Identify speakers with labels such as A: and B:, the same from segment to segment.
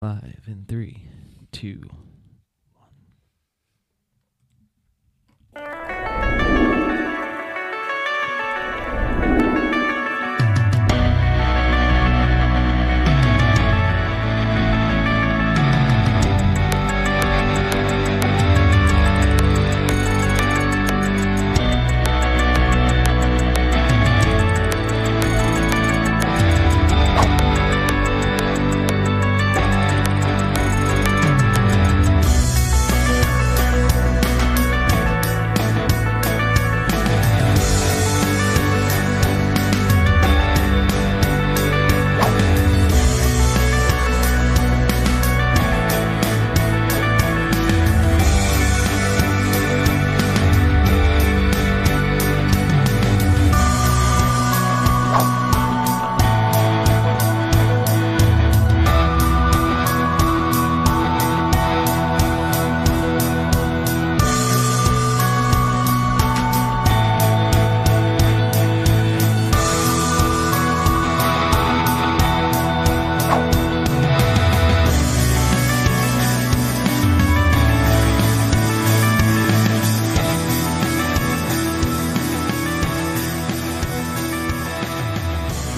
A: Live in three, two.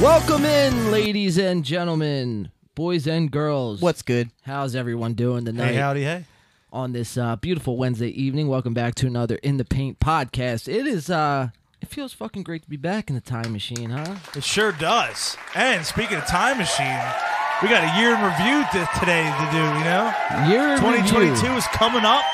A: Welcome in, ladies and gentlemen, boys and girls.
B: What's good?
A: how's everyone doing tonight
C: Hey, howdy, hey.
A: on this uh, beautiful Wednesday evening? Welcome back to another In the Paint podcast. It is uh, it feels fucking great to be back in the time machine, huh?
C: It sure does. And speaking of time machine, we got a year in review to, today to do, you know?
A: Year in
C: 2022
A: review.
C: is coming up.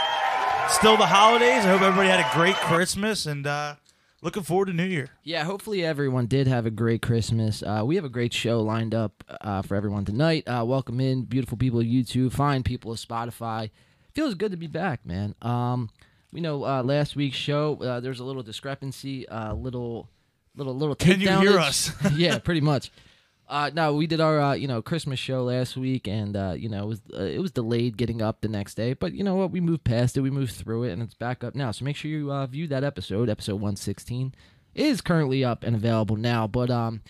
C: Still the holidays. I hope everybody had a great Christmas and uh, looking forward to New Year.
A: Yeah, hopefully everyone did have a great Christmas. Uh, we have a great show lined up uh, for everyone tonight. Uh, welcome in, beautiful people of YouTube, fine people of Spotify. Feels good to be back, man. Um, we know uh, last week's show uh, there's a little discrepancy, a little, little, little.
C: Can you hear
A: takedownage. yeah, pretty much. Uh, no, we did our uh, you know Christmas show last week, and uh, you know it was uh, it was delayed getting up the next day, but you know what? We moved past it, we moved through it, and it's back up now. So make sure you uh, view that episode, episode one sixteen, is currently up and available now. But um,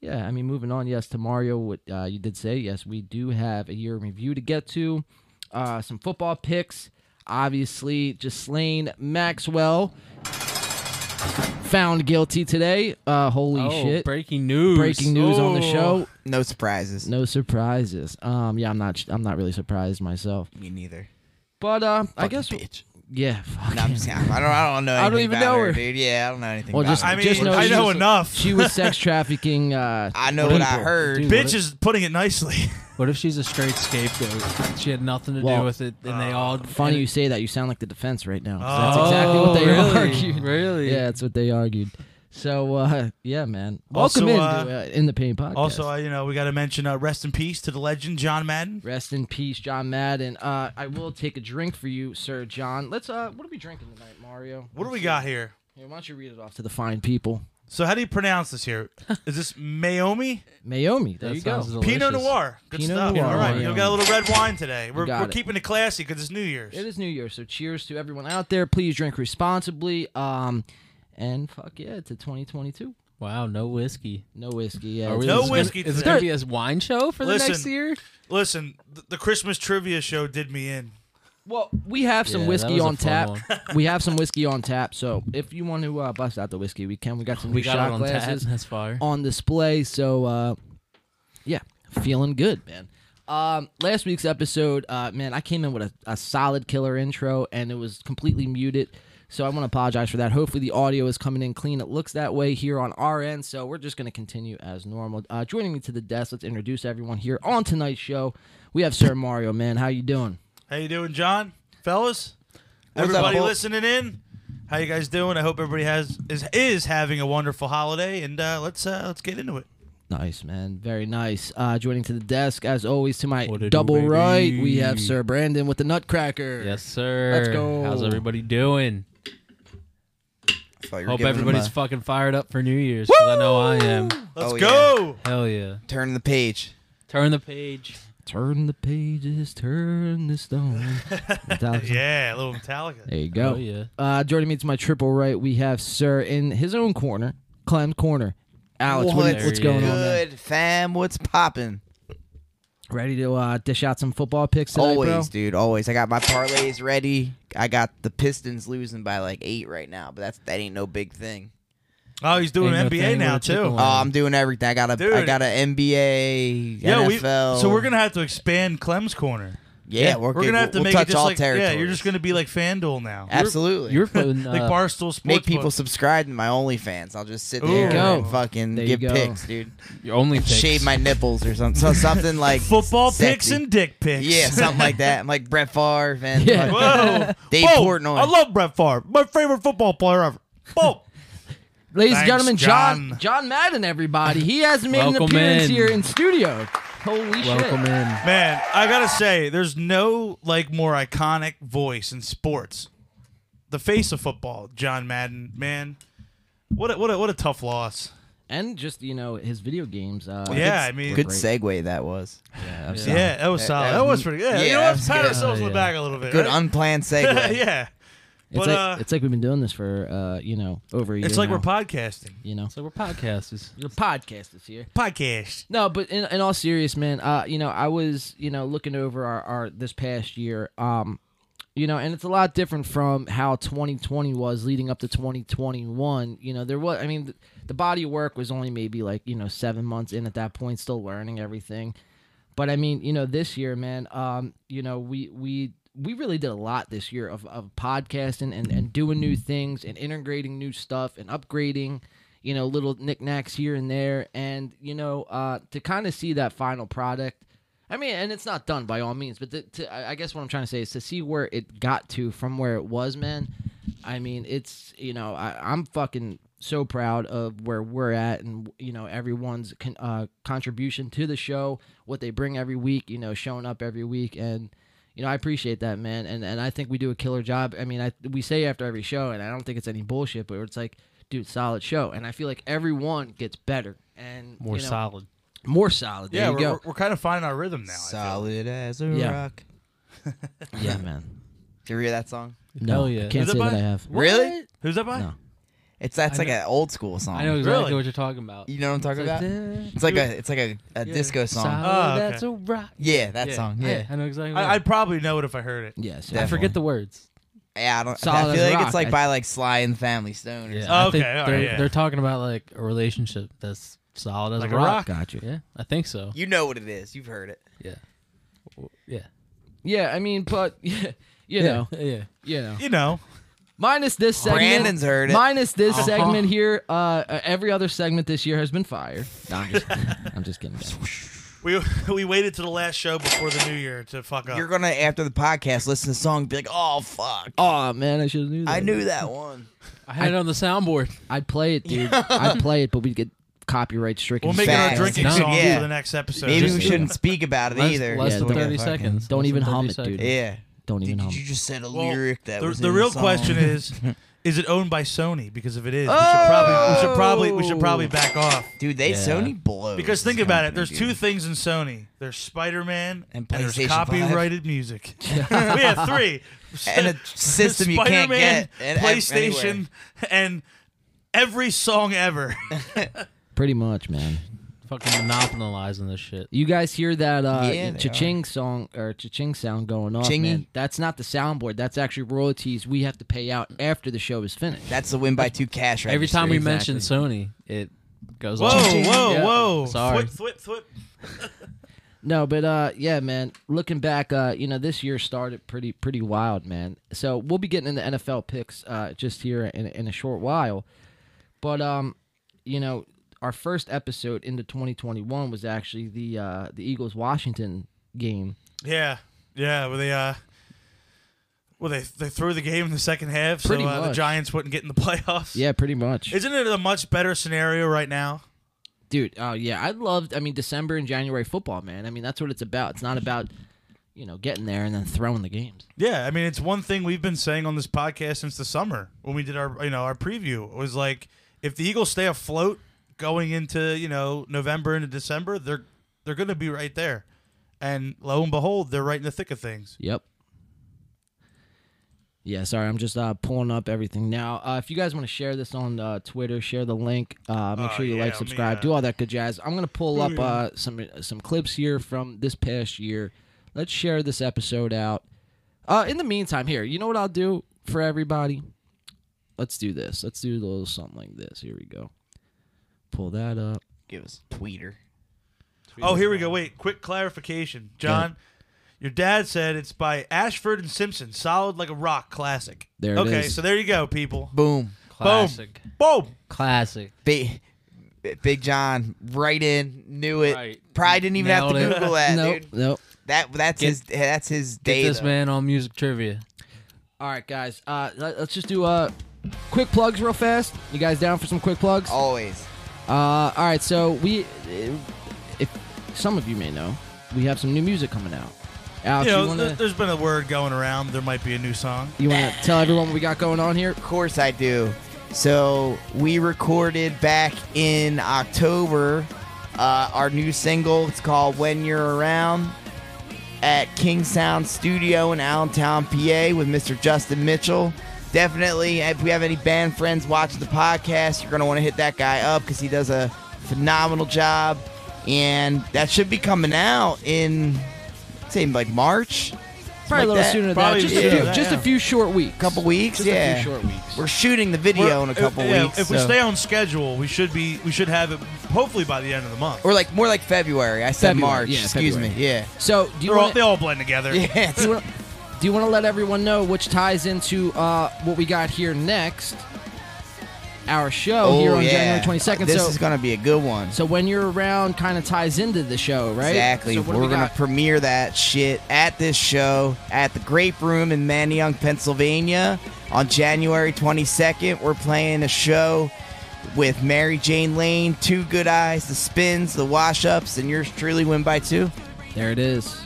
A: yeah, I mean moving on. Yes, to Mario, what uh, you did say. Yes, we do have a year in review to get to, uh, some football picks. Obviously, Ghislaine Maxwell found guilty today. Uh, holy
D: Oh,
A: shit!
D: Breaking news. Oh.
A: breaking news on the
C: Oh.
A: show.
B: No surprises.
A: No surprises. Um, yeah, I'm not. I'm not really surprised myself.
B: Me neither.
A: But uh, I
B: Fucking
A: guess.
B: bitch.
A: Yeah. Fuck.
B: No, I'm just, I don't. I don't know.
A: I don't
B: anything
A: even
B: about
A: know her.
B: dude. Yeah, I don't know anything.
A: Well,
B: about
A: just,
B: her.
C: I mean,
A: just know
C: I
A: she
C: know
A: was-
C: enough.
A: She was sex trafficking. Uh,
B: I know what I
A: people.
B: heard.
A: Dude,
C: Bitch
A: what-
C: is putting it nicely.
D: What if she's a straight scapegoat? She had nothing to
A: Well, uh,
D: do with it, and they all.
A: Funny
D: and
A: you
D: it-
A: say that. You sound like the defense right now. 'cause
C: Oh,
A: that's exactly what they
D: really?
A: argued.
D: Really?
A: Yeah, that's what they argued. So uh, yeah, man.
C: Also,
A: Welcome in
C: uh,
A: to, uh, in the pain podcast.
C: Also, uh, you know, we got to mention uh, rest in peace to the legend, John Madden.
A: Rest in peace, John Madden. Uh, I will take a drink for you, Sir John. Let's. Uh, what are we drinking tonight, Mario?
C: What do we
A: Let's
C: got
A: see.
C: here?
A: Here, why don't you read it off to the fine people?
C: So, how do you pronounce this here? Is this Mayomi?
A: Mayomi. There
D: That
A: you go.
D: sounds
C: Pinot
D: delicious.
C: Noir. Good
A: Pinot
C: stuff.
A: Noir.
C: All right.
A: Mayomi.
C: We got a little red wine today. We're,
A: got
C: we're
A: it.
C: keeping it classy because it's New Year's.
A: It is New Year, so cheers to everyone out there. Please drink responsibly. Um, and fuck yeah, to 2022.
D: Wow, no whiskey.
A: No whiskey. Yeah,
D: Are we-
A: it's-
C: No
D: is it
C: whiskey
D: Gonna, is it
C: today.
D: going to be a wine show for the next
C: Listen.
D: year?
C: Listen, th- the Christmas trivia show did me in.
A: Well, we have some
D: Yeah, that
A: whiskey
D: was a
A: on tap.
D: fun
A: we have some whiskey on tap. So if you want to uh, bust out the whiskey, we can. We got some new
D: We got
A: shot
D: it on tap.
A: glasses
D: That's fire.
A: on display. So uh, yeah, feeling good, man. Um, last week's episode, uh, man, I came in with a, a solid killer intro, and it was completely muted. So I want to apologize for that. Hopefully the audio is coming in clean. It looks that way here on our end. So we're just going to continue as normal. Uh, joining me to the desk, let's introduce everyone here on tonight's show. We have Sir Mario, man. How you doing?
C: How you doing, John? Fellas?
B: What's up,
C: everybody
B: Paul?
C: listening in? How you guys doing? I hope everybody has is is having a wonderful holiday and uh, let's uh, let's get into it.
A: Nice, man. Very nice. Uh, joining to the desk, as always, to my
D: What it do,
A: double
D: baby?
A: right, we have Sir Brandon with the Nutcracker.
D: Yes, sir.
A: Let's go.
D: How's everybody doing?
B: I thought you were
D: Hope
B: giving him
D: everybody's
B: a-
D: fucking fired up for New Year's. 'cause I know I am.
C: Let's
B: Oh, yeah.
C: go.
D: Hell yeah.
B: turn the page.
D: Turn the page.
A: Turn the pages, turn the stone. Metallica.
C: Yeah, a little Metallica.
A: There you go.
D: Oh yeah.
A: Uh, joining me to my triple right, we have Sir in his own corner, Clem's corner. Alex, what-
B: What's
A: what's going on? man?
B: Good fam, what's poppin'?
A: Ready to uh, dish out some football picks tonight,
B: Always,
A: bro?
B: dude. Always. I got my parlays ready. I got the Pistons losing by like eight right now, but that's that ain't no big thing.
C: Oh, he's doing
D: Ain't no
C: NBA
D: thing
C: now
D: with a chicken
C: too.
D: wing.
B: Oh, I'm doing everything. I got a I
C: Dude.
B: got an NBA,
C: Yeah, we,
B: NFL.
C: so we're gonna have to expand Clem's corner.
B: yeah, we're,
C: we're gonna have to
B: we'll
C: make
B: touch
C: it just
B: all
C: like
B: territories.
C: yeah. You're just gonna be like FanDuel now,
B: absolutely
D: You're putting
C: like
D: uh,
C: Barstool Sports.
B: make people subscribe to my OnlyFans. I'll just sit
C: Ooh.
B: there
A: Go.
B: and fucking
A: There you
B: give
A: go.
B: pics, dude.
D: your only picks.
B: Shave my nipples or something. So something like
C: football
B: sexy.
C: picks and dick picks.
B: yeah, something like that. I'm like Brett Favre and
A: Yeah.
C: Whoa,
B: Dave
C: Whoa.
B: Portnoy.
C: I love Brett Favre, my favorite football player ever. Boom.
A: Ladies and
C: Thanks,
A: gentlemen, John.
C: John.
A: John Madden, everybody. He hasn't made an
D: Welcome
A: appearance
D: in.
A: here in studio. Holy shit.
D: Welcome in.
C: Man, I gotta say, there's no like more iconic voice in sports. The face of football, John Madden. Man, what a, what a, what a tough loss.
A: And just, you know, his video games. Uh,
C: yeah, I mean,
B: Good
A: Great.
B: segue that was.
A: yeah, I've seen-
C: yeah, that was solid. That,
B: that
C: was
B: was-
C: pretty. Yeah,
B: yeah,
C: you know what?
B: that's
C: Pat
B: good.
C: ourselves in
D: Oh,
C: the
D: yeah.
C: back a little bit.
B: Good
C: right?
B: unplanned segue.
C: yeah,
A: It's,
C: But,
A: like,
C: uh,
A: it's like we've been doing this for, uh, you know, over a year.
C: it's like
A: now,
C: we're podcasting.
A: You know,
D: So we're podcasters.
A: your podcast is here.
C: Podcast.
A: No, but in, in all serious, man, uh, you know, I was, you know, looking over our, our this past year, um, you know, and it's a lot different from how 2020 was leading up to 2021. You know, there was, I mean, the, the body of work was only maybe like, you know, seven months in at that point, still learning everything. But I mean, you know, this year, man, um, you know, we, we, we really did a lot this year of, of podcasting and, and doing new things and integrating new stuff and upgrading you know, little knickknacks here and there. And, you know, uh, to kind of see that final product, I mean, and it's not done by all means, but the, to, I I guess what I'm trying to say is to see where it got to from where it was, man. I mean, it's, you know, I, I'm fucking so proud of where we're at and, you know, everyone's con- uh, contribution to the show, what they bring every week, you know, showing up every week. And, you know, I appreciate that, man, and and I think we do a killer job. I mean, I we say after every show, and I don't think it's any bullshit, but it's like, dude, solid show, and I feel like everyone gets better and
D: More
A: you know,
D: solid.
A: more solid. There
C: Yeah,
A: you
C: we're, we're,
A: go.
C: we're kind of finding our rhythm now. I feel.
B: Solid as a
A: Yeah.
B: rock.
A: yeah, man.
B: Did you hear that song?
A: No,
D: Hell yeah.
A: I can't
C: Is it
A: say that
C: by-
A: I have.
B: Really?
C: Who's that by?
A: No.
B: It's that's
D: I
B: like
D: know-
B: an old school song.
D: I know exactly
C: Really?
D: what you're talking about.
B: You know what I'm talking about?
D: It's
B: It's like a it's like a, a disco song.
C: Oh, okay.
D: That's a rock.
B: Yeah, that song. Yeah.
D: I know exactly.
C: I, I'd probably know it if I heard it.
A: Yes,
D: I forget the words.
B: Yeah, I don't.
A: Solid
B: I
A: as
B: feel like
A: rock.
B: it's like
A: I-
B: by like Sly and Family Stone. Or
D: Yeah.
B: something.
D: I
C: Okay,
D: think
C: all right,
D: they're,
C: yeah.
D: they're talking about like a relationship that's solid as
C: Like
D: a
C: a
D: rock.
A: Got you.
D: Yeah, I think so.
B: You know what it is. You've heard it.
D: Yeah. W- Yeah.
A: Yeah, I mean, but yeah, you know,
D: Yeah.
A: you know.
D: Yeah.
C: You know,
A: Minus this segment,
B: Brandon's heard it.
A: Minus this segment here. Uh, uh, every other segment this year has been fire. No, I'm just, I'm just kidding. guys.
C: we we waited to the last show before the new year to fuck up.
B: You're gonna after the podcast listen to the song and be like, oh fuck,
A: Oh man, I should have knew that.
B: I knew that one.
D: I had it on the soundboard.
A: I'd play it, dude. I'd play it, but we'd get copyright stricken.
C: we'll make it our
B: Facts.
C: drinking
D: Nice.
C: song
B: Yeah.
C: for the next episode.
B: Maybe
D: just-
B: we shouldn't speak about it
D: Less-
B: either.
D: Less
A: Yeah,
D: than
A: don't-
D: 30
B: Fucking-
D: seconds.
A: Don't
D: Less
A: even
D: than
A: hum
D: 30
A: it, dude.
B: Yeah.
A: Don't even
B: Did,
A: hum.
B: you just said a
C: Well,
B: lyric that
C: the,
B: was
C: the
B: in
C: real
B: song.
C: question is is it owned by sony because if it is we should probably we should probably we should probably back off
B: dude, they
D: Yeah.
B: Sony blows.
C: because think
B: this
C: about it
B: company,
C: there's
B: Oh. dude.
C: two things in sony there's spider-man
B: And
C: there's
B: PlayStation five.
C: copyrighted music we have three
B: and a system you can't
C: Spider-Man,
B: get. And,
C: playstation
B: anyway.
C: and every song ever
A: Pretty much, man.
D: Fucking monopolizing this shit.
A: You guys hear that uh,
B: Yeah, they
A: cha-ching song or cha-ching sound going off,
B: Chingy.
A: man? That's not the soundboard. That's actually royalties we have to pay out after the show is finished.
B: That's the win by two cash.
D: Every time we
B: register.
D: mention Sony, it goes
C: whoa
D: off.
C: whoa
D: Yeah.
C: whoa
D: Sorry.
C: Thwip, thwip, thwip.
A: No, but uh, yeah, man. Looking back, uh, you know, this year started pretty pretty wild, man. So we'll be getting into NFL picks uh, just here in, in a short while. But um, you know, our first episode into 2021 was actually the uh, the Eagles Washington game.
C: yeah yeah well they uh well they they threw the game in the second half so
A: Pretty
C: uh, the
A: much.
C: giants wouldn't get in the playoffs
A: Yeah, pretty much.
C: Isn't it a much better scenario right now?
A: Dude, oh yeah, I loved. I mean, December and January football, man. I mean, that's what it's about. It's not about, you know, getting there and then throwing the games.
C: Yeah, I mean it's one thing we've been saying on this podcast since the summer when we did our you know our preview It was like if the Eagles stay afloat going into you know November into December they're they're going to be right there, and lo and behold they're right in the thick of things.
A: Yep. Yeah, sorry, I'm just uh, pulling up everything now. Uh, if you guys want to share this on uh, Twitter, share the link. Uh, make
C: Oh,
A: sure you
C: yeah,
A: like,
C: let me,
A: subscribe,
C: uh,
A: do all that good jazz. I'm gonna pull up uh, some some clips here from this past year. Let's share this episode out. Uh, in the meantime, here, you know what I'll do for everybody? Let's do this. Let's do a little something like this. Here we go. Pull that up.
B: Give us tweeter.
C: Oh, here we go. Wait, quick clarification, John. Your dad said it's by Ashford and Simpson, solid like a rock, classic.
A: There it
C: okay,
A: is.
C: so there you go, people.
B: Boom.
D: Classic.
C: Boom.
D: Classic.
B: Big, Big John, right in, knew it.
D: Right.
B: Probably didn't even
D: Nailed
B: have
D: it.
B: to Google that,
A: nope,
B: dude.
A: nope.
B: That that's
D: Get-
B: his that's his
D: Get
B: day.
D: this man on music trivia.
A: All right, guys. Uh, let, us just do uh, quick plugs real fast. You guys down for some quick plugs?
B: Always.
A: Uh, all right, so we, if some of you may know, we have some new music coming out. Al,
C: you know,
A: you want
C: th-
A: to
C: there's been a word going around. There might be a new song.
A: you want to tell everyone what we got going on here?
B: Of course I do. So we recorded back in October uh, our new single. It's called When You're Around at King Sound Studio in Allentown, PA with Mr. Justin Mitchell. Definitely, if we have any band friends watching the podcast, you're going to want to hit that guy up because he does a phenomenal job. And that should be coming out in, I'd say, like March.
A: Probably a little
B: that.
A: sooner than that.
C: Probably
A: Just, a,
B: sooner
A: few,
B: than
C: that,
A: just a
C: yeah.
A: few short weeks.
B: Couple weeks,
A: Just
B: yeah.
A: a few short weeks.
B: We're shooting the video in a
C: If-
B: couple
C: yeah,
B: weeks.
C: If we
B: so-
C: stay on schedule, we should be we should have it hopefully by the end of the month.
B: or like more like February. I said
A: February,
B: March.
A: yeah,
B: Excuse
A: February.
B: me. Yeah.
A: so do you
C: They're all,
A: want
C: they all blend together.
B: Yeah.
A: do you wanna- do you want to let everyone know which ties into uh, what we got here next? Our show here on January 22nd.
B: Oh, This
A: so,
B: is gonna be a good one.
A: so when you're around, kind of ties into the show, right?
B: Exactly.
A: So what do
B: We're
A: we
B: gonna
A: got?
B: premiere that shit at this show at the Grape Room in Manayunk, Pennsylvania, on January 22nd. We're playing a show with Mary Jane Lane, Two Good Eyes, The Spins, The Wash Ups, and yours truly win by two.
A: There it is.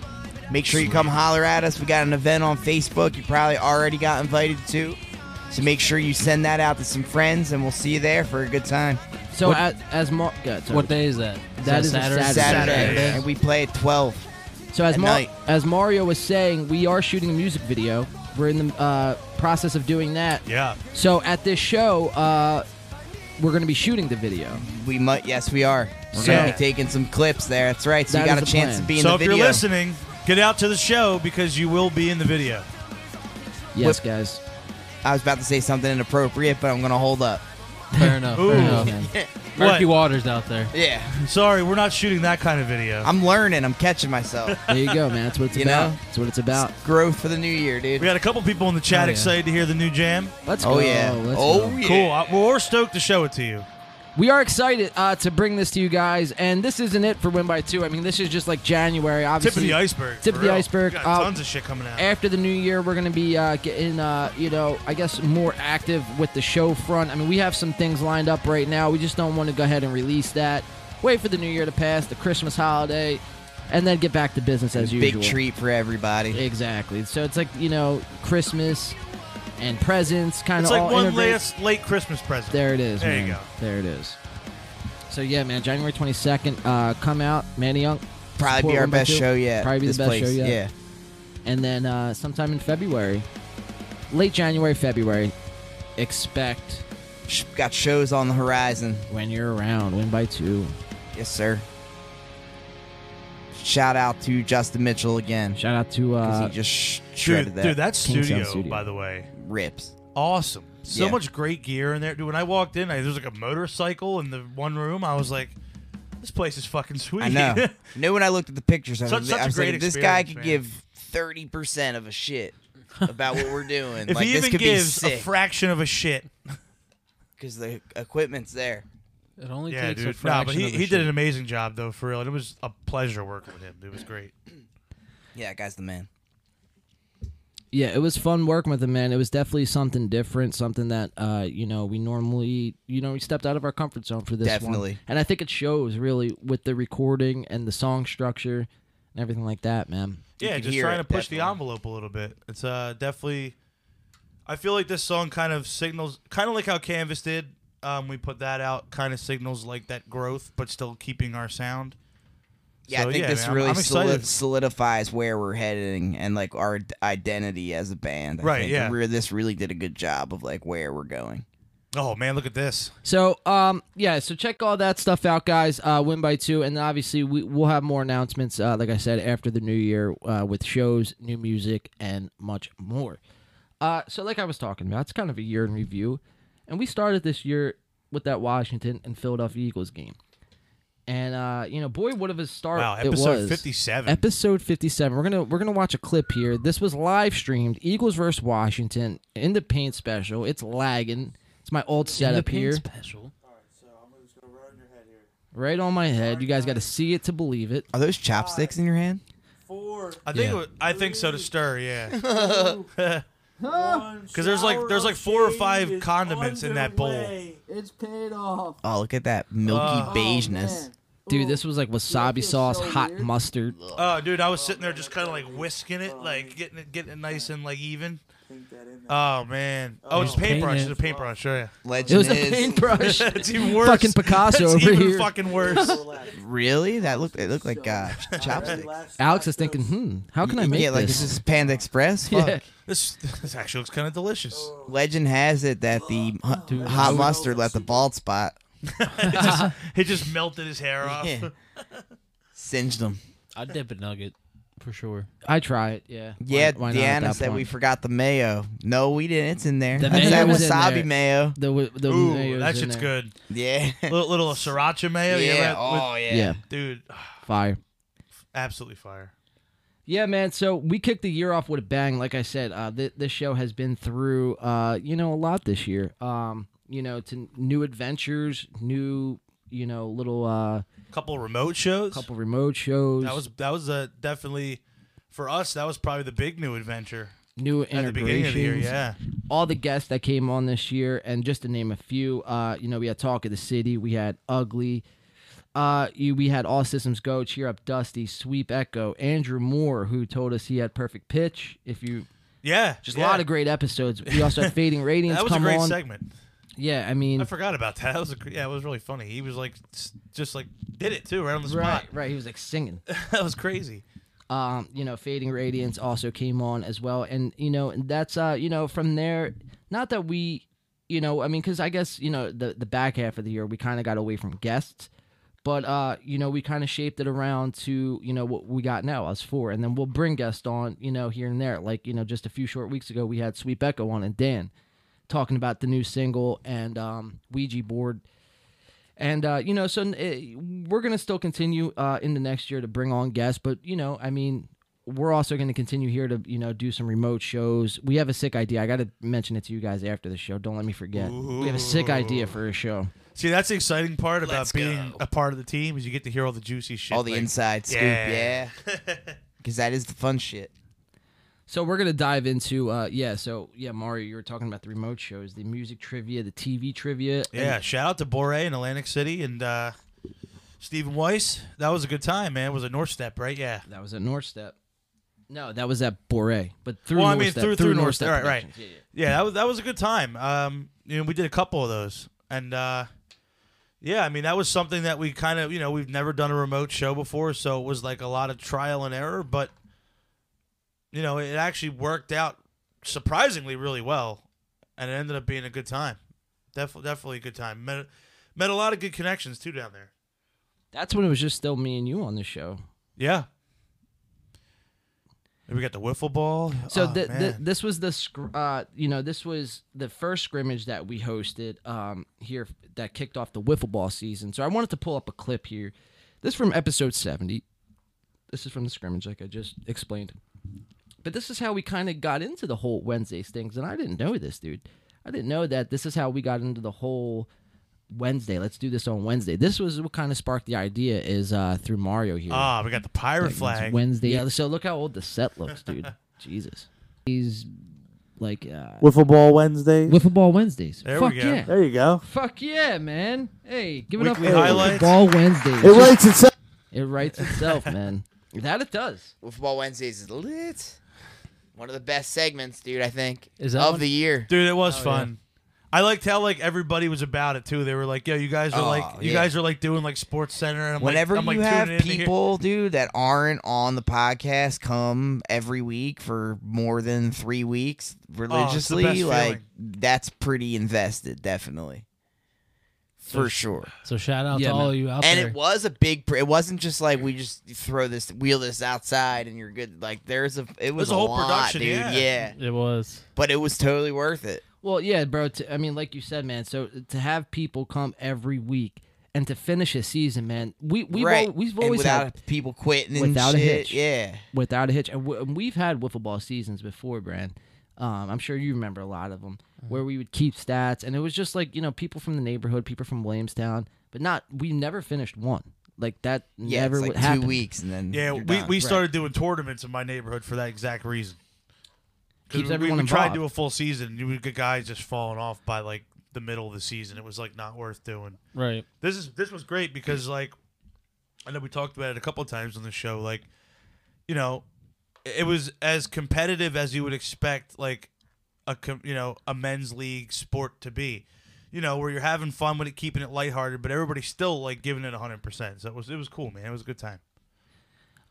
B: Make sure you come holler at us. We got an event on Facebook you probably already got invited to. So make sure you send that out to some friends, and we'll see you there for a good time.
A: So
D: What-
A: as, as Mark, yeah, sorry.
D: What day is that?
A: That is a Saturday.
B: Saturday,
C: Saturday.
B: and we play at 12.
A: So as
B: At
A: Mar-
B: night.
A: as Mario was saying, we are shooting a music video. We're in the uh, process of doing that.
C: Yeah.
A: So at this show, uh, we're going to be shooting the video.
B: We might, yes, we are. We're
A: So-
B: gonna be taking some clips there. That's right. So
A: That
B: you
A: is
B: got a
A: the
B: chance
A: plan.
B: to be in
C: So
B: the
C: if
B: video.
C: you're listening, get out to the show because you will be in the video.
A: Yes,
B: What-
A: guys.
B: I was about to say something inappropriate, but I'm gonna hold up.
D: Fair enough.
C: Ooh.
D: Fair enough.
A: Okay.
D: Murky
C: What?
D: waters out there.
B: Yeah,
C: Sorry, we're not shooting that kind of video.
B: I'm learning. I'm catching myself.
A: There you go, man. That's what it's
B: You
A: about.
B: know?
A: That's what it's about.
B: Growth for the new year,
C: we
B: dude.
C: got a couple people in the chat
D: Oh, yeah.
C: excited to hear the new jam.
A: Let's
B: Oh
A: go.
B: yeah.
A: Let's
B: Oh
A: go.
B: yeah.
C: Cool. I, well, we're stoked to show it to you.
A: We are excited uh, to bring this to you guys, and this isn't it for Win by Two. I mean, this is just like January.
C: Tip of
A: Obviously,
C: the iceberg.
A: Tip
C: for
A: of the
C: real.
A: iceberg.
C: We
A: Uh,
C: got tons of shit coming out.
A: after the new year we're going to be uh, getting uh, you know i guess more active with the show front i mean we have some things lined up right now we just don't want to go ahead and release that wait for the new year to pass the christmas holiday and then get back to business as usual
B: Big treat for everybody.
A: exactly so it's like you know christmas and presents kind
C: It's
A: of
C: like
A: all
C: one
A: integrate-
C: last late Christmas present.
A: there it is
C: There you
A: man.
C: go.
A: there it is so yeah man january 22nd uh, come out manny young
B: Probably
A: support
B: be our
A: Win by
B: best
A: Two.
B: show yet.
A: Probably be the
B: this
A: best
B: place.
A: show yet.
B: Yeah.
A: and then uh, sometime in February, late January, February, expect
B: Sh- Got shows on the horizon.
A: when you're around, win by two.
B: Yes, sir. Shout out to Justin Mitchell again
A: Shout out to
B: because
A: uh,
B: he just sh- shredded
C: dude,
B: that.
C: dude, that
A: King Sound
C: studio,
A: studio.
C: by the way,
B: rips.
C: awesome. So
B: Yeah.
C: much great gear in there, dude. When I walked in, I, there was like a motorcycle in the one room. I was like, this place is fucking sweet.
B: I know. know when I looked at the pictures, I was,
C: Such- such a
B: I was
C: great
B: like, this guy
C: experience,
B: could
C: man.
B: give thirty percent of a shit about what we're doing.
C: if
B: like
C: he
B: this
C: even
B: could
C: gives
B: be
C: a
B: sick
C: fraction of a shit,
B: because the equipment's there.
D: It only
C: yeah,
D: takes a
C: dude.
D: fraction
C: Nah, but he,
D: of a
C: he
D: shit.
C: did an amazing job though, for real. And it was a pleasure working with him. It was great.
B: Yeah, that guy's the man.
A: yeah, it was fun working with him, man. It was definitely something different, something that uh, you know we normally you know we stepped out of our comfort zone for this one.
B: Definitely.
A: and I think it shows really with the recording and the song structure and everything like that, man.
B: You
C: yeah,
B: could
C: just
B: hear
C: trying to
B: it,
C: push the
B: definitely.
C: envelope a little bit. It's uh definitely. I feel like this song kind of signals, kind of like how Canvas did. Um, we put that out, kind of signals like that growth, but still keeping our sound.
B: Yeah,
C: So,
B: I think
C: yeah,
B: this
C: man, I'm-
B: really
C: I'm
B: soli-
C: excited.
B: solidifies where we're heading and like our d- identity as a band. I
C: Right,
B: think
C: yeah.
B: we're- this really did a good job of like where we're going.
C: Oh man, look at this.
A: So, um, yeah, so check all that stuff out, guys. Uh, win by two, and obviously we we'll have more announcements. Uh, like I said, after the new year, uh, with shows, new music, and much more. Uh, so like I was talking about, it's kind of a year in review, and we started this year with that Washington and Philadelphia Eagles game, and uh, you know, boy, what of a start
C: Wow,
A: it was.
C: episode fifty-seven.
A: Episode 57. We're gonna we're gonna watch a clip here. This was live streamed. Eagles versus Washington in the paint special. It's lagging. It's my old setup here,
D: Special.
A: right on my head. You guys got to see it to believe it.
B: Are those chopsticks in your hand?
E: four,
C: I think it
D: Yeah.
C: wa- I think so to stir, yeah.
E: two, one.
C: Because there's like there's like four or five
E: con-
C: condiments in that bowl.
E: underway.
F: It's paid off.
B: Oh, look at that milky
C: Oh,
B: beigeness.
A: Dude, this was like wasabi
F: feel
A: sauce,
F: so
A: hot
F: weird.
A: mustard.
C: Oh, dude, I was sitting there just kind of like whisking it, like getting it getting it nice and like even.
E: Think that in there.
C: Oh man. Oh, it's a
D: He's painting
C: paintbrush.
D: it.
C: It's a paintbrush. Oh, yeah.
A: It
B: Legend
A: was a
B: is
A: paintbrush.
C: It's even worse.
A: Fucking Picasso
C: It's
A: over
C: even
A: here.
C: Fucking worse.
E: Relax.
B: really that looked it looked like uh, chopsticks.
E: Relax.
A: Alex is thinking, hmm, how can I make
B: yeah, like
A: this?
B: this is Panda Express. Fuck.
A: Yeah.
C: this this actually looks kind of delicious.
B: Legend has it that the hu- hot mustard left a bald spot.
C: it, just, it just melted his hair off.
B: Yeah. Singed them.
D: I'd dip a nugget for sure.
A: I try it. Yeah. Why-
B: Yeah,
A: why not at
B: Deanna
A: that
B: said we
A: point?
B: forgot the mayo. No, we didn't. It's in there.
D: The
B: That's
D: mayo
B: that
A: was in
B: wasabi
A: there.
B: mayo.
A: The, w- the
C: Ooh,
A: mayo's
C: that
A: in
C: shit's
A: there.
C: good.
B: Yeah.
C: Little, little sriracha mayo. you
B: yeah.
C: ever had with-
B: Oh, yeah.
A: Yeah.
C: dude,
A: fire.
C: absolutely fire.
A: Yeah, man. So we kicked the year off with a bang. Like I said, uh, th- this show has been through, uh, you know, a lot this year. Um, you know, to n- new adventures, new, you know, little uh,
C: Couple remote shows.
A: couple remote shows,
C: That was that was a definitely for us. That was probably the big new adventure
A: new
C: at
A: integrations.
C: the beginning of the year. Yeah,
A: All the guests that came on this year, and just to name a few, uh, you know, we had Talk of the City, we had Ugly, uh, you, we had All Systems Go, Cheer Up Dusty, Sweep Echo, Andrew Moore, who told us he had perfect pitch. If you
C: yeah,
A: just
C: yeah.
A: a lot of great episodes. We also had Fading Radiance
C: That was a
A: come
C: great
A: on.
C: segment.
A: Yeah, I
C: I
A: mean,
C: forgot about that. That was a, gr- yeah, it was really funny. He was like, s- just like did it too, right on the spot.
A: right, right. He was like singing.
C: that was crazy.
A: Um, you know, Fading Radiance also came on as well, and you know, and that's uh, you know, from there, not that we, you know, I mean, because I guess you know, the the back half of the year we kind of got away from guests, but uh, you know, we kind of shaped it around to you know what we got now, us four, and then we'll bring guests on, you know, here and there. Like you know, just a few short weeks ago, we had Sweet Echo on and Dan talking about the new single and um, Ouija board. And uh, you know, so uh, we're gonna still continue uh, in the next year to bring on guests, but you know, I mean, we're also gonna continue here to you know do some remote shows. We have a sick idea. I gotta mention it to you guys after the show. Don't let me forget. We have a sick idea for a show.
C: See, that's the exciting part about
B: Let's
C: being
B: go.
C: a part of the team is you get to hear all the juicy shit.
B: All the
C: like-
B: inside scoop. Yeah.
C: Yeah.
B: Because that is the fun shit.
A: So we're gonna dive into uh, yeah. So yeah, Mario, you were talking about the remote shows, the music trivia, the TV trivia. and-
C: Yeah, shout out to Bore in Atlantic City and uh, Stephen Weiss. That was a good time, man. It was a North Step, right? Yeah.
A: that was at North Step. No, that was at Bore, but through
C: Well, I
A: North
C: mean,
A: Step,
C: through- through North Step, right, right.
A: Productions. Yeah, yeah.
C: Yeah, that was that was a good time. Um, you know, we did a couple of those, and uh, yeah, I mean, that was something that we kind of, you know, we've never done a remote show before, so it was like a lot of trial and error, but you know, it actually worked out surprisingly really well, and it ended up being a good time. Definitely, definitely a good time. Met met a lot of good connections too down there.
A: That's when it was just still me and you on the show.
C: Yeah. And We got the wiffle ball.
A: So
C: Oh,
A: th- th-
C: man.
A: this was the scr- uh, you know this was the first scrimmage that we hosted um, here that kicked off the wiffle ball season. So I wanted to pull up a clip here. This is from episode seventy. This is from the scrimmage, like I just explained. But this is how we kind of got into the whole Wednesdays things, and I didn't know this, dude. I didn't know that this is how we got into the whole Wednesday. Let's do this on Wednesday. This was what kind of sparked the idea is uh, through Mario here.
C: ah, we got the pirate
A: It's
C: flag.
A: Wednesday. Yeah, so look how old the set looks, dude. Jesus. He's like uh
E: Wiffle ball Wednesday.
A: Wiffle Ball Wednesdays.
C: There we
A: Fuck
C: go.
A: yeah.
E: there you go.
A: Fuck yeah, man. Hey, give it up
C: Weekly
A: for
C: highlights.
A: Wiffle Ball Wednesdays.
E: It writes itself.
A: It writes itself, man. That it does.
B: Football Wednesdays is lit. One of the best segments, dude, I think,
D: Is that
B: of
D: one-
B: the year.
C: Dude, it was fun. I liked how like everybody was about it too. They were like, "Yo, you guys are
B: Oh,
C: like, you
B: yeah.
C: guys are like doing like Sports Center." And I'm
B: Whenever
C: like, I'm, like,
B: you have
C: tuning in to hear-
B: people, dude, that aren't on the podcast come every week for more than three weeks religiously,
C: Oh, best
B: like that's pretty invested, definitely. For sure.
D: So shout out
A: Yeah,
D: to all
A: man.
D: you out
B: and
D: there.
B: it was a big pr- it wasn't just like we just throw this wheel this outside and you're good like there's a it was
C: a whole
B: lot,
C: production,
B: dude
C: yeah.
D: it was.
B: but it was totally worth it
A: Well, yeah, bro. To, I mean, like you said, man. So to have people come every week and to finish a season, man, we we've
B: right
A: al- we've
B: And
A: always
B: without
A: had
B: people quitting and
A: without a
B: shit,
A: hitch.
B: yeah
A: without a hitch, and, w- and we've had wiffle ball seasons before, Brand. Um, I'm sure you remember a lot of them where we would keep stats, and it was just like you know people from the neighborhood, people from Williamstown, but not we never finished one like that.
B: yeah
A: never
B: it's like
A: would
B: two
A: happen.
B: weeks and then
C: Yeah,
B: you're
C: we,
B: done.
C: we
B: Right.
C: started doing tournaments in my neighborhood for that exact reason. 'Cause
A: Keeps
C: we,
A: everyone
C: we tried to
A: involved.
C: do a full season. and We got guys just falling off by like the middle of the season. It was like not worth doing.
D: Right.
C: This is this was great because like I know we talked about it a couple of times on the show. Like you know, it was as competitive as you would expect. Like a com- you know a men's league sport to be. You know, where you're having fun with it, keeping it lighthearted, but everybody's still like giving it 100%. So it was it was cool, man. It was a good time.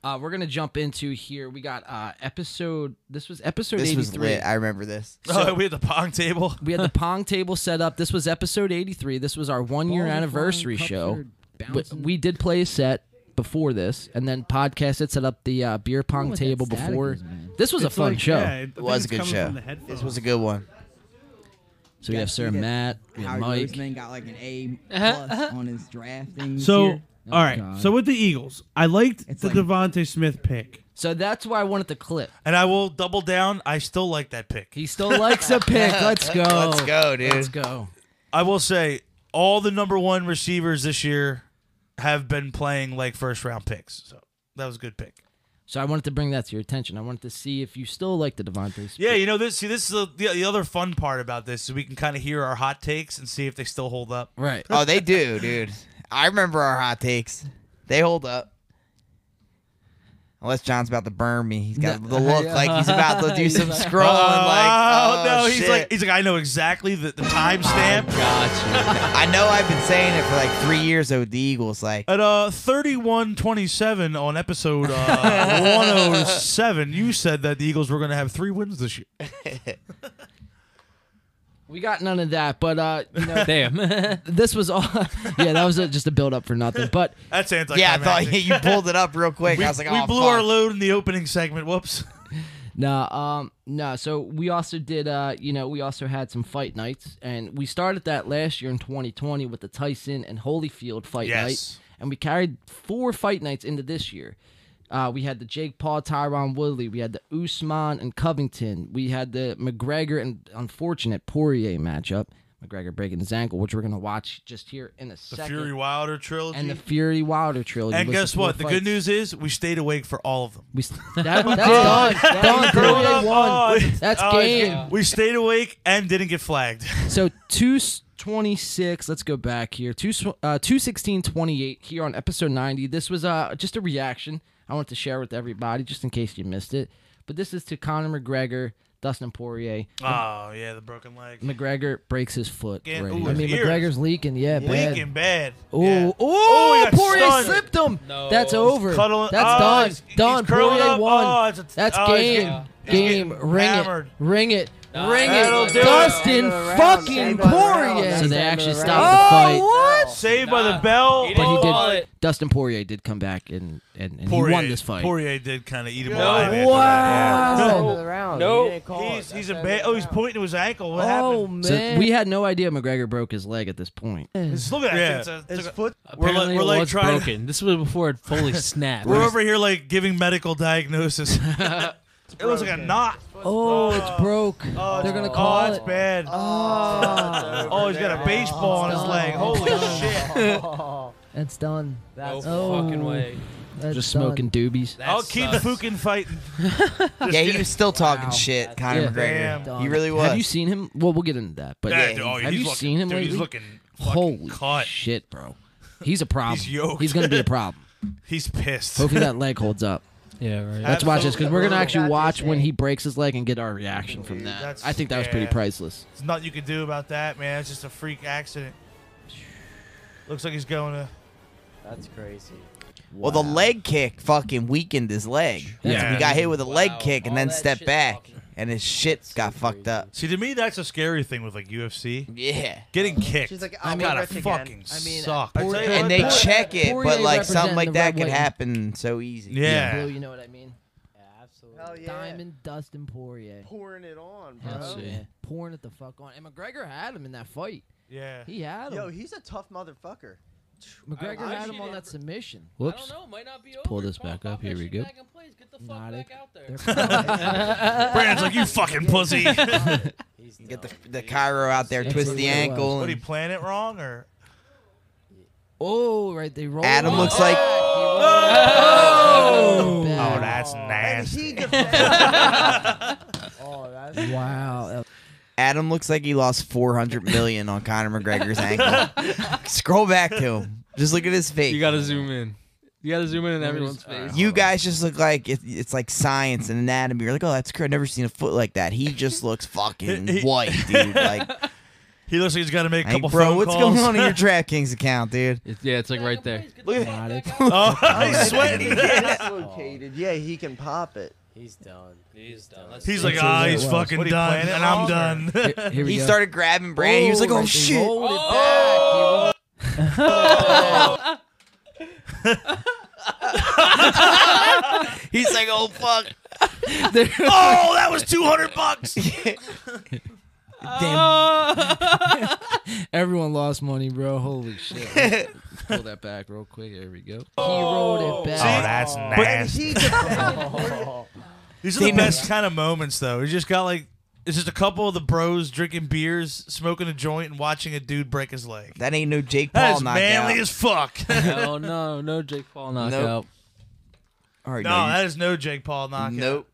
A: Uh, we're gonna jump into here. We got uh, episode. This was episode
B: this
A: 83.
B: was lit i remember this
C: oh, we had the pong table.
A: We had the pong table set up. This was episode 83. This was our one year
D: Balls are
A: anniversary
D: flying,
A: show.
D: cups are
A: But
D: bouncing.
A: we did play a set before this, and then podcast had set up the uh, beer pong
D: what that
A: table
D: static
A: before.
D: is, man.
A: this was a fun show.
B: it was a good show this was a good one
A: So we have Sir
F: Gotta see that
A: Matt, we have
F: Howard
A: Mike.
F: Roseman got like an A
A: Uh-huh.
F: plus on his drafting. this
G: So,
F: year.
G: all right.
F: God.
G: So with the Eagles, I liked
F: It's
G: the
F: like-
G: Devonte Smith pick.
A: So that's why I wanted the clip.
C: And I will double down. I still like that pick.
A: He still likes a pick. Let's go.
B: let's go dude
A: Let's go.
C: I will say all the number one receivers this year have been playing like first round picks. So that was a good pick.
A: So I wanted to bring that to your attention. I wanted to see if you still like the Devontae.
C: Yeah, you know this. See, this is the, the, the other fun part about this. Is we can kind of hear our hot takes and see if they still hold up.
A: Right.
B: oh they do dude i remember our hot takes they hold up Unless John's about to burn me, he's got the look like he's about to do some scrolling.
C: oh,
B: like, oh,
C: no, he's
B: shit.
C: like he's like I know exactly the, the timestamp.
B: I know I've been saying it for like three years though with the Eagles. Like
C: At uh, 31-27 on episode uh, 107, you said that the Eagles were going to have three wins this year.
A: We got none of that, but uh, you know,
D: Damn.
A: this was all. yeah, that was a, just a build up for nothing. But
C: That's anti.
B: Yeah, I thought you pulled it up real quick.
C: We,
B: I was like,
C: we
B: oh,
C: blew
B: fuck.
C: our load in the opening segment. Whoops.
A: No, um, no. So we also did, uh, you know, we also had some fight nights, and we started that last year in 2020 with the Tyson and Holyfield fight
C: Yes.
A: night, and we carried four fight nights into this year. Uh, we had the Jake Paul, Tyron Woodley, we had the Usman and Covington, we had the McGregor and unfortunate Poirier matchup. McGregor breaking his ankle, which we're gonna watch just here in a
C: The
A: second,
C: Fury Wilder trilogy.
A: and
C: And,
A: the Fury Wilder trilogy. was
C: guess
A: four
C: what? The
A: fights.
C: good news is we stayed awake for all of them.
A: we s- that, that's done. Done.
C: Grown
A: Poirier
C: up-
A: won.
C: oh,
A: That's
C: oh,
A: game.
C: We stayed awake and didn't get flagged.
A: So two twenty six. Let's go back here. Two sw- uh, two sixteen twenty eight here on episode ninety. This was uh just a reaction I wanted to share with everybody, just in case you missed it. But this is to Conor McGregor, Dustin Poirier.
C: oh yeah, the broken leg.
A: McGregor breaks his foot.
C: Yeah,
A: right
C: ooh,
A: here. I
C: his
A: mean,
C: ears.
A: McGregor's leaking. Yeah, bad.
C: Leaking bad.
A: Ooh,
C: Yeah.
A: ooh,
C: Oh, he got
A: Poirier
C: stunned.
A: slipped him. That's over.
C: cuddling-
A: That's
C: oh,
A: done.
C: he's- he's
A: done.
C: curling
A: Poirier
C: up.
A: won.
C: Oh, it's a-
A: That's
C: oh, he's
A: game.
C: getting- he's
A: game.
C: getting
A: Ring
C: hammered.
A: it. Ring it. Ring
C: That'll
A: it.
C: do it.
A: Dustin fucking
F: End of the round.
A: Poirier. Oh,
F: End
A: So
F: of
A: they
F: the
A: actually
F: round.
A: stopped the fight.
C: Saved by the bell. Oh,
D: He didn't
A: But he did.
D: call it.
A: Dustin Poirier did come back and, and, and he
C: Poirier,
A: won this fight.
C: Poirier did kind of eat him
D: No.
C: alive. after
A: Wow.
C: that, yeah.
A: No.
F: End of the round.
D: No.
F: You didn't call it.
C: He's, he's a
F: That's
C: bad.
F: end of
C: Oh,
F: the
C: he's
F: round.
C: pointing to his ankle. What
F: Oh
C: happened?
F: man.
A: So we had no idea McGregor broke his leg at this point.
C: Just look at that.
G: Yeah.
C: Oh, It's a-
F: his
C: it's a-
F: foot.
C: we're like,
D: Apparently
C: we're
D: it
C: like
D: was
C: trying.
D: broken. This was before it fully snapped.
C: We're over here like giving medical diagnosis. it was like a knot.
A: Oh, it's broke. They're gonna call
C: oh, it's
A: it.
C: bad.
F: Oh,
C: Oh, he's got a baseball on his leg. Holy shit.
A: That's done.
D: No
A: Oh.
D: fucking way.
A: That's Just smoking doobies.
D: That
C: I'll keep
D: sucks.
C: fucking fighting.
B: yeah, he was still talking
A: Wow.
B: shit, Conor
A: Yeah.
B: McGregor.
C: Damn.
B: He really was.
A: Have you seen him? Well, we'll get into that. But
C: Yeah,
B: Yeah,
C: dude, oh,
A: have
C: he's
A: you
C: looking-
A: seen him
C: dude, He's
A: lately?
C: looking fucking
A: Holy
C: cut.
A: shit, bro. He's a problem.
C: He's yoked.
A: He's gonna be a problem.
C: He's pissed.
A: Hopefully that leg holds up.
D: Yeah, right.
A: Let's watch this because we're gonna
C: Absolutely.
A: actually
F: Got
A: watch
F: this,
A: when
F: eh?
A: he breaks his leg and get our reaction from
C: Dude,
A: that.
C: that's-
A: I think that was pretty
C: yeah.
A: priceless.
C: There's nothing you can do about that, man. It's just a freak accident. Looks like he's going to.
H: That's crazy.
B: Well, the leg kick fucking weakened his leg.
D: Yeah.
B: He got hit with a leg
H: Wow.
B: kick and
H: All
B: then
H: that
B: stepped
H: shit
B: back,
H: talking.
B: and his shit
H: That's so
B: got fucked
H: crazy.
B: up.
C: See, to me, that's a scary thing with like UFC.
B: Yeah.
C: Getting kicked.
H: She's like,
A: I
H: I'll
A: mean,
H: be
C: gotta
H: rich again.
C: fucking
A: I mean,
C: suck.
A: I-
C: I tell you
A: and
C: what,
B: And they
C: though.
A: Poirier-
B: check it, but
A: Poirier
B: like
A: representing
B: something like
A: the
B: that
A: Red
B: could
A: Wing.
B: happen so easy.
C: Yeah.
A: Blue, you know what I mean?
D: Yeah, absolutely.
H: Hell yeah.
A: Diamond Dustin Poirier.
H: Pouring it on, bro.
A: Hell
F: Oh,
A: yeah.
F: yeah.
A: Pouring it the fuck on. And McGregor had him in that fight.
C: Yeah.
A: He had him.
H: Yo, he's a tough motherfucker.
A: McGregor
H: I- I
A: had him
H: should
A: on
H: never-
A: that submission.
D: Whoops.
I: I don't know. Might not be
A: pull
I: over.
A: this
I: Come on,
A: back up.
I: pop
A: Here
I: that
A: we
I: shit
A: go.
I: Back in place. Get the fuck
A: Knotted.
I: back out there.
C: Brandon's like, you fucking pussy. What
H: He's
B: Get the
H: dumb.
B: the Cairo out there,
A: That's
B: twist
A: what
B: the
A: it was.
B: ankle.
C: are you
B: And
C: playing it wrong or?
A: oh, right. They rolled.
B: Adam
A: him.
B: looks like
A: Oh,
C: Oh,
A: bad.
C: that's
H: And
C: nasty.
H: he defends. oh, that's
A: Wow. that-
B: Adam looks like he lost 400 million on Conor McGregor's ankle. Scroll back to him. Just look at his face.
D: You gotta zoom in. You gotta zoom in on everyone's face.
B: You guys just look like it, it's like science and anatomy. You're like, oh, that's crazy. I've never seen a foot like that. He just looks fucking
C: He- he-
B: white, dude. Like,
C: He looks like he's got to make a
B: hey,
C: couple
B: bro,
C: phone
B: what's
C: calls.
B: going on in your DraftKings account, dude?
D: It's, yeah, it's like right there.
I: Look
B: at
A: Knotted.
C: oh, he's
H: He's
C: sweating.
H: dislocated. Yeah, he can pop it. He's done.
I: He's done.
C: He's like,
A: It's
C: ah,
A: over.
C: he's
A: What?
C: fucking What are you done, playing it and wrong, I'm or- done.
A: Here- Here we
B: He
A: go.
B: started grabbing Brandon. He was like,
A: right,
B: oh,
A: they
B: shit.
A: rolled it back.
B: Oh. He's like, oh, fuck.
C: oh, that was two hundred bucks.
B: Uh,
A: He rolled- Everyone lost money, bro. Holy shit. Let's Pull that back real quick. Here we go. He rolled it
C: Oh,
A: back.
C: that's
H: And
C: nasty.
H: he defends.
C: These are the best kind of moments, though. It's just got like, it's just a couple of the bros drinking beers, smoking a joint, and watching a dude break his leg.
B: That ain't no Jake
C: That
B: Paul
C: is
B: knockout.
C: manly as fuck.
D: oh no, no Jake Paul knockout.
C: no,
B: All right, no,
C: that is no Jake Paul knockout.
B: Nope.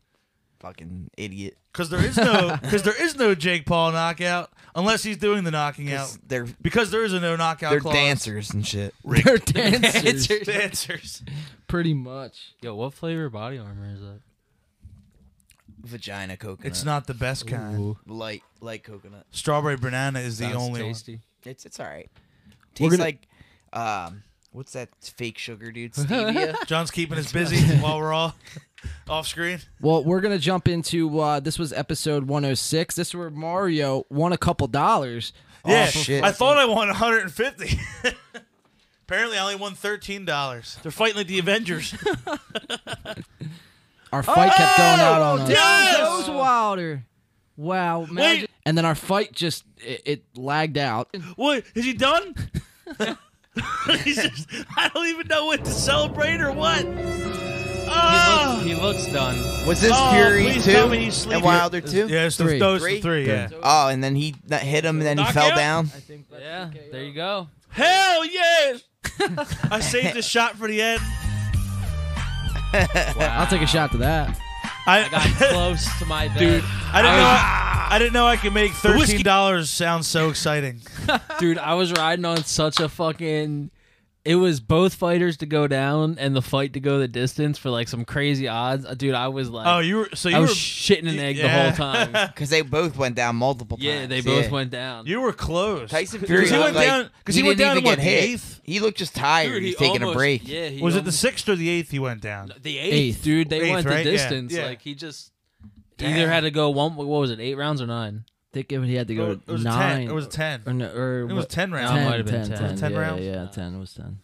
B: Fucking idiot.
C: because there is no because there is no Jake Paul knockout unless he's doing the knocking out.
B: 'Cause They're
C: Because there is a no knockout
B: they're
C: clause.
B: dancers and shit.
A: They're dancers.
C: Dancers.
A: Pretty much.
D: Yo, what flavor body armor is that?
B: Vagina coconut.
C: It's not the best kind.
D: Ooh,
B: light light coconut.
C: Strawberry banana is the
D: sounds
C: only one.
D: tasty.
B: It's it's all right.
G: We're
B: Tastes
G: gonna-
B: like um what's that fake sugar dude stevia?
C: John's keeping us busy while we're all off screen.
A: Well, we're gonna jump into uh, this was episode 106. This is where Mario won a couple dollars.
C: yeah,
B: shit.
C: I thought I won 150. Apparently, I only won thirteen dollars. They're fighting like the Avengers.
A: Our fight kept going out on us.
C: Oh, yes!
A: Goes Wilder. Wow. imagine- And then our fight just it, it lagged out.
C: what is he done? He's just, I don't even know what to celebrate or what. Oh.
D: He looks done.
B: Was this
C: Oh,
B: Fury
C: please tell me he's
B: too
C: sleeping.
B: and Wilder too?
C: Yeah, it's
A: Three.
C: the those
B: Three?
C: three. three yeah.
B: Oh, and then he that hit him and then he
C: Knockout?
B: fell down.
A: I think that's
D: Yeah, there you go.
C: Hell yes! I saved the shot for the end.
A: I'll take a shot to that.
C: I,
D: I got close to my bed. dude.
C: I didn't know. I, I didn't know I could make
D: whiskey-
C: thirteen dollars sound so exciting.
D: Dude, I was riding on such a fucking. It was both fighters to go down and the fight to go the distance for like some crazy odds. Uh, Dude, I was like,
C: Oh, you were so you
D: I
C: were
D: was shitting an egg
C: yeah.
D: the whole time.
B: Because they both went down multiple
D: Yeah,
B: times.
D: they both went down.
C: you were close.
B: Tyson Fury
C: Because he went
B: looked like-
C: down. Because he,
B: didn't
C: went down
B: even
C: in what,
B: get
C: the
B: hit.
C: eighth?
B: He looked just tired.
D: Dude,
B: he's
D: he
B: taking a
D: almost-
B: break.
D: Yeah, he
C: Was it the
D: almost-
C: sixth or the eighth? He went down.
D: the eighth,
A: Eighth.
D: dude? They
C: Eighth,
D: went
C: right?
D: the
C: Yeah,
D: distance.
C: yeah.
D: Like he just
C: Damn.
D: either had to go one. What was it? Eight rounds or nine?
A: think if he had to
C: It
A: go
C: was- it was
A: nine.
C: ten. It was ten.
A: or, no- or
C: It was
A: what-
C: ten rounds.
D: Oh, it might have been
A: 10,
D: 10.
C: 10
A: yeah,
C: rounds?
A: Yeah, 10 was 10.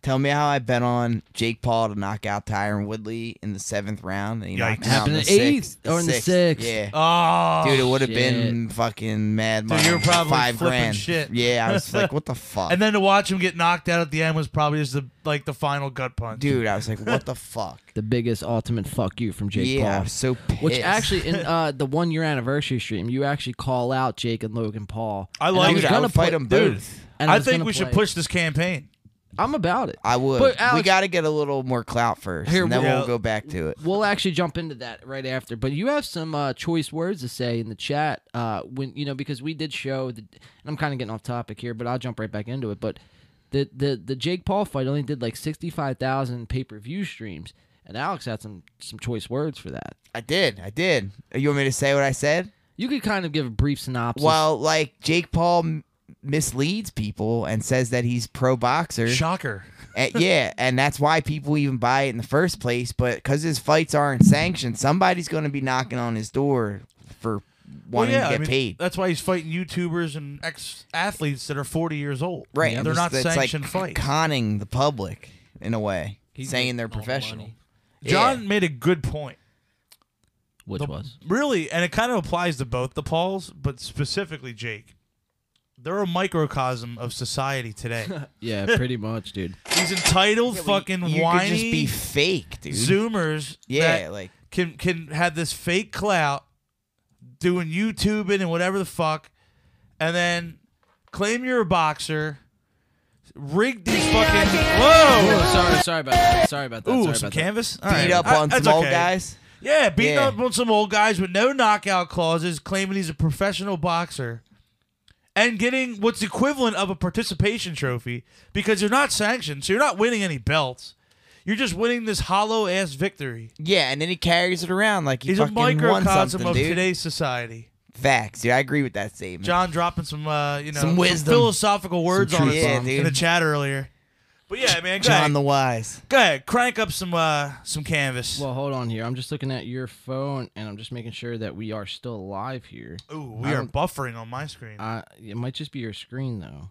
B: Tell me how I bet on Jake Paul to knock out Tyron Woodley in the seventh round, and he knocked
C: Yikes.
B: him out
A: Happened
B: in the
A: in the eighth
B: sixth.
A: or in the sixth.
B: Yeah,
C: Oh,
B: dude, it would have been fucking mad money.
C: you were probably
B: five
C: flipping
B: grand.
C: shit.
B: Yeah, I was like, what the fuck?
C: And then to watch him get knocked out at the end was probably just the like the final gut punch.
B: dude, I was like, what the fuck?
A: The biggest ultimate fuck you from Jake
B: yeah, I
A: Paul.
B: was so pissed.
A: Which actually, in uh, the one year anniversary stream, you actually call out Jake and Logan Paul.
C: I
A: And
C: like-
A: was
B: dude, I
A: gonna
B: would fight
A: put-
B: them
C: dude.
B: both.
A: and
C: I
A: was
C: think
A: gonna
C: we should
A: play-
C: push this campaign.
A: I'm about it.
B: I would.
A: But,
B: we
A: Alex-
B: got to get a little more clout first,
A: Here,
B: and then
C: we'll-
B: we'll go back to it.
A: We'll actually jump into that right after. But you have some uh, choice words to say in the chat uh, when you know because we did show. The, and I'm kind of getting off topic here, but I'll jump right back into it. But the the the Jake Paul fight only did like 65,000 pay per view streams, And Alex had some some choice words for that.
B: I did. I did. You want me to say what I said?
A: You could kind of give a brief synopsis.
B: Well, like Jake Paul m- misleads people and says that he's pro boxer.
C: Shocker.
B: Uh, yeah, and that's why people even buy it in the first place. But because his fights aren't sanctioned, somebody's going to be knocking on his door for
C: Well,
B: wanting
C: yeah,
B: to
C: I
B: get
C: mean,
B: paid.
C: That's why he's fighting YouTubers and ex athletes that are 40 years old.
B: Right,
C: Yeah,
B: I'm
C: they're
B: just-
C: not
B: it's like
C: sanctioned fights.
B: conning the public in a way, saying they're
D: all the
B: professional.
D: money.
C: John
B: Yeah.
C: made a good point.
A: which
C: The-
A: was
C: Really, and it kind of applies to both the Pauls, but specifically Jake. They're a microcosm of society today.
A: yeah, pretty much, dude.
C: These entitled fucking
B: you
C: whiny
B: could just be fake, dude.
C: Zoomers
B: yeah,
C: that
B: like
C: can can have this fake clout doing YouTubing and whatever the fuck, and then claim you're a boxer, rig these fucking
A: Oh,
C: whoa.
A: sorry, sorry about that. Sorry about that.
C: Ooh,
A: sorry
C: some
A: about
C: canvas. All right.
B: beat up
C: I-
B: on
C: that's
B: some old
C: okay.
B: guys.
C: Yeah, beating
B: Yeah.
C: up on some old guys with no knockout clauses, claiming he's a professional boxer, and getting what's equivalent of a participation trophy because you're not sanctioned, so you're not winning any belts. You're just winning this hollow ass victory.
B: Yeah, and then he carries it around like he
C: He's a
B: fucking won
C: microcosm
B: something,
C: of
B: dude.
C: today's society.
B: Facts, dude. I agree with that statement.
C: John dropping some, uh, you know,
B: Some wisdom.
C: philosophical words on us
B: truth. Yeah,
C: in the
B: dude.
C: chat earlier. But yeah, man, go,
B: John
C: ahead,
B: the Wise.
C: go ahead, crank up some uh, some canvas.
A: that. Well, hold on here. I'm just looking at your phone, and I'm just making sure that we are still live here.
C: Ooh, we
A: I
C: are
A: don't-
C: buffering on my screen.
A: Uh, it might just be your screen though.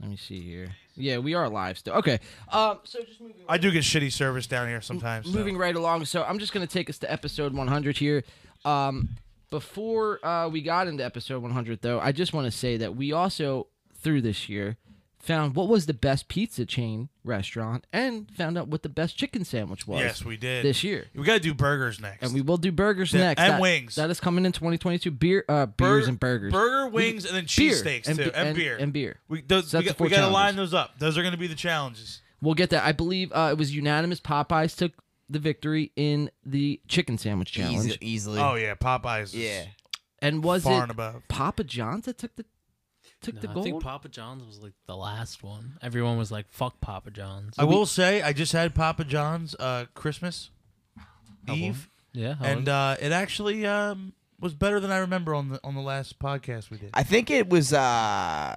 A: Let me see here. Yeah, we are live still. Okay. Um. So just moving.
C: I do get shitty service down here sometimes. so.
A: moving right along. So I'm just gonna take us to episode 100 here. Um, before uh, we got into episode 100, though, I just want to say that we also through this year found what was the best pizza chain restaurant and found out what the best chicken sandwich was.
C: Yes, we did.
A: this year.
C: We gotta do burgers next.
A: And we will do burgers
C: Yeah,
A: next
C: and
A: That-
C: wings.
A: That is coming in 2022. Beer, uh, beers and burgers.
C: Burger, wings, and then
A: Beer
C: cheesesteaks
A: and
C: too,
A: be-
C: and,
A: and-
C: beer.
A: and beer.
C: We, those,
A: So
C: we,
A: that's
C: got,
A: the
C: we
A: four
C: gotta line
A: challenges.
C: those up. Those are gonna be the challenges.
A: We'll get that. I believe uh, it was unanimous. Popeyes took the victory in the chicken sandwich challenge.
B: Easy, easily.
C: Oh yeah, Popeyes. is
B: yeah.
A: And was
C: far
A: it
C: and above.
A: Papa John's that took the took the
D: No,
A: gold?
D: I think Papa John's was like the last one. Everyone was like, "Fuck Papa John's."
C: I will say, I just had Papa John's uh, Christmas
A: Oh,
C: Eve,
D: Yeah, how
C: and
D: was
C: uh, it actually um, was better than I remember on the on the last podcast we did.
B: I think it was uh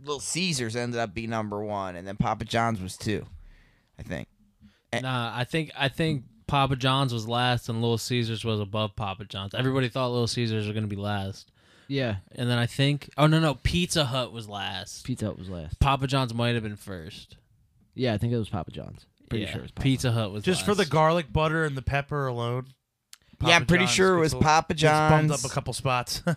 B: Little Caesars ended up being number one, and then Papa John's was two. I think.
D: it? nah, I think I think Papa John's was last, and Little Caesars was above Papa John's. Everybody thought Little Caesars were gonna be last,
A: yeah,
D: and then I think, oh no, no, Pizza Hut was last.
A: Pizza Hut was last.
D: Papa John's might have been first.
A: Yeah, I think it was Papa John's. Pretty
D: Yeah,
A: sure it was Papa.
D: Pizza Hut was
C: just for the
D: last.
C: garlic butter and the pepper alone.
B: yeah,
C: Papa
B: I'm pretty
C: John's
B: sure it
C: gets
B: was
C: a little-
B: Papa
C: gets
B: John's.
C: Bummed up a couple spots.
B: uh,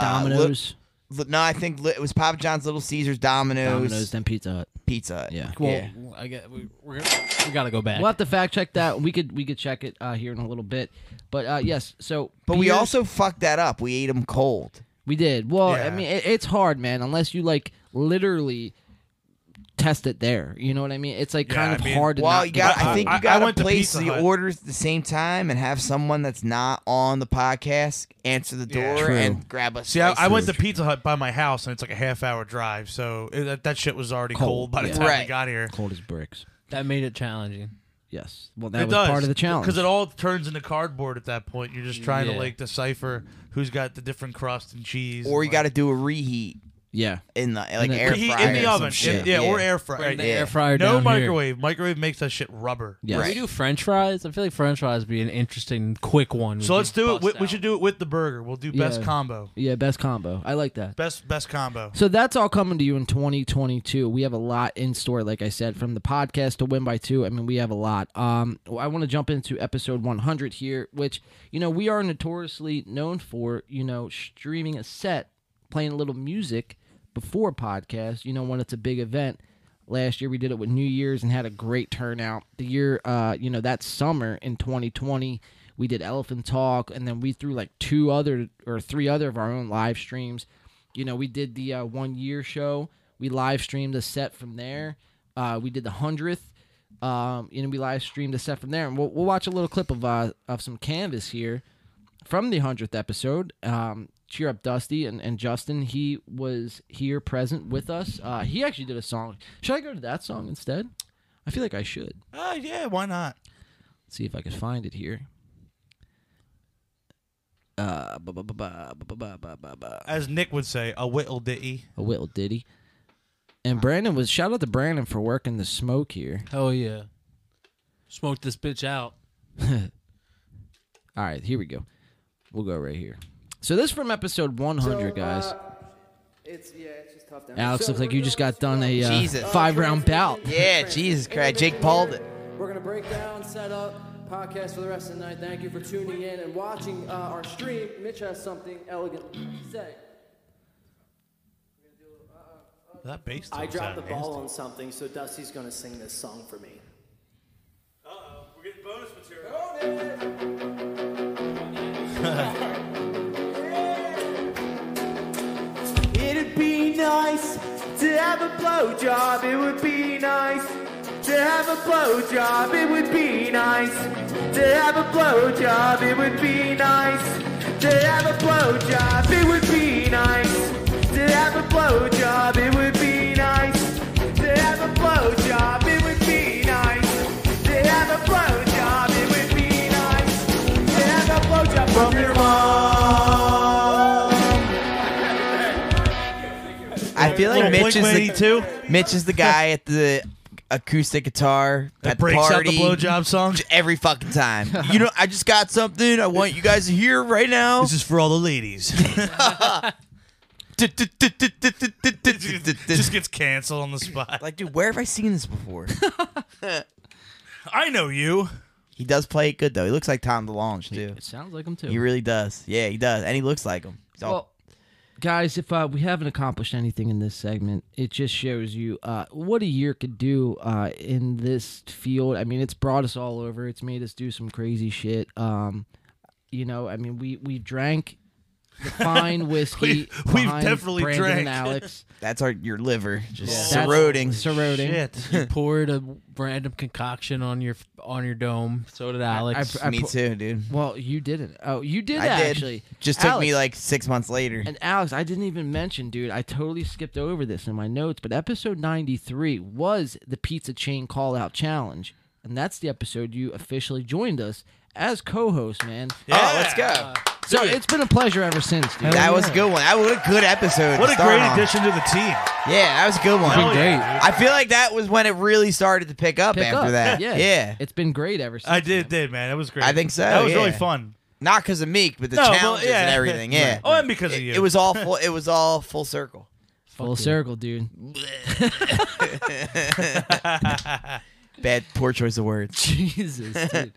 A: Domino's,
B: Li- Li- no, I think li- it was Papa John's, Little Caesars, Domino's,
A: Domino's, then Pizza Hut.
B: Pizza. Hut.
A: Yeah.
D: Well,
B: yeah.
D: I get we we're, we gotta go back.
A: We'll have to fact check that. We could we could check it uh, here in a little bit, but uh, yes. So,
B: But we
A: beers-
B: also fucked that up. We ate them cold.
A: we did. Well, I
C: Yeah.
A: mean, it, it's hard, man. Unless you like literally test it there. You know what I mean? It's like
C: Yeah,
A: kind
C: I
A: of
C: mean-
A: hard to
B: Well,
A: not
B: you
A: get
B: got.
A: cold.
B: I think
C: I-
B: you
C: I
B: got to
C: went to
B: place
C: Pizza
B: the
C: Hut.
B: orders at the same time and have someone that's not on the podcast answer the
C: Yeah.
B: door
A: True.
B: and grab us.
C: See, I, I went to Pizza Hut by my house, and it's like a half hour drive, so it, that, that shit was already cold,
A: Cold,
C: by the
A: yeah.
C: time we
B: Right.
C: got here.
A: cold as bricks.
D: That made it challenging.
A: Yes. Well, that
C: it
A: was
C: does
A: part of the challenge.
C: because it all turns into cardboard at that point. You're just trying to
D: Yeah.
C: like decipher who's got the different crust and cheese,
B: or
C: and,
B: you got to
C: like,
B: do a reheat
A: yeah.
B: in the like
A: the-
B: air
C: preheat
B: fryer
C: in
B: or
C: the
B: some
C: oven,
B: shit.
C: yeah, or air fryer.
D: Right, the
B: Yeah.
D: air
C: no
D: fryer. down here.
C: microwave. Microwave makes that shit rubber.
A: Yes.
D: Can we do French fries? I feel like French fries would be an interesting, quick one.
C: So let's do it. We, we should do it with the burger. We'll do best
A: Yeah.
C: combo.
A: Yeah, best combo. I like that.
C: Best best combo.
A: So that's all coming to you in 2022. We have a lot in store, like I said, from the podcast to Win by Two. I mean, we have a lot. Um, I want to jump into episode 100 here, which you know we are notoriously known for. You know, streaming a set, playing a little music before a podcast. You know, when it's a big event. Last year we did it with New Year's and had a great turnout. The year, uh, you know, that summer in 2020, we did Elephant Talk, and then we threw like two other or three other of our own live streams. You know, we did the uh, one year show. We live streamed a set from there. Uh, we did the hundredth. Um, you know, we live streamed a set from there, and we'll, we'll watch a little clip of uh, of some canvas here from the hundredth episode. Um, Cheer up, Dusty and, and Justin. He was here present with us. Uh, he actually did a song. Should I go to that song instead? I feel like I should.
C: Oh yeah, why not?
A: Let's see if I can find it here. Uh, ba ba ba ba ba ba ba ba ba.
C: As Nick would say, a whittle ditty.
A: A little ditty. And Brandon was shout out to Brandon for working the smoke here.
D: Hell yeah. Smoke this bitch out.
A: All right, here we go. We'll go right here. So this is from episode 100, guys.
J: It's yeah, it's just tough.
A: Alex, looks like you just got done a uh,
B: Jesus.
A: five round bout.
B: Yeah, Jesus Christ. Jake Paul. did-
J: We're gonna break down, set up podcast for the rest of the night. Thank you for tuning in and watching uh, our stream. Mitch has something elegant to say.
C: That bass.
J: I
C: drum
J: dropped the
C: sound
J: ball
C: nasty.
J: on something, so Dusty's gonna sing this song for me.
K: It'd be nice to have a blowjob. It would be nice to have a blowjob. It would be nice to have a blowjob. It would be nice to have a blowjob. It would be nice to have a blowjob. It would be nice to have a blowjob. It would be nice to have a blowjob. It would be nice to have a blowjob from your mom.
B: I feel like
C: Little
B: Mitch is the
C: Blink-182.
B: Mitch is the guy at the acoustic guitar at
C: That
B: the
C: breaks out the
B: party
C: blowjob song.
B: every fucking time. You know, I just got something I want you guys to hear right now.
C: This is for all the ladies. Just gets canceled on the spot.
B: Like, dude, where have I seen this before?
C: I know
B: Oh,
C: you.
B: He does play it good though. He looks like Tom DeLonge too.
A: It sounds like him too.
B: He really does. Yeah, he does, and he looks like him. He's all-
A: Well, guys, if uh, we haven't accomplished anything in this segment, it just shows you uh, what a year could do uh, in this field. I mean, it's brought us all over. It's made us do some crazy shit. Um, you know, I mean, we we drank the fine whiskey.
C: We- we've
A: behind
C: definitely
A: Brandon
C: drank.
A: And Alex
B: that's our your liver just
A: That's-
B: corroding.
A: Corroding.
D: You poured a random concoction on your on your dome. So did Alex.
A: I- I
B: Me
A: put-
B: too, dude.
A: Well, you didn't. Oh, you did
B: I did.
A: actually.
B: Just took
A: Alex,
B: me like six months later.
A: And Alex, I didn't even mention, dude. I totally skipped over this in my notes, but episode 93 was the pizza chain call out challenge. And that's the episode you officially joined us as co host, man.
B: Oh, let's go.
A: So it's been a pleasure ever since, dude.
B: That was a good one. That was a good episode.
C: What
B: to
C: a
B: start
C: great
B: on.
C: addition to the team.
B: Yeah, that was a good one.
C: Hell yeah, dude.
B: I feel like that was when it really started to pick up
A: Pick
B: after
A: up.
B: that.
A: Yeah.
B: yeah.
A: It's been great ever since.
C: I did,
A: man.
C: did man. That was great.
B: I think so,
C: That was really
B: yeah.
C: fun.
B: Not because of Meek, but the
C: No, but-
B: challenges
C: yeah.
B: and everything. Yeah.
C: Oh, and because
B: it,
C: of you.
B: it was all full. It was all full circle.
A: Full circle, dude.
B: Bad, poor choice of words.
A: Jesus, dude.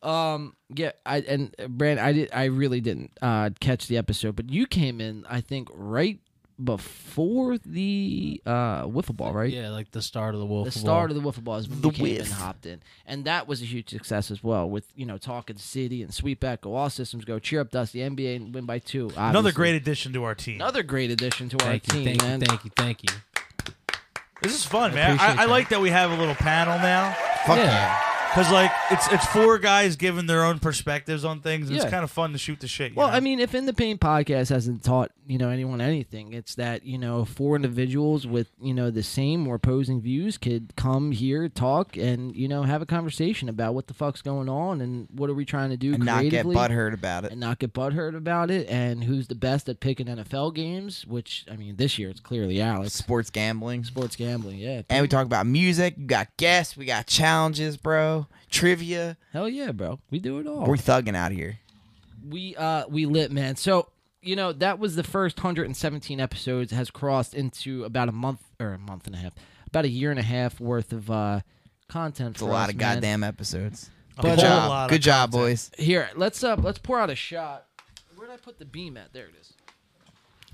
A: Um, yeah, I and uh, Brand, I did, I really didn't uh catch the episode, but you came in, I think, right before the uh wiffle ball, right?
D: Yeah, like the start of the wolf.
A: The start of the wiffle ball is when
B: The
A: you came in and
B: whiff.
A: hopped in, and that was a huge success as well. With you know, talking city and sweetback, go all systems go, cheer up Dusty, NBA, and win by two.
C: Another
A: obviously.
C: great addition to our team.
A: another great addition to
D: Thank
A: our
D: you,
A: team,
D: thank
A: man.
D: you, thank you, thank you.
C: This is fun, man.
A: appreciate
C: I, I
A: that.
C: like that we have a little panel now.
B: Fuck
A: Yeah.
B: yeah.
C: Because, like, it's it's four guys giving their own perspectives on things. and It's
A: Yeah.
C: kind of fun to shoot the shit. you
A: Well,
C: know?
A: I mean, if In the Pain podcast hasn't taught, you know, anyone anything, it's that, you know, four individuals with, you know, the same or opposing views could come here, talk, and, you know, have a conversation about what the fuck's going on and what are we trying to do
B: And not get
A: creatively
B: butthurt about it.
A: and not get butthurt about it and who's the best at picking NFL games, which, I mean, this year it's clearly Alex.
B: Sports gambling.
A: Sports gambling, yeah.
B: And we talk about music. We got guests. We got challenges, bro. Trivia.
A: Hell yeah, bro. We do it all.
C: Oh.
B: We're thugging out here.
A: we uh we lit man so you know that was the first 117 episodes has crossed into about a month or a month and a half about a year and a half worth of uh content
B: It's a lot of goddamn episodes.
C: a
A: but,
B: Good
C: whole
A: uh,
B: job.
C: lot
B: Good
C: of
B: job,
C: content.
B: boys.
A: here let's uh let's pour out a shot where did i put the beam at there it is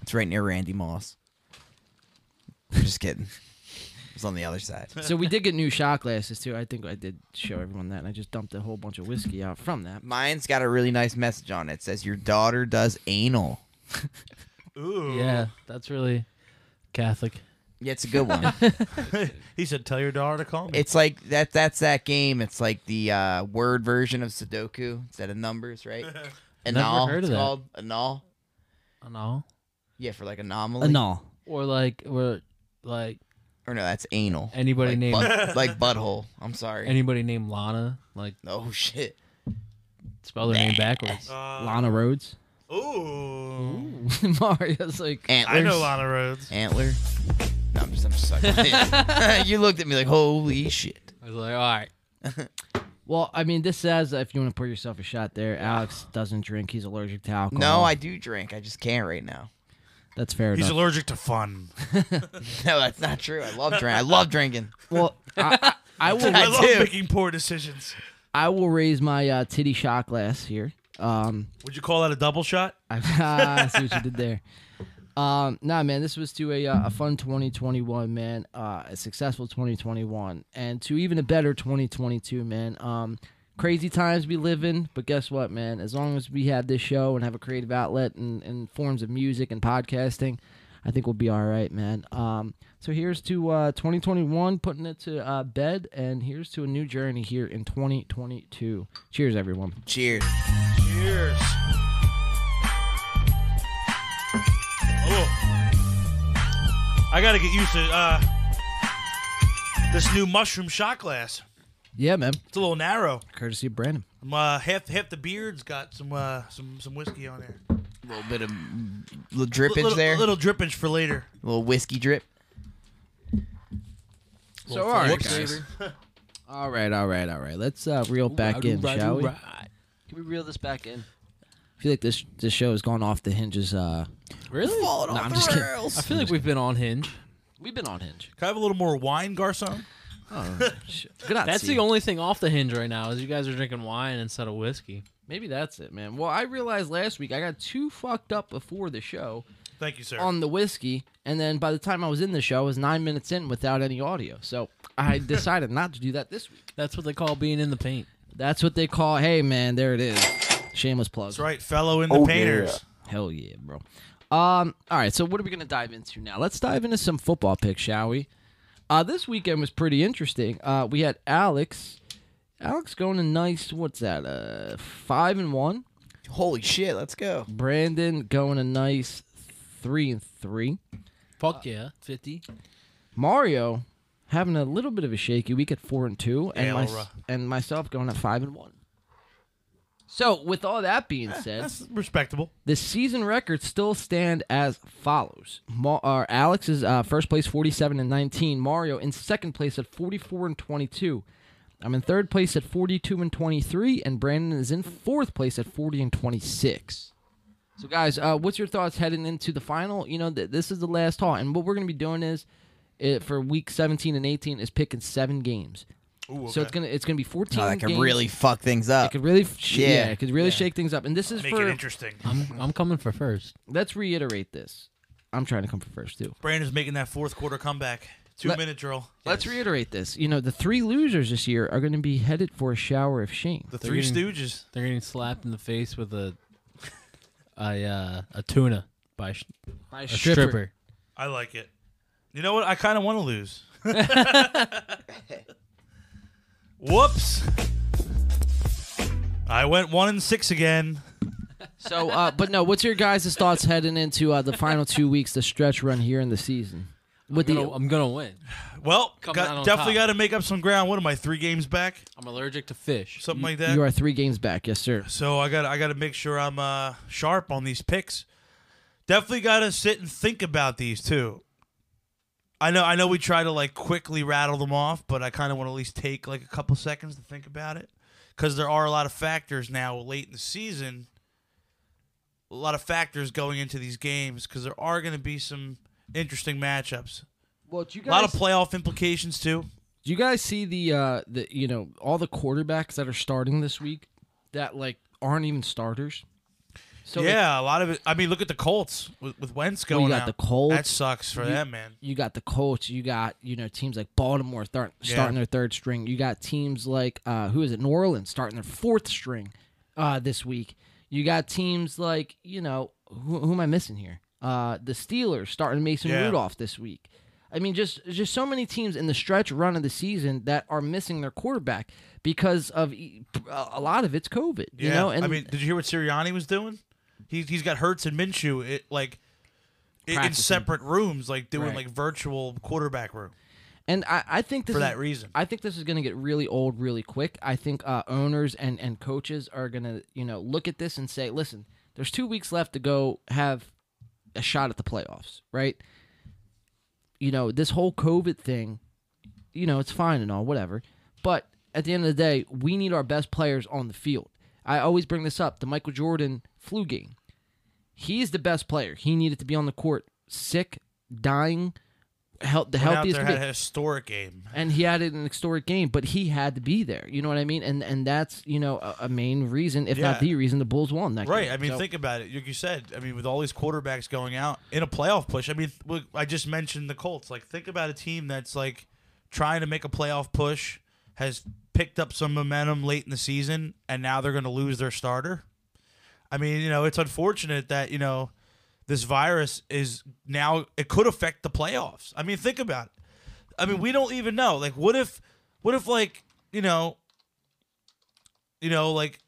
B: It's right near Randy Moss. I'm just kidding. It's on the other side.
A: so we did get new shot glasses too i think i did show everyone that and i just dumped a whole bunch of whiskey out from that
B: Mine's got a really nice message on it. It says, Your daughter does anal.
C: Ooh.
D: Yeah, that's really Catholic.
B: Yeah, it's a good one.
C: he said, "Tell your daughter to call me."
B: it's like that that's that game. It's like the uh, word version of Sudoku instead of numbers, right?
D: Never
B: Anal.
D: heard of
B: it's
D: that.
B: called anal.
D: I know.
B: Yeah, for like anomaly.
A: anal
D: Or like, or like
B: Or no, that's anal.
D: Anybody
B: like
D: named
B: butt- like butthole. I'm sorry.
D: Anybody named Lana? Like
B: oh shit.
D: Spell their name backwards.
C: Uh,
A: Lana Rhodes.
C: Ooh.
A: Mario's like
B: Antlers.
C: Rhodes.
B: Antler. No, I'm just, I'm just sucking. you looked at me like, holy shit.
D: I was like, all right.
A: Well, I mean, this says if you want to pour yourself a shot there, Alex doesn't drink. He's allergic to alcohol.
B: No, I do drink. I just can't right now.
A: That's fair
C: He's
A: enough.
C: allergic to fun.
B: No, that's not true. I love drink. I love drinking.
A: well, I, I, I will.
C: I love
B: do.
C: making poor decisions.
A: I will raise my uh, titty shot glass here. Um,
C: Would you call that a double shot?
A: I, I see what you did there. Um, nah, man, this was to a, uh, a fun 2021, man. Uh, a successful 2021, and to even a better 2022, man. Um, crazy times we live in, but guess what, man? As long as we have this show and have a creative outlet and, and forms of music and podcasting, I think we'll be all right, man. Um, so here's to uh, 2021, putting it to uh, bed, and here's to a new journey here in 2022. Cheers, everyone.
B: Cheers.
C: Cheers. Oh. I gotta get used to uh, this new mushroom shot glass.
A: Yeah, man.
C: It's a little narrow.
A: Courtesy of Brandon.
C: Um, uh, half half the beard's got some uh, some some whiskey on there.
B: A little bit of mm, little drippage
C: little,
B: there.
C: Little drippage for later.
B: little whiskey drip.
A: So all right,
B: Whoops.
A: guys. all right, all right, all right. Let's uh, reel back in, shall we?
D: Can we reel this back in?
A: I feel like this this show has gone off the hinges. Uh,
D: Really?
A: no, I'm just kidding.
D: I feel like we've been on Hinge. We've been on Hinge.
C: Can I have a little more wine, Garcon?
D: That's the only thing off the Hinge right now is you guys are drinking wine instead of whiskey.
A: Maybe that's it, man. Well, I realized last week I got too fucked up before the show
C: Thank you, sir.
A: on the whiskey, and then by the time I was in the show, I was nine minutes in without any audio. So I decided not to do that this week.
D: That's what they call being in the paint.
A: That's what they call. Hey, man, there it is. Shameless plug.
C: That's right, fellow in the painters.
A: Hell yeah, bro. Um, all right, so what are we gonna dive into now? Let's dive into some football picks, shall we? Uh, this weekend was pretty interesting. Uh, we had Alex, Alex going a nice, what's that? Uh, five and one.
B: Holy shit, let's go.
A: Brandon going a nice three and three. Uh,
D: Fuck yeah, fifty.
A: Mario having a little bit of a shaky week at four and two, and, my,
C: Elra.
A: and myself going at five and one. So, with all that being
B: Eh,
A: said,
C: That's respectable.
A: The season records still stand as follows: Ma- uh, Alex is uh, first place, forty-seven and nineteen. Mario in second place at forty-four and twenty-two. I'm in third place at forty-two and twenty-three, and Brandon is in fourth place at forty and twenty-six. So, guys, uh, what's your thoughts heading into the final? You know, th- this is the last haul, and what we're going to be doing is, uh for week seventeen and eighteen, is picking seven games.
C: Ooh, okay.
A: So it's gonna it's gonna be fourteen.
B: Oh, that could
A: games.
B: really fuck things up.
A: It could really, f- yeah.
B: Yeah.
A: it could really shake things up. And this is
C: make it
A: for
C: interesting.
D: I'm I'm coming for first.
A: let's reiterate this. I'm trying to come for first too.
C: Brandon's making that fourth quarter comeback. Two
A: Let-
C: minute drill.
A: Let's reiterate this. You know, the three losers this year are going to be headed for a shower of shame.
C: The
D: They're
C: Three
D: getting-
C: Stooges.
D: They're getting slapped in the face with a a uh, a tuna by, sh-
A: By
D: a stripper.
C: I like it. You know what? I kind of want to lose. Whoops. I went one and six again.
A: So, uh, but no, what's your guys' thoughts heading into uh, the final two weeks, the stretch run here in the season? With
D: I'm, gonna,
A: the
D: I'm gonna win.
C: Well,
D: Coming out
C: got,
D: on
C: definitely
D: top.
C: got to make up some ground. What am I? Three games back,
D: I'm allergic to fish.
C: something like that.
A: you are three games back, yes sir.
C: So I got I got to make sure I'm uh, sharp on these picks. Definitely got to sit and think about these too. I know I know we try to like quickly rattle them off, but I kind of want to at least take like a couple seconds to think about it because there are a lot of factors now late in the season. A lot of factors going into these games because there are going to be some interesting matchups.
A: Well, do you
C: A lot of playoff implications too.
A: do you guys see the uh, the you know all the quarterbacks that are starting this week that like aren't even starters? So like,
C: yeah, a lot of it. I mean, look at the Colts with, with Wentz
A: Well,
C: going
A: you got
C: out.
A: the Colts.
C: That sucks for
A: You-
C: them, man.
A: you got the Colts, you got you know teams like Baltimore thar-
C: Yeah.
A: starting their third string. You got teams like uh, who is it? New Orleans starting their fourth string uh, this week. You got teams like you know who, who am I missing here? Uh, the Steelers starting Mason
C: Yeah.
A: Rudolph this week. I mean, just just so many teams in the stretch run of the season that are missing their quarterback because of e- a lot of it's COVID.
C: Yeah,
A: You know, and
C: I mean, did you hear what Sirianni was doing? He's he's got Hertz and Minshew it, like i- in
A: Practicing.
C: separate rooms, like doing
A: Right.
C: like virtual quarterback room.
A: And I, I think this
C: For
A: is-
C: that reason.
A: I think this is going to get really old really quick. I think uh, owners and and coaches are going to you know look at this and say, listen, there's two weeks left to go have a shot at the playoffs, right? You know this whole COVID thing, you know it's fine and all, whatever. But at the end of the day, we need our best players on the field. I always bring this up: the Michael Jordan flu game. He is the best player. He needed to be on the court, sick, dying, hel- the
C: Went out
A: healthiest.
C: there,
A: could be
C: had a historic game.
A: and he had it in an historic game, but he had to be there. You know what I mean? And and that's you know a, a main reason, if
C: Yeah.
A: not the reason, the Bulls won that
C: Right.
A: game.
C: I mean,
A: So-
C: think about it. Like you said, I mean, with all these quarterbacks going out in a playoff push, I mean, th- look, I just mentioned the Colts. Like, think about a team that's like trying to make a playoff push, has picked up some momentum late in the season, and now they're going to lose their starter. I mean, you know, it's unfortunate that, you know, this virus is now, it could affect the playoffs. I mean, think about it. I mean, we don't even know. Like, what if, what if, like, you know, you know, like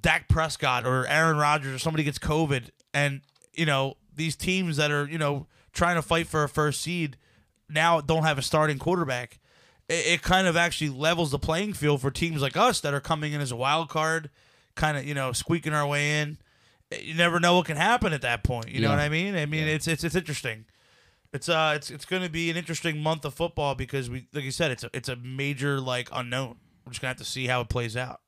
C: Dak Prescott or Aaron Rodgers or somebody gets COVID, and you know these teams that are you know trying to fight for a first seed now don't have a starting quarterback. It, it kind of actually levels the playing field for teams like us that are coming in as a wild card, kind of you know squeaking our way in. You never know what can happen at that point. You know
L: Yeah.
C: what I mean? I mean it's it's it's interesting. It's uh it's it's going to be an interesting month of football because we like you said it's a, it's a major like unknown. We're just gonna have to see how it plays out.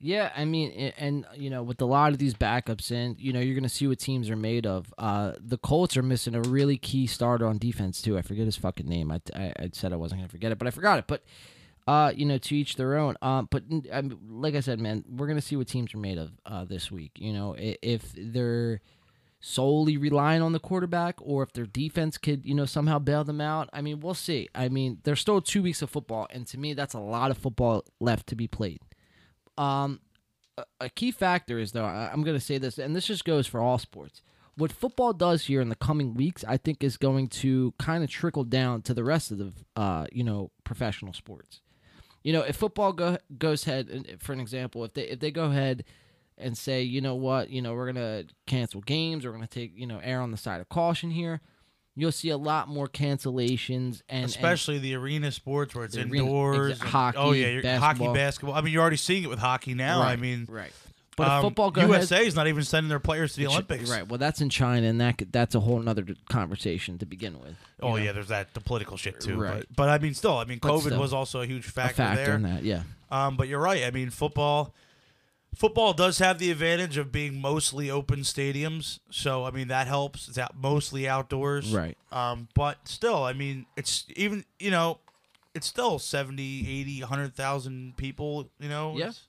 A: Yeah, I mean, a- and you know, with a lot of these backups in, you know, you're going to see what teams are made of. Uh, the Colts are missing a really key starter on defense too. I forget his fucking name. I I, I said I wasn't going to forget it, but I forgot it. But uh, you know, to each their own. Um, but mm, I mean, like I said, man, we're going to see what teams are made of uh, this week. You know, i- if they're solely relying on the quarterback or if their defense could, you know, somehow bail them out. I mean, we'll see. I mean, there's still two weeks of football, and to me, that's a lot of football left to be played. Um, a, a key factor is though I, I'm going to say this, and this just goes for all sports. What football does here in the coming weeks, I think, is going to kind of trickle down to the rest of the, uh, you know, professional sports. You know, if football go, goes ahead, and- for an example, if they if they go ahead and say, you know what, you know, we're gonna cancel games, we're gonna take, you know, err on the side of caution here, you'll see a lot more cancellations and and-
C: especially the arena sports where it's
A: The arena-
C: indoors.
A: exa-
C: and-
A: hockey,
C: oh yeah, you're-
A: basketball.
C: hockey, basketball. I mean, you're already seeing it with hockey now. I
A: Right,
C: mean, um,
A: right. But if football go ahead-
C: USA is not even sending their players to the
A: Ch-
C: Olympics.
A: Right. Well, that's in China, and that could, that's a whole nother d- conversation to begin with.
C: Oh yeah, there's that the political shit too.
A: Right.
C: But, but I mean, still, I mean,
A: But
C: COVID
A: still,
C: was also a huge factor,
A: factor
C: there.
A: in that, yeah.
C: Um, but you're right. I mean, football. Football does have the advantage of being mostly open stadiums, so I mean that helps. It's out, mostly outdoors,
A: Right.
C: Um, but still, I mean, it's even you know, it's still 70, 80, 100,000 people. You know,
A: Yeah.
C: It's-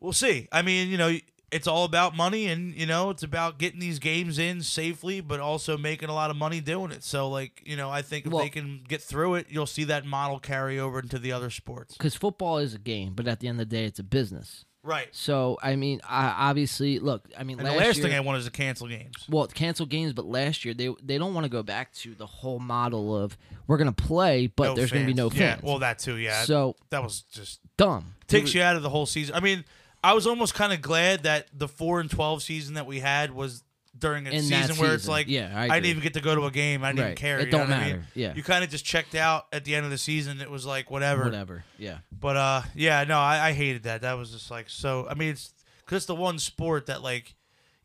C: we'll see. I mean, you know, it's all about money, and you know, it's about getting these games in safely, but also making a lot of money doing it. So, like, you know, I think if
A: Well-
C: they can get through it, you'll see that model carry over into the other sports.
A: Because football is a game, but at the end of the day, it's a business.
C: Right.
A: So I mean, I obviously look. I mean,
C: And
A: last
C: the last
A: year,
C: thing I want is to cancel games.
A: Well, cancel games, but last year they they don't want to go back to the whole model of we're gonna play, but
C: No
A: there's gonna be
C: fans.
A: no
C: Yeah,
A: fans.
C: well, that too, yeah.
A: So
C: That was just
A: dumb.
C: takes you out of the whole season. I mean, I was almost kind of glad that the four and twelve season that we had was during a
A: In
C: season
A: that
C: where it's
A: season.
C: like,
A: Yeah, I
C: didn't
A: agree.
C: even get to go to a game. I didn't
A: Right.
C: even care.
A: It
C: you know
A: don't
C: what I mean?
A: matter. Yeah.
C: you kind of just checked out at the end of the season. It was like whatever,
A: Whatever. Yeah.
C: But uh, yeah, no, I, I hated that. That was just like so. I mean, it's because it's the one sport that like.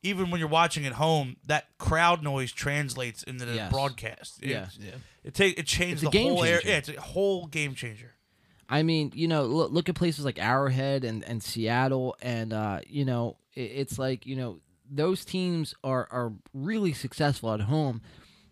C: Even when you're watching at home, that crowd noise translates into the
A: Yes.
C: broadcast. It-
A: Yeah. Yeah.
C: It takes it changed
A: It's a
C: the
A: game
C: whole air.
A: changer.
C: Yeah, it's a whole game changer.
A: I mean, you know, look, look at places like Arrowhead and, and Seattle, and uh, you know, it, it's like you know those teams are are really successful at home.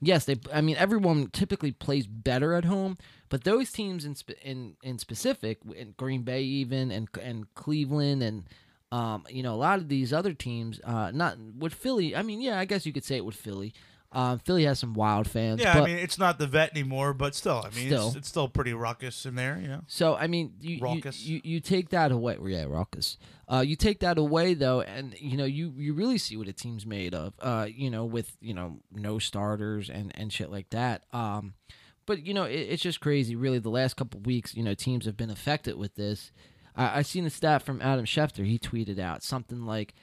A: Yes, they. I mean, everyone typically plays better at home, but those teams in spe- in in specific, in Green Bay even, and and Cleveland, and um, you know, a lot of these other teams, uh, not with Philly. I mean, yeah, I guess you could say it with Philly. Um, Philly has some wild fans.
C: Yeah,
A: but,
C: I mean it's not the vet anymore, but still, I mean
A: Still.
C: It's, it's still pretty ruckus in there, you know.
A: So I mean, you you-
C: Raucous.
A: You, you take that away. Yeah, raucous. Uh, you take that away though, and you know you you really see what a team's made of. Uh, you know, with you know no starters and and shit like that. Um, but you know it, it's just crazy. Really, the last couple weeks, you know, teams have been affected with this. I, I seen a stat from Adam Schefter. He tweeted out something like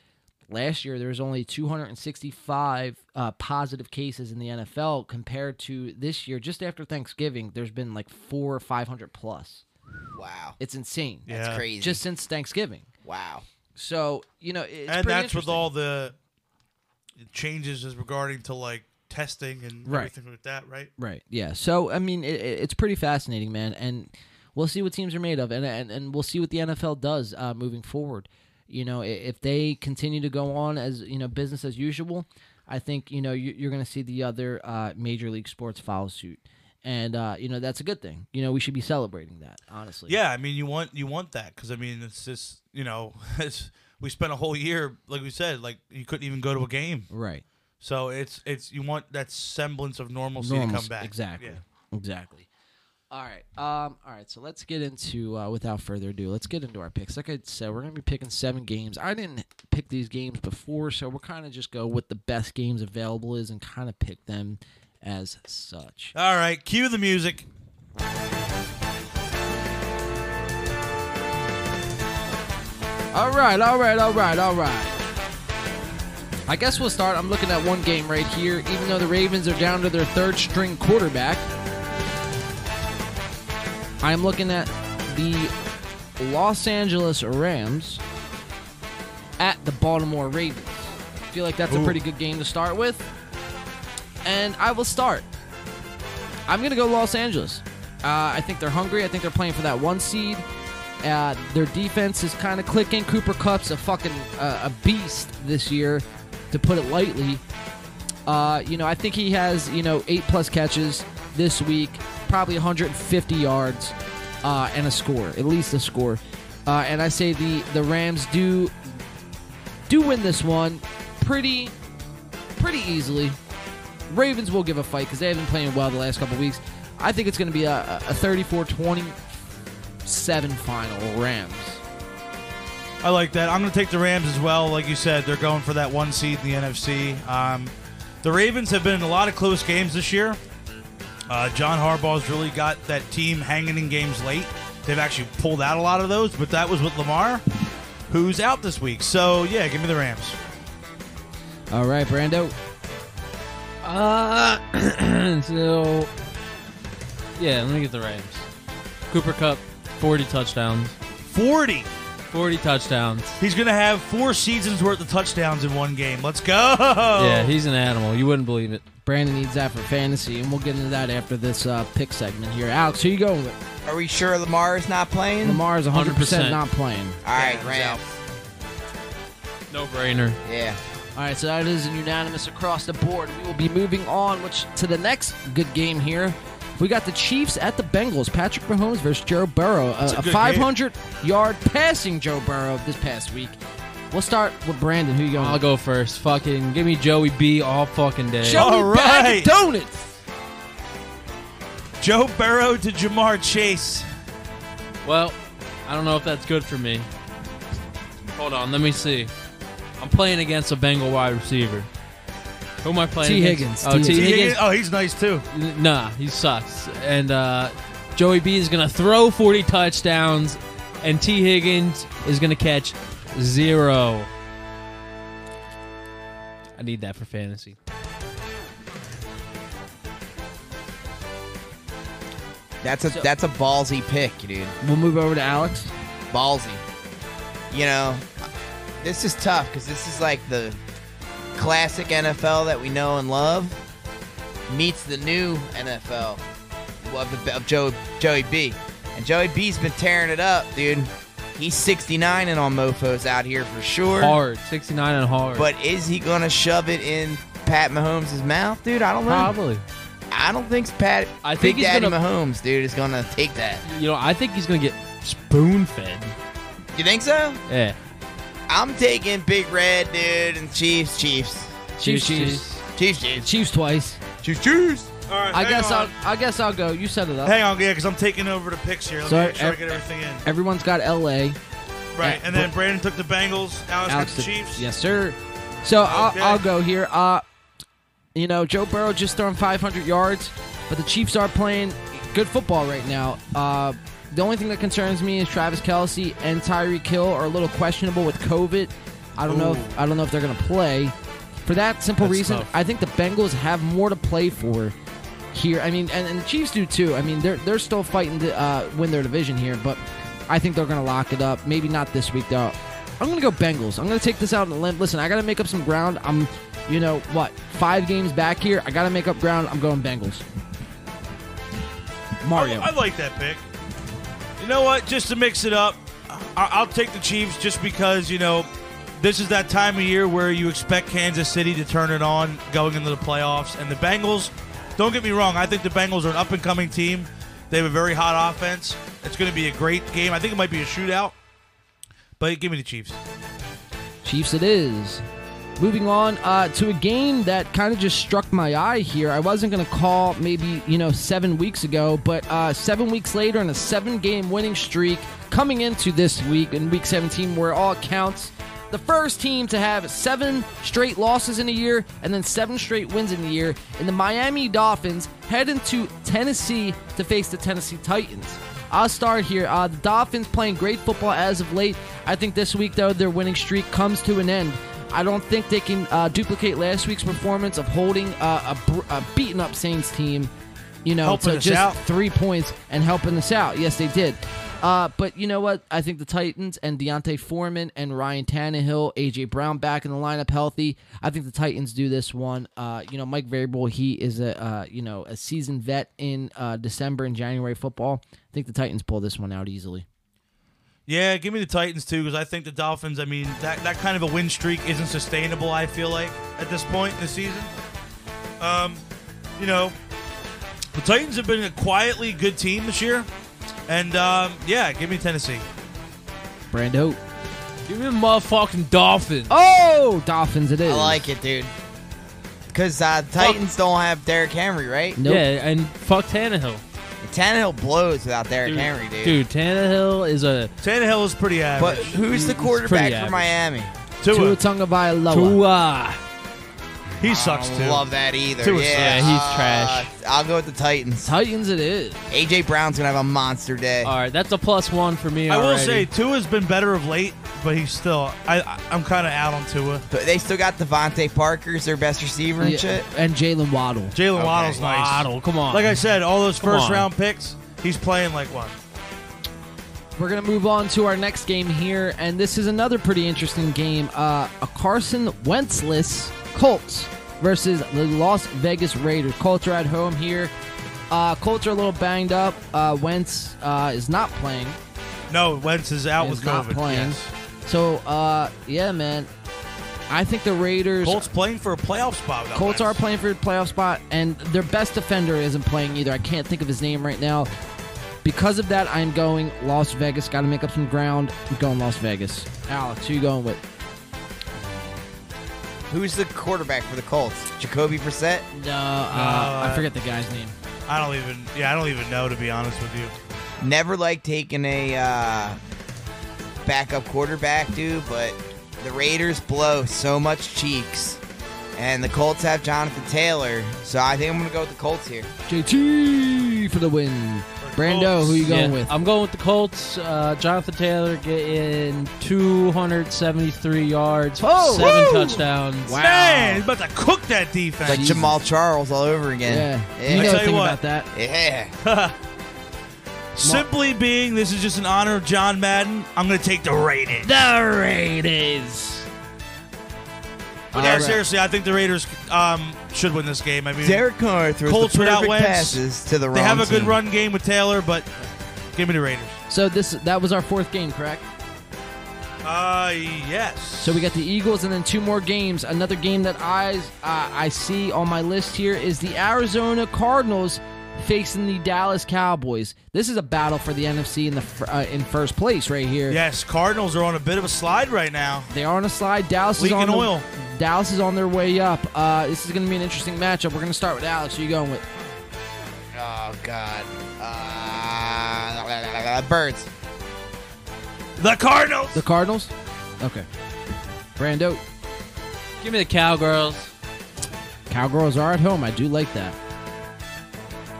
A: last year there was only 265 uh, positive cases in the NFL compared to this year. Just after Thanksgiving, there's been like four or 500 plus.
B: Wow,
A: it's insane.
C: That's Yeah. crazy.
A: Just since Thanksgiving.
B: Wow.
A: So you know, it's
C: and
A: pretty
C: that's with
A: interesting.
C: all the changes as regarding to like testing and
A: Right.
C: everything like that, right?
A: Right. Yeah. So I mean, it, it- it's pretty fascinating, man, and we'll see what teams are made of, and and, and we'll see what the NFL does uh, moving forward. You know, i- if they continue to go on as you know business as usual, I think you know you, you're going to see the other uh, major league sports follow suit, and uh, you know that's a good thing. You know, we should be celebrating that, honestly.
C: Yeah, I mean, you want you want that because I mean, it's just you know, it's, we spent a whole year, like we said, like you couldn't even go to a game,
A: Right.
C: So it's it's you want that semblance of normalcy to come
A: Normalcy,
C: back.
A: Exactly.
C: Yeah.
A: Exactly. All right. Um, all right. So let's get into uh, without further ado. Let's get into our picks. Like I said, we're gonna be picking seven games. I didn't pick these games before, so we're kind of just go with the best games available is and kind of pick them as such.
C: All right, cue the music.
A: All right. All right. All right. All right. I guess we'll start. I'm looking at one game right here. Even though the Ravens are down to their third string quarterback, I'm looking at the Los Angeles Rams at the Baltimore Ravens. I feel like that's a
L: Ooh.
A: pretty good game to start with. And I will start. I'm going to go Los Angeles. Uh, I think they're hungry. I think they're playing for that one seed. Uh, their defense is kind of clicking. Cooper Cup's a fucking uh, a beast this year, to put it lightly. Uh, you know, I think he has, you know, eight plus catches this week, probably 150 yards uh, and a score, at least a score. Uh, and I say the, the Rams do do win this one pretty pretty easily. Ravens will give a fight because they have been playing well the last couple weeks. I think it's going to be a, a 34-27 final Rams.
C: I like that. I'm going to take the Rams as well. Like you said, they're going for that one seed in the NFC. Um, the Ravens have been in a lot of close games this year. Uh, John Harbaugh's really got that team hanging in games late. They've actually pulled out a lot of those, but that was with Lamar, who's out this week. So, yeah, give me the Rams.
A: All right, Brando.
D: Uh, so yeah, let me get the Rams. Cooper Cup, forty touchdowns.
C: Forty.
D: 40 touchdowns.
C: He's going to have four seasons worth of touchdowns in one game. Let's go.
A: Oh.
D: Yeah, he's an animal. You wouldn't believe it.
A: Brandon needs that for fantasy, and we'll get into that after this uh, pick segment here. Alex, who you going with?
B: Are we sure Lamar is not playing?
A: Lamar is 100%,
D: 100%.
A: not playing.
B: All right, Rams.
D: No brainer.
B: Yeah.
A: All right, so that is unanimous across the board. We will be moving on, which to the next good game here. We got the Chiefs at the Bengals. Patrick Mahomes versus Joe Burrow. A,
L: It's a
A: a
L: good
A: 500 yard passing Joe Burrow this past week. We'll start with Brandon. Who you going?
D: I'll go first. Fucking give me Joey B all fucking day.
A: with? Joey Bag of Donuts.
C: Joe Burrow to Jamar Chase.
D: Well, I don't know if that's good for me. Hold on, let me see. I'm playing against a Bengal wide receiver. Who am I playing?
A: T.
D: against?
A: Higgins.
D: Oh, T. Higgins.
C: Oh, he's nice too.
D: N- Nah, he sucks. And uh, Joey B is gonna throw 40 touchdowns, and T. Higgins is gonna catch zero. I need that for fantasy.
B: That's a
A: So-
B: that's a ballsy pick, dude.
A: We'll move over to Alex.
B: Ballsy. You know, this is tough because this is like the classic NFL that we know and love meets the new NFL of, the, of Joe, Joey B. And Joey B's been tearing it up, dude. He's 69 and on mofo's out here for sure.
D: Hard, 69 and hard.
B: But is he gonna shove it in Pat Mahomes' mouth, dude? I don't know.
D: Probably.
B: I don't think Pat.
D: I
B: Big
D: think he's
B: Daddy
D: gonna-
B: Mahomes, dude, is gonna take that.
D: you know, I think he's gonna get spoon fed.
B: You think so?
D: Yeah.
B: I'm taking Big Red, dude, and Chiefs, Chiefs,
A: Chiefs, Chiefs.
B: Chiefs, Chiefs,
A: Chiefs twice.
B: Chiefs, Chiefs.
C: All right,
A: I
C: hang
A: guess
C: on.
A: I'll. I guess I'll go. You set it up.
C: Hang on, yeah, because I'm taking over the picks here. Let
A: So
C: me make sure I
A: ev-
C: get everything in.
A: Everyone's got L.A.
C: Right,
A: Yeah,
C: and
A: but-
C: then Brandon took the Bengals. Alex,
A: Alex
C: took the
A: did-
C: Chiefs.
A: Yes, sir. So
C: Okay.
A: I'll, I'll go here. Uh, you know, Joe Burrow just thrown 500 yards, but the Chiefs are playing good football right now. Uh, the only thing that concerns me is Travis Kelsey and Tyree Kill are a little questionable with COVID. I don't know.
L: Ooh.
A: If, I don't know if they're going to play. For that simple
L: That's
A: reason,
L: tough.
A: I think the Bengals have more to play for here. I mean, and, and the Chiefs do too. I mean, they're they're still fighting to uh, win their division here, but I think they're going to lock it up. Maybe not this week though. I'm going to go Bengals. I'm going to take this out on the limb. Listen, I got to make up some ground. I'm, you know what, five games back here. I got to make up ground. I'm going Bengals. Mario.
C: Oh, I like that pick. You know what? Just to mix it up, I- I'll take the Chiefs just because you know this is that time of year where you expect Kansas City to turn it on going into the playoffs, and the Bengals. Don't get me wrong. I think the Bengals are an up and coming team. They have a very hot offense. It's going to be a great game. I think it might be a shootout, but give me the Chiefs.
A: Chiefs it is. Moving on uh, to a game that kind of just struck my eye here. I wasn't going to call maybe, you know, seven weeks ago, but uh, seven weeks later in a seven game winning streak coming into this week in week 17, where it all counts. The first team to have seven straight losses in a year and then seven straight wins in the year, and the Miami Dolphins head into Tennessee to face the Tennessee Titans. I'll start here. Uh, the Dolphins playing great football as of late. I think this week, though, their winning streak comes to an end. I don't think they can uh, duplicate last week's performance of holding uh, a, br- a beaten up Saints team, you know,
C: Helping
A: to
C: us
A: just
C: out.
A: three points and helping us out. Yes, they did. Uh, but you know what? I think the Titans and Deontay Foreman and Ryan Tannehill, AJ Brown back in the lineup healthy. I think the Titans do this one. Uh, you know, Mike Variable, he is a uh, you know a seasoned vet in uh, December and January football. I think the Titans pull this one out easily.
C: Yeah, give me the Titans too because I think the Dolphins. I mean, that that kind of a win streak isn't sustainable. I feel like at this point in the season, um, you know, the Titans have been a quietly good team this year, and um, yeah, give me Tennessee.
A: Brando.
D: Give me the motherfucking Dolphins.
A: Oh, Dolphins it is.
B: I like it, dude. Because uh, Titans don't have Derrick Henry, right?
D: Nope. Yeah, and fuck Tannehill.
B: Tannehill blows without Derrick Henry, dude.
D: Dude, Tannehill is a
C: Tannehill is pretty
B: But who's the quarterback for Miami?
D: Tua.
A: Tua Tagovailoa.
D: Tua.
C: He
B: I don't love that either.
D: Tua sucks.
B: yeah, Uh,
D: Yeah, he's trash.
B: I'll go with the Titans.
A: Titans, it is.
B: AJ Brown's gonna have a monster day.
D: All right, that's a plus one for me.
C: I will
D: already.
C: say Tua's been better of late, but he's still. I, I I'm kind of out on Tua.
B: But they still got Devontae Parker's their best receiver and
A: Yeah,
B: shit.
A: and Jalen Waddle.
C: Jalen Waddle's nice.
D: Waddle, come on.
C: Like I said, all those
D: Come
C: first
D: on.
C: round picks, he's playing like one.
A: We're going to move on to our next game here, and this is another pretty interesting game. Uh, a Carson Wentzless Colts versus the Las Vegas Raiders. Colts are at home here. Uh, Colts are a little banged up. Uh, Wentz uh, is not playing.
C: No, Wentz is out
A: Is
C: with
A: not
C: COVID.
A: playing.
C: yes.
A: So, uh, yeah, man. I think the Raiders.
C: Colts playing for a playoff spot. without
A: Colts are playing for a playoff spot, and their best defender isn't playing either. I can't think of his name right now. Because of that, I'm going Las Vegas. Got to make up some ground. I'm going Las Vegas. Alex, who you going with?
B: Who's the quarterback for the Colts? Jacoby Brissett.
A: No,
C: Uh,
A: I forget the guy's name.
C: I don't even. Yeah, I don't even know to be honest with you.
B: Never like taking a uh, backup quarterback, dude. But the Raiders blow so much cheeks, and the Colts have Jonathan Taylor. So I think I'm gonna go with the Colts here.
A: JT for the win. Brando, who you going
D: Yeah,
A: with?
D: I'm going with the Colts. Uh, Jonathan Taylor getting 273 yards,
A: Oh!
D: seven
A: Woo!
D: touchdowns.
A: Wow.
C: Man, he's about to cook that defense.
B: Like Jamal Charles all over again.
A: Yeah. You
C: I
A: know
C: tell you
A: thing about
C: what.
A: that.
B: Yeah.
C: Simply being, this is just an honor of John Madden. I'm going to take the Raiders.
D: The Raiders.
C: But yeah,
B: All right.
C: seriously, I think the Raiders um, should win this game. I mean,
B: Derek Carr throws
C: Colts
B: the
C: without
B: perfect
C: Wentz.
B: passes to the
C: they have a
B: wrong
C: good
B: team.
C: run game with Taylor, but give me the Raiders.
A: So this that was our fourth game, correct?
C: Uh, yes.
A: So we got the Eagles and then two more games. Another game that I uh, I see on my list here is the Arizona Cardinals facing the Dallas Cowboys. This is a battle for the NFC in the fir- uh, in first place right here.
C: Yes, Cardinals are on a bit of a slide right now.
A: They are on a slide. Dallas is
C: Leaking
A: on the-
C: oil.
A: Dallas is on their way up. Uh, this is going to be an interesting matchup. We're going to start with Alex. Who you going with?
B: Oh God. Uh, birds.
C: The Cardinals.
A: The Cardinals. Okay. Brando.
D: Give me the Cowgirls.
A: Cowgirls are at home. I do like that.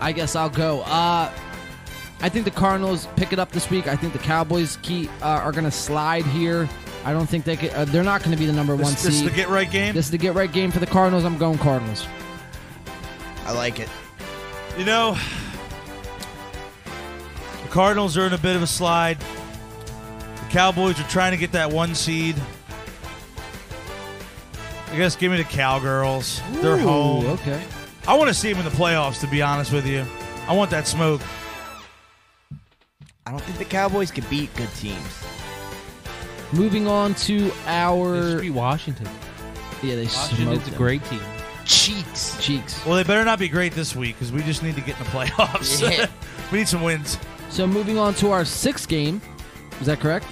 A: I guess I'll go. Uh, I think the Cardinals pick it up this week. I think the Cowboys key, uh, are going to slide here. I don't think they could. Uh, they're not going to be the number
C: This-
A: one
C: this
A: seed.
C: is the get right game?
A: This is the get right game for the Cardinals. I'm going Cardinals.
B: I like it.
C: You know, the Cardinals are in a bit of a slide. The Cowboys are trying to get that one seed. I guess give me the Cowgirls. They're
A: Ooh,
C: home.
A: okay.
C: I want to see them in the playoffs, to be honest with you. I want that smoke.
B: I don't think the Cowboys could beat good teams.
A: Moving on to our. They should be
D: Washington.
A: Yeah, they
D: Washington's
A: smoked
D: a
A: them.
D: great team.
B: Cheeks.
A: Cheeks.
C: Well, they better not be great this week because we just need to get in the playoffs.
A: Yeah.
C: we need some wins.
A: So moving on to our sixth game. Is that correct?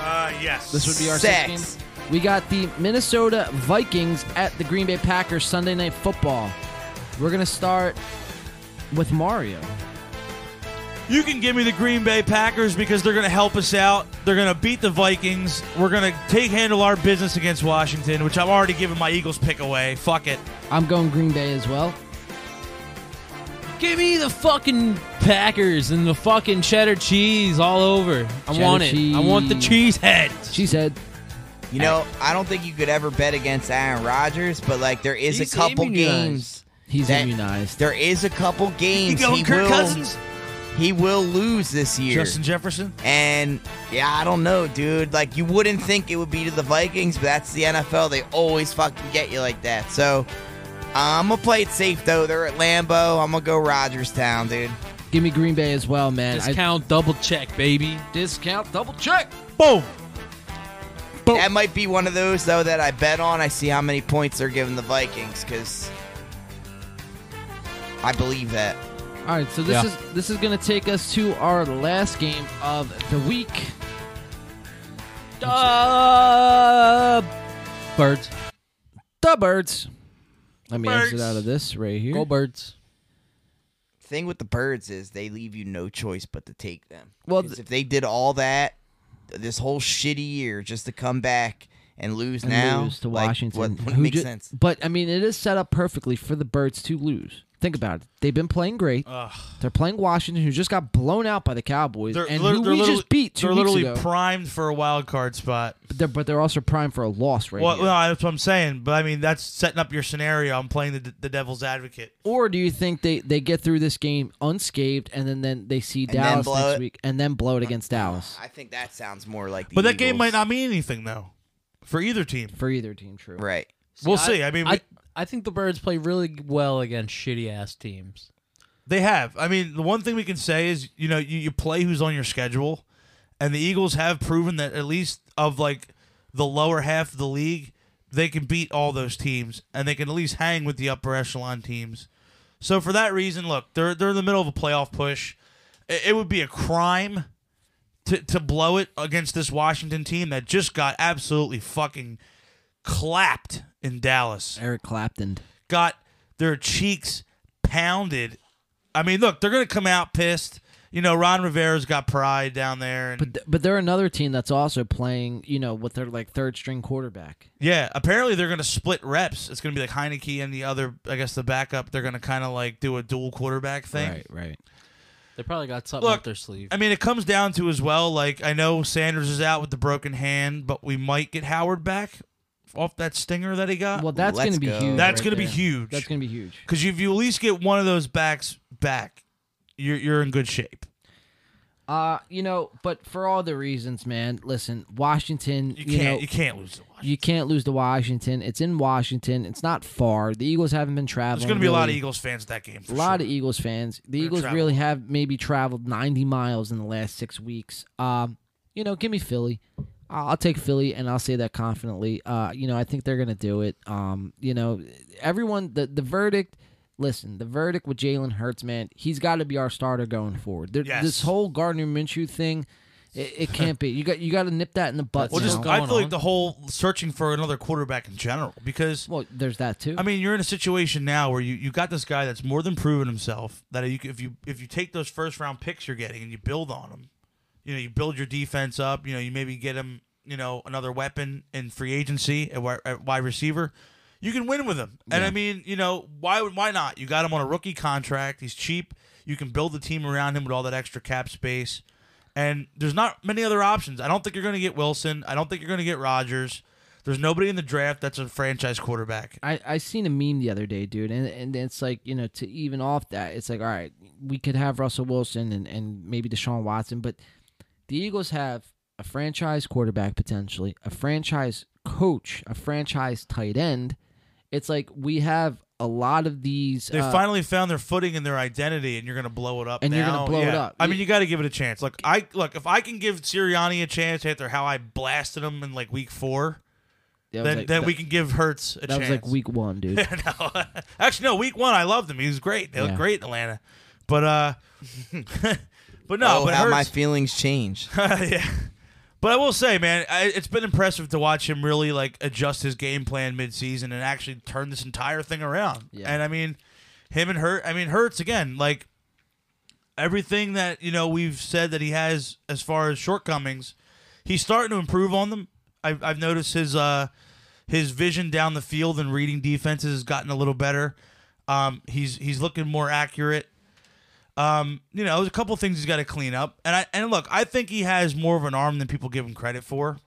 C: Uh, yes.
A: This would be our sixth game. We got the Minnesota Vikings at the Green Bay Packers Sunday Night Football. We're gonna start with Mario.
C: You can give me the Green Bay Packers because they're going to help us out. They're going to beat the Vikings. We're going to take handle our business against Washington, which I'm already giving my Eagles pick away. Fuck it.
A: I'm going Green Bay as well.
D: Give me the fucking Packers and the fucking cheddar cheese all over. I want it. I want the cheese head.
A: Cheese head.
B: You know, I don't think you could ever bet against Aaron Rodgers, but like there is
A: He's
B: a couple
A: immunized.
B: games.
A: He's immunized.
B: There is a couple games.
C: going
B: he
C: Kirk
B: will,
C: Cousins?
B: He will lose this year.
C: Justin Jefferson?
B: And yeah, I don't know, dude. Like you wouldn't think it would be to the Vikings, but that's the NFL. They always fucking get you like that. So I'm gonna play it safe though. They're at Lambeau. I'm gonna go Rodgers Town, dude.
A: Give me Green Bay as well, man.
D: Discount double check, baby.
A: Discount double check.
C: Boom.
B: That might be one of those though that I bet on. I see how many points they're giving the Vikings because I believe that.
A: All right, so this
B: Yeah.
A: is this is going to take us to our last game of the week. Uh,
D: birds.
A: The birds. Let me exit
B: Birds.
A: out of this right here.
B: Go
D: birds.
B: Thing with the birds is they leave you no choice but to take them.
A: Well,
B: Well, if they did all that this whole shitty year just to come back and lose
A: And
B: now
A: lose to
B: like,
A: Washington.
B: what, wouldn't
A: who
B: make
A: ju-
B: sense.
A: But I mean, it is set up perfectly for the birds to lose. Think about it. They've been playing great.
C: Ugh.
A: They're playing Washington, who just got blown out by the Cowboys,
C: They're,
A: and
C: lit-
A: who
C: they're
A: we
C: literally,
A: just beat two
C: they're
A: weeks
C: literally
A: ago.
C: primed for a wild card spot.
A: but, they're, but they're also primed for a loss right
C: well,
A: here.
C: no, that's what I'm saying. But I mean, that's setting up your scenario. I'm playing the, the devil's advocate.
A: Or do you think they, they get through this game unscathed, and then, then they see
B: then
A: Dallas
B: blow
A: next
B: it.
A: week, and then blow it against Dallas?
B: I think that sounds more like the
C: But that game
B: Eagles.
C: might not mean anything, though, for either team.
A: For either team, true.
B: Right.
C: We'll see. I mean,
D: I,
C: we-
D: I think the birds play really well against shitty ass teams.
C: They have. I mean, the one thing we can say is, you know, you, you play who's on your schedule, and the Eagles have proven that at least of like the lower half of the league, they can beat all those teams, and they can at least hang with the upper echelon teams. So for that reason, look, they're they're in the middle of a playoff push. It, it would be a crime to to blow it against this Washington team that just got absolutely fucking clapped in Dallas.
A: Eric Clapton
C: got their cheeks pounded. I mean, look, they're going to come out pissed. You know, Ron Rivera's got pride down there, and
A: But th- but they're another team that's also playing, you know, with their like third string quarterback.
C: yeah, apparently they're going to split reps. It's going to be like Heineke and the other, I guess, the backup. They're going to kind of like do a dual quarterback thing.
A: Right, right.
D: They probably got something
C: Look,
D: up their sleeve.
C: I mean, it comes down to as well. Like I know Sanders is out with the broken hand, but we might get Howard back off that stinger that he got.
A: Well, that's going to be huge.
C: That's
A: right
C: going to be
A: there.
C: huge.
A: That's going to be huge.
C: Because if you at least get one of those backs back, you're you're in good shape.
A: Uh, you know, but for all the reasons, man. Listen, Washington. You,
C: can't-
A: know,
C: you can't lose to
A: You can't lose to Washington. It's in Washington. It's not far. The Eagles haven't been traveling.
C: There's going to be a lot of
A: really.
C: Eagles fans at that game.
A: A lot of E- Eagles fans. The Eagles
C: travel.
A: really have maybe traveled 90 miles in the last six weeks. Um, you know, give me Philly. I'll I'll take Philly, and I'll say that confidently. Uh, you know, I think they're going to do it. Um, you know, everyone, the, the verdict, listen, the verdict with Jalen Hurts, man, he's got to be our starter going forward. There,
C: Yes.
A: This whole Gardner Minshew thing, it, it can't be. You got you got to nip that in the butt.
C: Well, just
A: somehow.
C: I feel like the whole searching for another quarterback in general because
A: well, there's that too.
C: I mean, you're in a situation now where you, you got this guy that's more than proven himself. That you, if you if you take those first round picks you're getting and you build on them, you know, you build your defense up. You know, you maybe get him, you know, another weapon in free agency at wi- at wide receiver. You can win with him, and I mean, you know, why would why not? You got him on a rookie contract. He's cheap. You can build the team around him with all that extra cap space. And there's not many other options. I don't think you're going to get Wilson. I don't think you're going to get Rodgers. There's nobody in the draft that's a franchise quarterback.
A: I, I seen a meme the other day, dude, and, and it's like, you know, to even off that, it's like, all right, we could have Russell Wilson and, and maybe Deshaun Watson, but the Eagles have a franchise quarterback potentially, a franchise coach, a franchise tight end. It's like we have a lot of these.
C: They
A: uh,
C: finally found their footing and their identity, and you're going to blow it up.
A: And you're gonna
C: now.
A: blow it
C: Yeah.
A: up.
C: I mean, you got to give it a chance. Look, I look if I can give Sirianni a chance after how I blasted him in like week four,
A: That was
C: then
A: like-
C: then
A: that-
C: we can give Hertz a
A: that
C: chance.
A: was like week one, dude.
C: no. Actually, no. Week one, I loved him. He was great. They
A: Yeah.
C: looked great in Atlanta, but uh, but no.
B: Oh,
C: but
B: how
C: Hurts-
B: my feelings change.
C: yeah. But I will say, man, I, it's been impressive to watch him really like adjust his game plan midseason and actually turn this entire thing around. And I mean, him and Hurt. I mean, Hurts again. Like everything that you know we've said that he has as far as shortcomings, he's starting to improve on them. I've, I've noticed his uh his vision down the field and reading defenses has gotten a little better. Um, he's he's looking more accurate. Um, you know, there's a couple things he's got to clean up, and I and look, I think he has more of an arm than people give him credit for,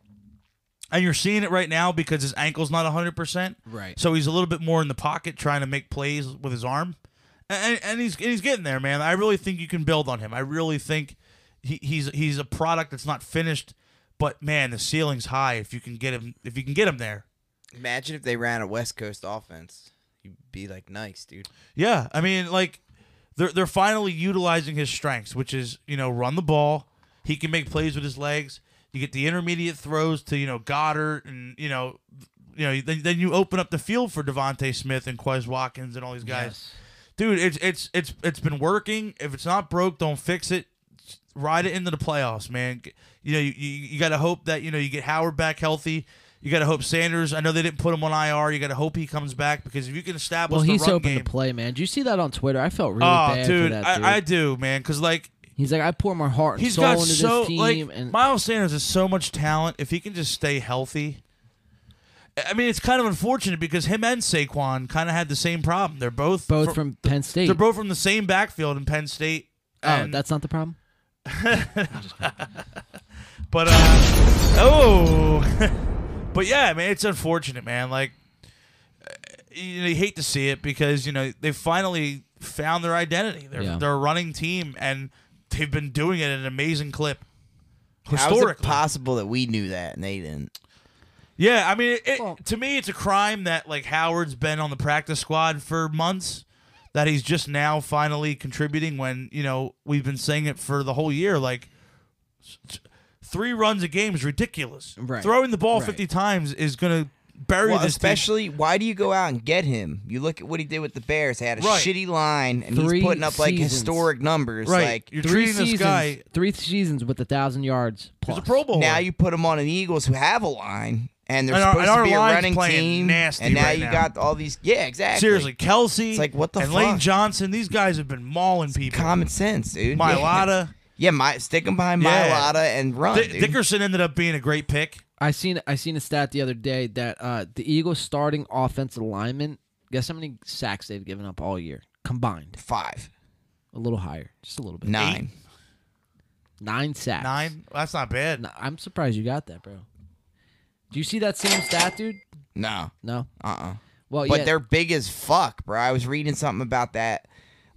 C: and you're seeing it right now because his ankle's not 100. percent
A: Right.
C: So he's a little bit more in the pocket trying to make plays with his arm, and, and he's and he's getting there, man. I really think you can build on him. I really think he, he's he's a product that's not finished, but man, the ceiling's high if you can get him if you can get him there.
B: Imagine if they ran a West Coast offense. You'd be like, nice, dude.
C: Yeah, I mean, like they're they're finally utilizing his strengths, which is you know run the ball. He can make plays with his legs. You get the intermediate throws to you know Goddard, and you know, you know then, then you open up the field for Devonte Smith and Quez Watkins and all these guys. Dude, it's it's it's it's been working. If it's not broke, don't fix it. Ride it into the playoffs, man. G- You know, you, you, you got to hope that you know you get Howard back healthy. You got to hope Sanders. I know they didn't put him on IR. You got to hope he comes back because if you can establish
A: Well,
C: the
A: he's
C: run
A: open
C: game,
A: to play, man. Did you see that on Twitter? I felt really
C: oh,
A: bad
C: dude,
A: for that dude.
C: I, I do, man. Because like
A: he's like, I pour my heart and
C: he's
A: soul
C: got
A: into
C: so
A: this team,
C: like
A: and
C: Miles Sanders has so much talent. If he can just stay healthy, I I mean, it's kind of unfortunate because him and Saquon kind of had the same problem. They're both
A: both from Penn State.
C: they're both from the same backfield in Penn State.
A: oh,
C: and-
A: that's not the problem.
C: But uh oh, but yeah, man, it's unfortunate, man. Like uh, you, know, you hate to see it because you know they finally found their identity. They're
A: Yeah.
C: they're a running team and they've been doing it at an amazing clip.
B: How is it
C: Historically,
B: possible that we knew that and they didn't?
C: yeah. I mean, it, it- to me, it's a crime that like Howard's been on the practice squad for months. That he's just now finally contributing when you know we've been saying it for the whole year. Like s- s- three runs a game is ridiculous.
B: Right.
C: Throwing the ball
B: Right.
C: fifty times is gonna bury
B: Well,
C: this. team.
B: especially, why do you go out and get him? You look at what he did with the Bears. They had a
C: Right.
B: shitty line, and
A: Three
B: he's putting up like
A: seasons.
B: historic numbers. Like
A: three seasons, three seasons with a thousand yards plus.
B: Now you put him on an Eagles who have a line, and they're
C: And our-
B: supposed
C: and our
B: to be a
C: line's
B: running
C: playing
B: team.
C: nasty
B: and now
C: right
B: you
C: now.
B: got all these. Yeah, exactly.
C: Seriously, Kelsey.
B: It's like what the
C: and
B: fuck?
C: Lane Johnson. These guys have been mauling people.
B: Common sense, dude.
C: Mylotta.
B: Yeah, my stick him behind
C: Yeah.
B: Mylotta and run.
C: Di-
B: dude.
C: Dickerson ended up being a great pick.
A: I seen I seen a stat the other day that uh, the Eagles starting offensive lineman. Guess how many sacks they've given up all year combined?
B: Five.
A: A little higher, just a little bit.
B: Nine.
A: Nine sacks.
C: Nine. That's not bad.
A: No, I'm surprised you got that, bro. Do you see that same stat, dude?
B: No.
A: No.
B: Uh uh
A: Well,
B: but
A: Oh, yeah.
B: they're big as fuck, bro. I was reading something about that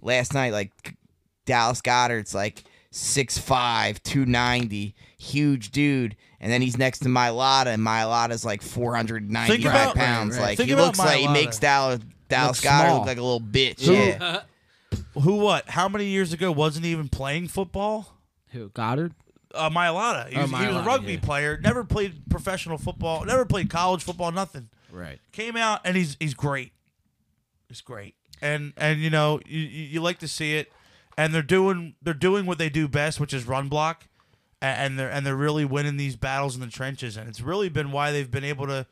B: last night. Like Dallas Goddard's like 6'5, 290, huge dude. And then he's next to Mylotta, and Mylotta's like 495
C: Think about-
B: pounds.
C: Right, right.
B: Like
C: Think
B: he
C: about
B: looks like he
C: Mylotta.
B: makes Dallas, Dallas
C: Looks
B: Goddard
C: small.
B: look like a little bitch.
C: Who-
B: Yeah.
C: Who? What? How many years ago wasn't he even playing football?
A: Who? Goddard.
C: Uh, Mylotta. He
A: Oh,
C: was, he was a
A: Mylotta,
C: rugby
A: yeah.
C: player. Never played professional football. Never played college football. Nothing.
A: Right.
C: Came out and he's he's great. He's great. And and you know you, you you like to see it. And they're doing they're doing what they do best, which is run block. A- And they're and they're really winning these battles in the trenches. And it's really been why they've been able to,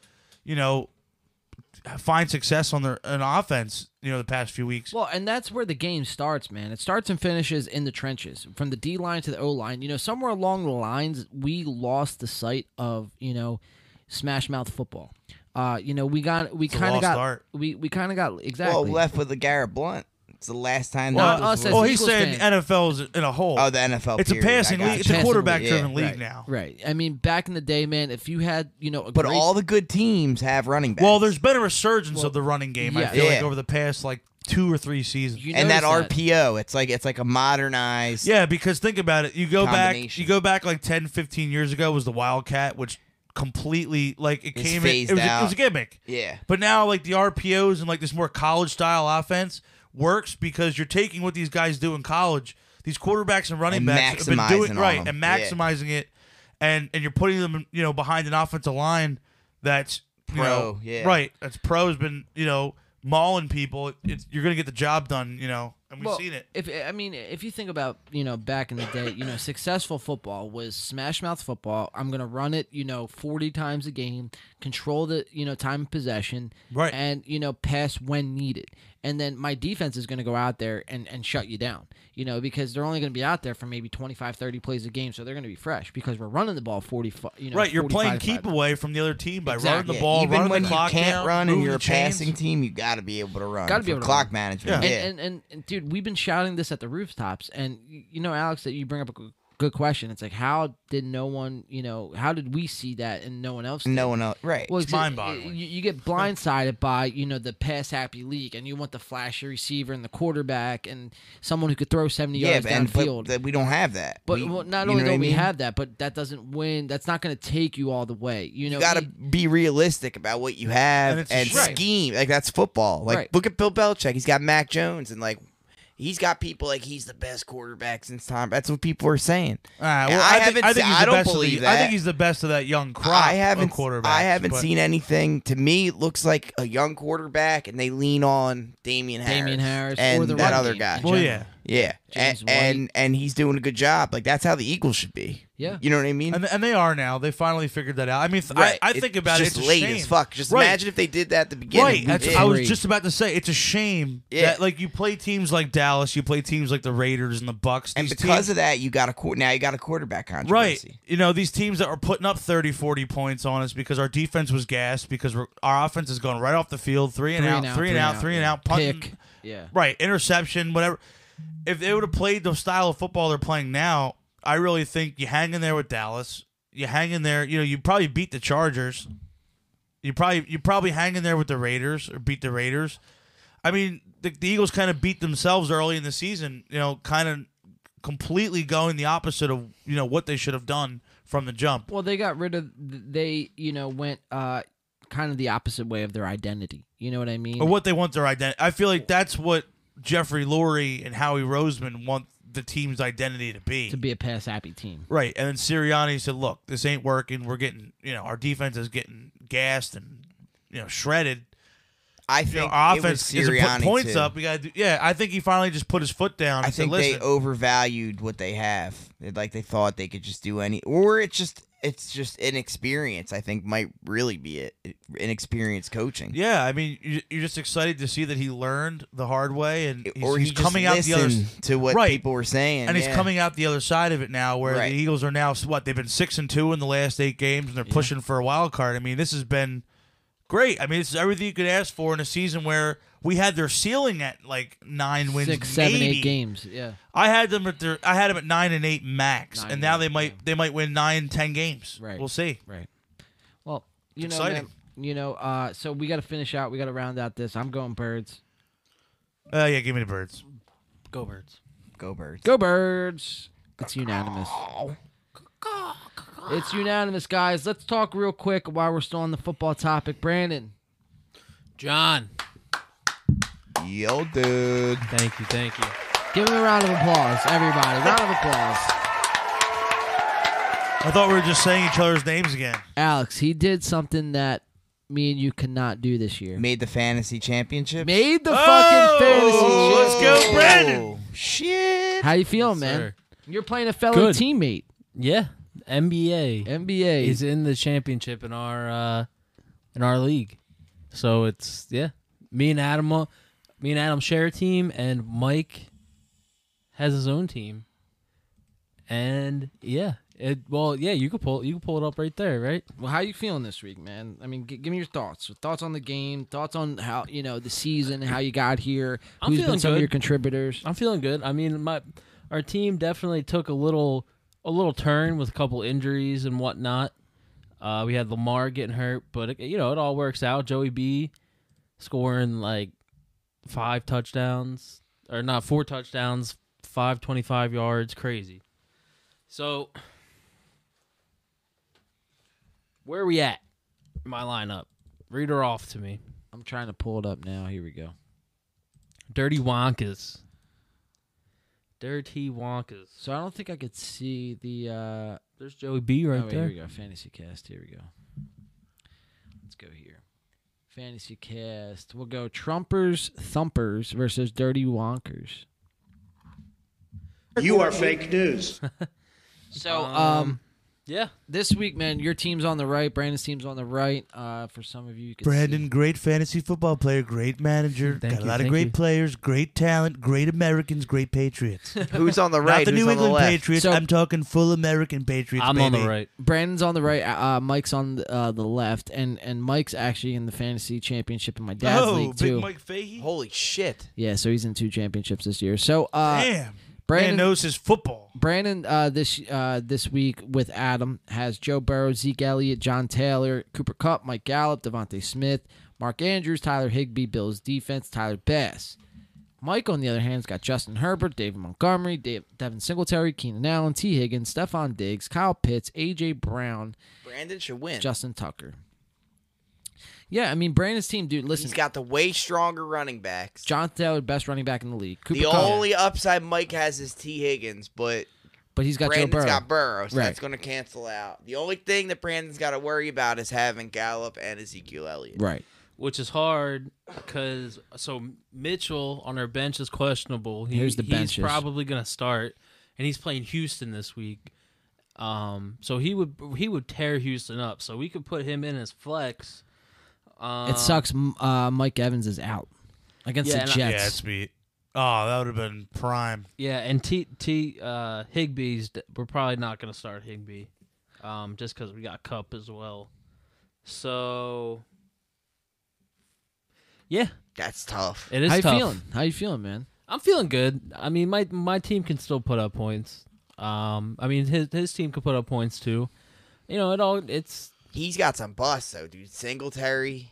C: you know, find success on their on offense. You know, the past few weeks.
A: Well, and that's where the game starts, man. It starts and finishes in the trenches, from the D line to the O line. You know, somewhere along the lines, we lost the sight of you know, smash mouth football. Uh, you know, we got we
B: a
A: kind of
B: lost
A: got
B: art.
A: we we kind of got exactly
B: Well, left with the Garrett Blunt. It's the last time.
C: Well,
B: that
C: well,
B: was voted.
C: he's saying NFL is in a whole.
B: Oh, the NFL
C: It's
B: period,
C: a
B: I
C: passing
B: got
C: league.
B: you.
C: It's a
B: Passing
C: quarterback-driven
B: league, yeah,
C: league
B: right.
C: now.
A: Right. I mean, back in the day, man, if you had, you know, a
B: But
A: great-
B: all the good teams have running backs.
C: Well, there's been a resurgence of the running game. I
B: yeah.
C: feel like
B: Yeah.
C: over the past like two or three seasons.
B: and that, RPO, it's like it's like a modernized.
C: Yeah, because think about it. You go back.
B: Combination.
C: You go back like 10, 15 years ago was the Wildcat, which completely like it
B: It's
C: came. In,
B: phased
C: it, was A, it
B: out.
C: was a gimmick.
B: Yeah.
C: But now like the RPOs and like this more college style offense works because you're taking what these guys do in college. These quarterbacks and running
B: And
C: backs have been
B: maximizing
C: doing
B: on
C: right
B: them.
C: and
B: Yeah.
C: maximizing it, and and you're putting them you know behind an offensive line that's you
B: Pro,
C: know,
B: yeah.
C: right. That's pro has been you know mauling people. It's, you're gonna get the job done. You know, and we've
A: Well,
C: seen it.
A: If I mean, if you think about you know back in the day, you know, successful football was smash mouth football. I'm gonna run it, you know, 40 times a game, control the you know time of possession,
C: Right.
A: and you know pass when needed. And then my defense is going to go out there and, and shut you down, you know, because they're only going to be out there for maybe 25, 30 plays a game. So they're going to be fresh because we're running the ball 40, fu- you know.
C: right, you're playing
A: 45
C: keep away from the other team by running
A: Exactly.
C: the ball,
B: Even
C: running
B: when
C: the
B: you
C: clock
B: can't
C: down,
B: run and
C: moving
B: you're a
C: the chains.
B: passing team, you got to be able to run.
A: Got to be
B: for
A: able to
B: clock
A: run.
B: management.
A: And,
B: Yeah.
A: And, and and dude, we've been shouting this at the rooftops, and y- you know, Alex, that you bring up a g- good question. It's like, how did no one, you know, how did we see that and no one else?
B: No
A: did?
B: one else- right. It's
A: it-
B: mind-boggling.
A: You, you get blindsided by you know the pass happy league, and you want the flashy receiver and the quarterback and someone who could throw seventy
B: yeah,
A: yards
B: but, and,
A: downfield.
B: but that we don't have that.
A: But
B: We-
A: well, not
B: you
A: only
B: know
A: do
B: what I
A: we
B: mean?
A: have that, but that doesn't win. That's not going to take you all the way. You know,
B: you got to
A: e-
B: be realistic about what you have
A: And
B: and,
A: it's a shame.
B: scheme. Like that's football. Like
A: Right.
B: look at Bill Belichick. He's got Mac Jones and like he's got people like he's the best quarterback since time. That's what people are saying.
C: All right,
B: And
C: well,
B: I,
C: think-
B: haven't.
C: I think
B: se-
C: he's
B: I
C: the
B: don't
C: best of the-
B: believe
C: I
B: that.
C: think he's the best of that young crop.
B: I haven't.
C: Of quarterbacks,
B: I haven't
C: but-
B: seen anything to me. It looks like a young quarterback, and they lean on Damian Harris,
A: Damian Harris or
B: and
A: the
B: that
A: running
B: other
A: game
B: guy.
A: in Well, general. yeah.
B: yeah,
A: James
B: and, and and he's doing a good job. Like that's how the Eagles should be.
A: Yeah.
B: you know what I mean.
C: And, and they are now. They finally figured that out. I mean, th-
B: Right.
C: I, I
B: It's
C: think about
B: just
C: it. It's a
B: late
C: shame.
B: as fuck. Just
C: Right.
B: imagine if they did that at the beginning.
C: Right.
B: Week
C: That's,
B: three.
C: I was just about to say. It's a shame
B: Yeah.
C: that like you play teams like Dallas, you play teams like the Raiders and the Bucks,
B: and
C: these
B: because
C: teams-
B: of that, you got a quar- now you got a quarterback
C: Right.
B: controversy.
C: You know, these teams that are putting up 30, 40 points on us because our defense was gassed, because we're, our offense is going right off the field, three and, out, three and out, three and out, punting.
A: Pick. Yeah.
C: Right. Interception, whatever. If they would have played the style of football they're playing now, I really think you hang in there with Dallas. You hang in there. You know, you probably beat the Chargers. You probably you probably hang in there with the Raiders or beat the Raiders. I mean, the, the Eagles kind of beat themselves early in the season. You know, kind of completely going the opposite of you know what they should have done from the jump.
A: Well, they got rid of they, you know, went uh kind of the opposite way of their identity. You know what I mean?
C: or what they want their identity. I feel like that's what Jeffrey Lurie and Howie Roseman want the team's identity to be.
A: to be a pass happy team.
C: Right, and then Sirianni said, "Look, this ain't working. We're getting, you know, our defense is getting gassed and you know shredded.
B: I
C: You know,
B: think
C: our
B: it was
C: offense is put
B: Sirianni,
C: points
B: too.
C: up. We got, yeah. I think he finally just put his foot down. and
B: I
C: said,
B: think
C: Listen,
B: they overvalued what they have. It- Like they thought they could just do any, or it's just it's just inexperience. I think might really be it. Inexperienced coaching.
C: yeah. I mean, you- you're just excited to see that he learned the hard way, and he's,
B: Or he's just
C: coming out the other s-
B: listened to what
C: right.
B: people were saying,
C: and he's
B: yeah.
C: coming out the other side of it now, where
B: Right.
C: the Eagles are now what they've been six and two in the last eight games, and they're pushing for a wild card. I mean, this has been great. I mean, it's everything you could ask for in a season where we had their ceiling at like nine wins,
A: Six, seven, eight
C: maybe.
A: games, yeah.
C: I had them at their, I had them at nine and eight max,
A: Nine
C: and
A: and
C: now they might they might win nine, ten games.
A: Right.
C: we'll see.
A: Right. Well, you
C: It's
A: know, man,
C: exciting.
A: you know, uh so we got to finish out. We got to round out this. I'm going birds.
C: Uh, yeah, give me the birds.
A: Go birds.
B: Go birds.
A: Go birds. It's unanimous. It's unanimous, guys. Let's talk real quick while we're still on the football topic. Brandon,
D: John.
B: Yo, dude.
D: Thank you, thank you.
A: give him a round of applause, everybody. Round of applause.
C: I thought we were just saying each other's names again.
A: Alex, he did something that me and you could not do this year.
B: Made the fantasy championship.
A: Made the
C: Oh,
A: fucking fantasy.
C: let's
B: Oh.
C: go,
A: championship.
C: Brandon.
B: Shit.
A: How you feeling, man?
D: sir.
A: You're playing a fellow
D: Good.
A: teammate.
D: Yeah, NBA
A: NBA
D: is in the championship in our uh, in our league, so it's yeah. Me and Adam, uh, me and Adam share a team, and Mike has his own team, and yeah, It, well, yeah, you could pull you could pull it up right there, right?
A: Well, how you feeling this week, man? I mean, g- give me your thoughts. Thoughts on the game. Thoughts on how you know the season, how you got here.
D: I'm
A: who's
D: feeling
A: been some
D: good.
A: of your contributors?
D: I'm feeling good. I mean, my our team definitely took a little a little turn with a couple injuries and whatnot. Uh, we had Lamar getting hurt, but it, you know it all works out. Joey B scoring like five touchdowns or not four touchdowns, five twenty five yards, crazy. So where are we at? in My lineup. Read her off to me.
A: I'm trying to pull it up now. Here we go.
D: Dirty Wonkas. Dirty Wonkas.
A: So I don't think I could see the. uh
D: There's Joey B right
A: oh, wait,
D: there.
A: Here we go. Fantasy cast. Here we go. Let's go here. Fantasy cast. We'll go Trumpers Thumpers versus Dirty Wonkers.
L: You are fake news.
A: So, um,
L: Um,
D: yeah,
A: this week, man, your team's on the right. Brandon's team's on the right. Uh, for some of you, you can
C: Brandon, great fantasy football player, great manager,
A: Thank
C: got a
A: you,
C: lot of
A: thank
C: great
A: you.
C: players, great talent, great Americans, great Patriots.
A: Who's on the
C: Not
A: right?
C: the
A: Who's
C: New
A: on the
C: England
A: left?
C: Patriots.
A: So-
C: I'm talking full American Patriots. baby.
A: Brandon's on the right. Uh, Mike's on the, uh, the left, and and Mike's actually in the fantasy championship in my dad's
C: oh,
A: league
C: Big
A: too.
C: Mike Fahey. Holy shit!
A: Yeah, so he's in two championships this year. So uh,
C: Damn.
A: Brandon
C: Man knows his football.
A: Brandon uh, this uh, this week with Adam has Joe Burrow, Zeke Elliott, John Taylor, Cooper Cup, Mike Gallup, Devontae Smith, Mark Andrews, Tyler Higbee, Bills defense, Tyler Bass. Mike, on the other hand, has got Justin Herbert, David Montgomery, Dave, Devin Singletary, Keenan Allen, T. Higgins, Stephon Diggs, Kyle Pitts, A.J. Brown,
B: Brandon should win.
A: Justin Tucker. Yeah, I mean Brandon's team, dude. Listen,
B: He's got the way stronger running backs.
A: John Taylor, best running back in the league. Cooper
B: the
A: Kupp.
B: only upside Mike has is T. Higgins, but
A: but he's got
B: Brandon's
A: Joe Burrow.
B: got Burrow, so
A: right.
B: that's going to cancel out. The only thing that Brandon's got to worry about is having Gallup and Ezekiel Elliott.
A: Right.
D: Which is hard because so Mitchell on our bench is questionable. He-
A: Here's the
D: he's
A: benches.
D: probably going to start, and he's playing Houston this week. Um, so he would he would tear Houston up. So we could put him in as flex. Um,
A: It sucks. m- Uh, Mike Evans is out against
D: Yeah,
A: the
D: and I-
A: Jets.
D: Yeah,
C: Yeah, it's beat. Oh, that would have been prime.
D: Yeah, and T T uh, Higby's. We're probably not going to start Higby, um, just because we got Cup as well. So yeah,
B: that's tough.
D: It is
A: How you
D: tough.
A: feeling? How you feeling, man?
D: I'm feeling good. I mean, my my team can still put up points. Um, I mean, his his team could put up points too. You know, it all it's
B: he's got some busts though, dude. Singletary,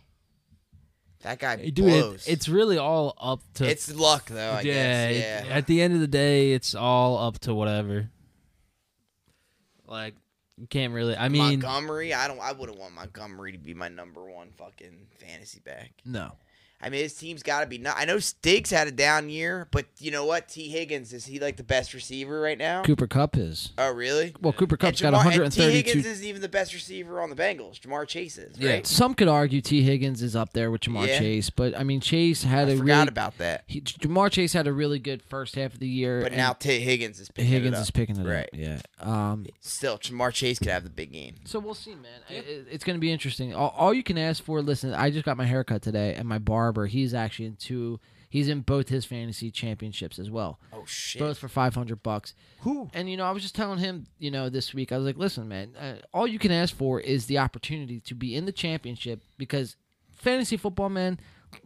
B: that guy
D: Hey, Dude, it-
B: blows.
D: it's really all up to.
B: It's luck, though, I guess, yeah.
D: At the end of the day, it's all up to whatever. Like, you can't really. I mean,
B: Montgomery, I don't. I wouldn't want Montgomery to be my number one fucking fantasy back.
A: No.
B: I mean, his team's got to be. Not, I know Diggs had a down year, but you know what? T. Higgins is he like the best receiver right now?
A: Cooper Cup is.
B: Oh, really?
A: Well, Cooper Cup's got
B: Jamar-
A: 132.
B: And T. Higgins isn't even the best receiver on the Bengals. Jamar Chase is.
A: Yeah,
B: Right?
A: some could argue T. Higgins is up there with Jamar
B: Yeah.
A: Chase, but I mean Chase had a
B: forgot
A: really,
B: about that.
A: He, Jamar Chase had a really good first half of the year,
B: But
A: and
B: now T. Higgins is picking
A: Higgins
B: it
A: is
B: up.
A: picking it
B: right.
A: up. Yeah. Um,
B: Still, Jamar Chase could have the big game.
A: So we'll see, man. I- it- it's going to be interesting. All, all you can ask for, listen, I just got my haircut today, and my barber, he's actually in two. He's in both his fantasy championships as well.
B: Oh shit!
A: Both for five hundred bucks. Who? And you know, I was just telling him, you know, this week I was like, listen, man, uh, all you can ask for is the opportunity to be in the championship because fantasy football, man.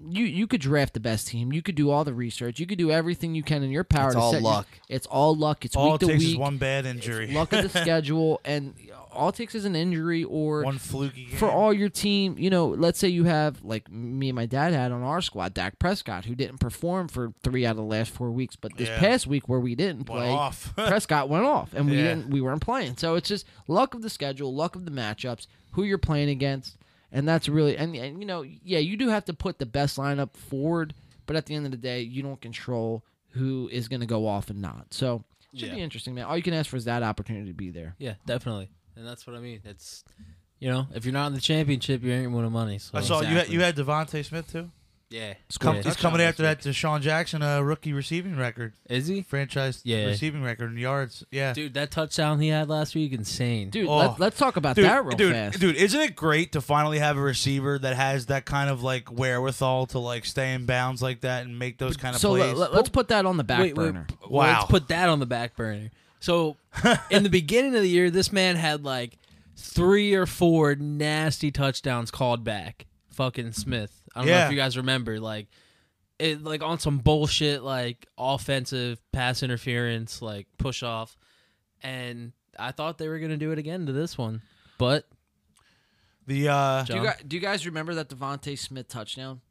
A: You you could draft the best team. You could do all the research. You could do everything you can in your power.
C: It's
A: to
C: all
A: set your-
C: luck.
A: it's all luck. It's
C: All
A: week
C: it
A: to
C: takes
A: week.
C: is one bad injury.
A: luck of the schedule, and all it takes is an injury or
C: One fluky game.
A: for all your team. You know, let's say you have like me and my dad had on our squad, Dak Prescott, who didn't perform for three out of the last four weeks, but this
C: Yeah.
A: past week where we didn't play,
C: off.
A: Prescott went off, and we
C: Yeah.
A: didn't, we weren't playing. So it's just luck of the schedule, luck of the matchups, who you're playing against, and that's really and and you know, yeah, you do have to put the best lineup forward, but at the end of the day, you don't control who is going to go off and not. So. Should
D: Yeah.
A: be interesting, man. All you can ask for is that opportunity to be there.
D: yeah, definitely. And that's what I mean. It's you know, if you're not in the championship, you ain't winning money. So
C: I saw you had you had Devonte Smith too.
D: Yeah.
C: he's, com-
D: Yeah.
C: he's coming after that Deshaun Jackson uh, rookie receiving record.
D: Is he
C: franchise
D: Yeah.
C: receiving record in yards? Yeah,
D: dude. That touchdown he had last week, insane.
A: Dude, let- let's talk about
C: Oh. dude,
A: that real
C: dude,
A: fast.
C: Dude, isn't it great to finally have a receiver that has that kind of like wherewithal to like stay in bounds like that and make those kind of
A: so
C: plays?
A: let, us put that on the back
D: Wait, wait,
A: burner.
D: p- well, Let's put that on the back burner. So, in the beginning of the year, this man had like three or four nasty touchdowns called back. Fucking Smith. I don't know
C: Yeah.
D: if you guys remember, like, it like on some bullshit, like offensive pass interference, like push off, and I thought they were gonna do it again to this one, but
C: the uh,
A: Do you, guys, do you guys remember that Devonte Smith touchdown?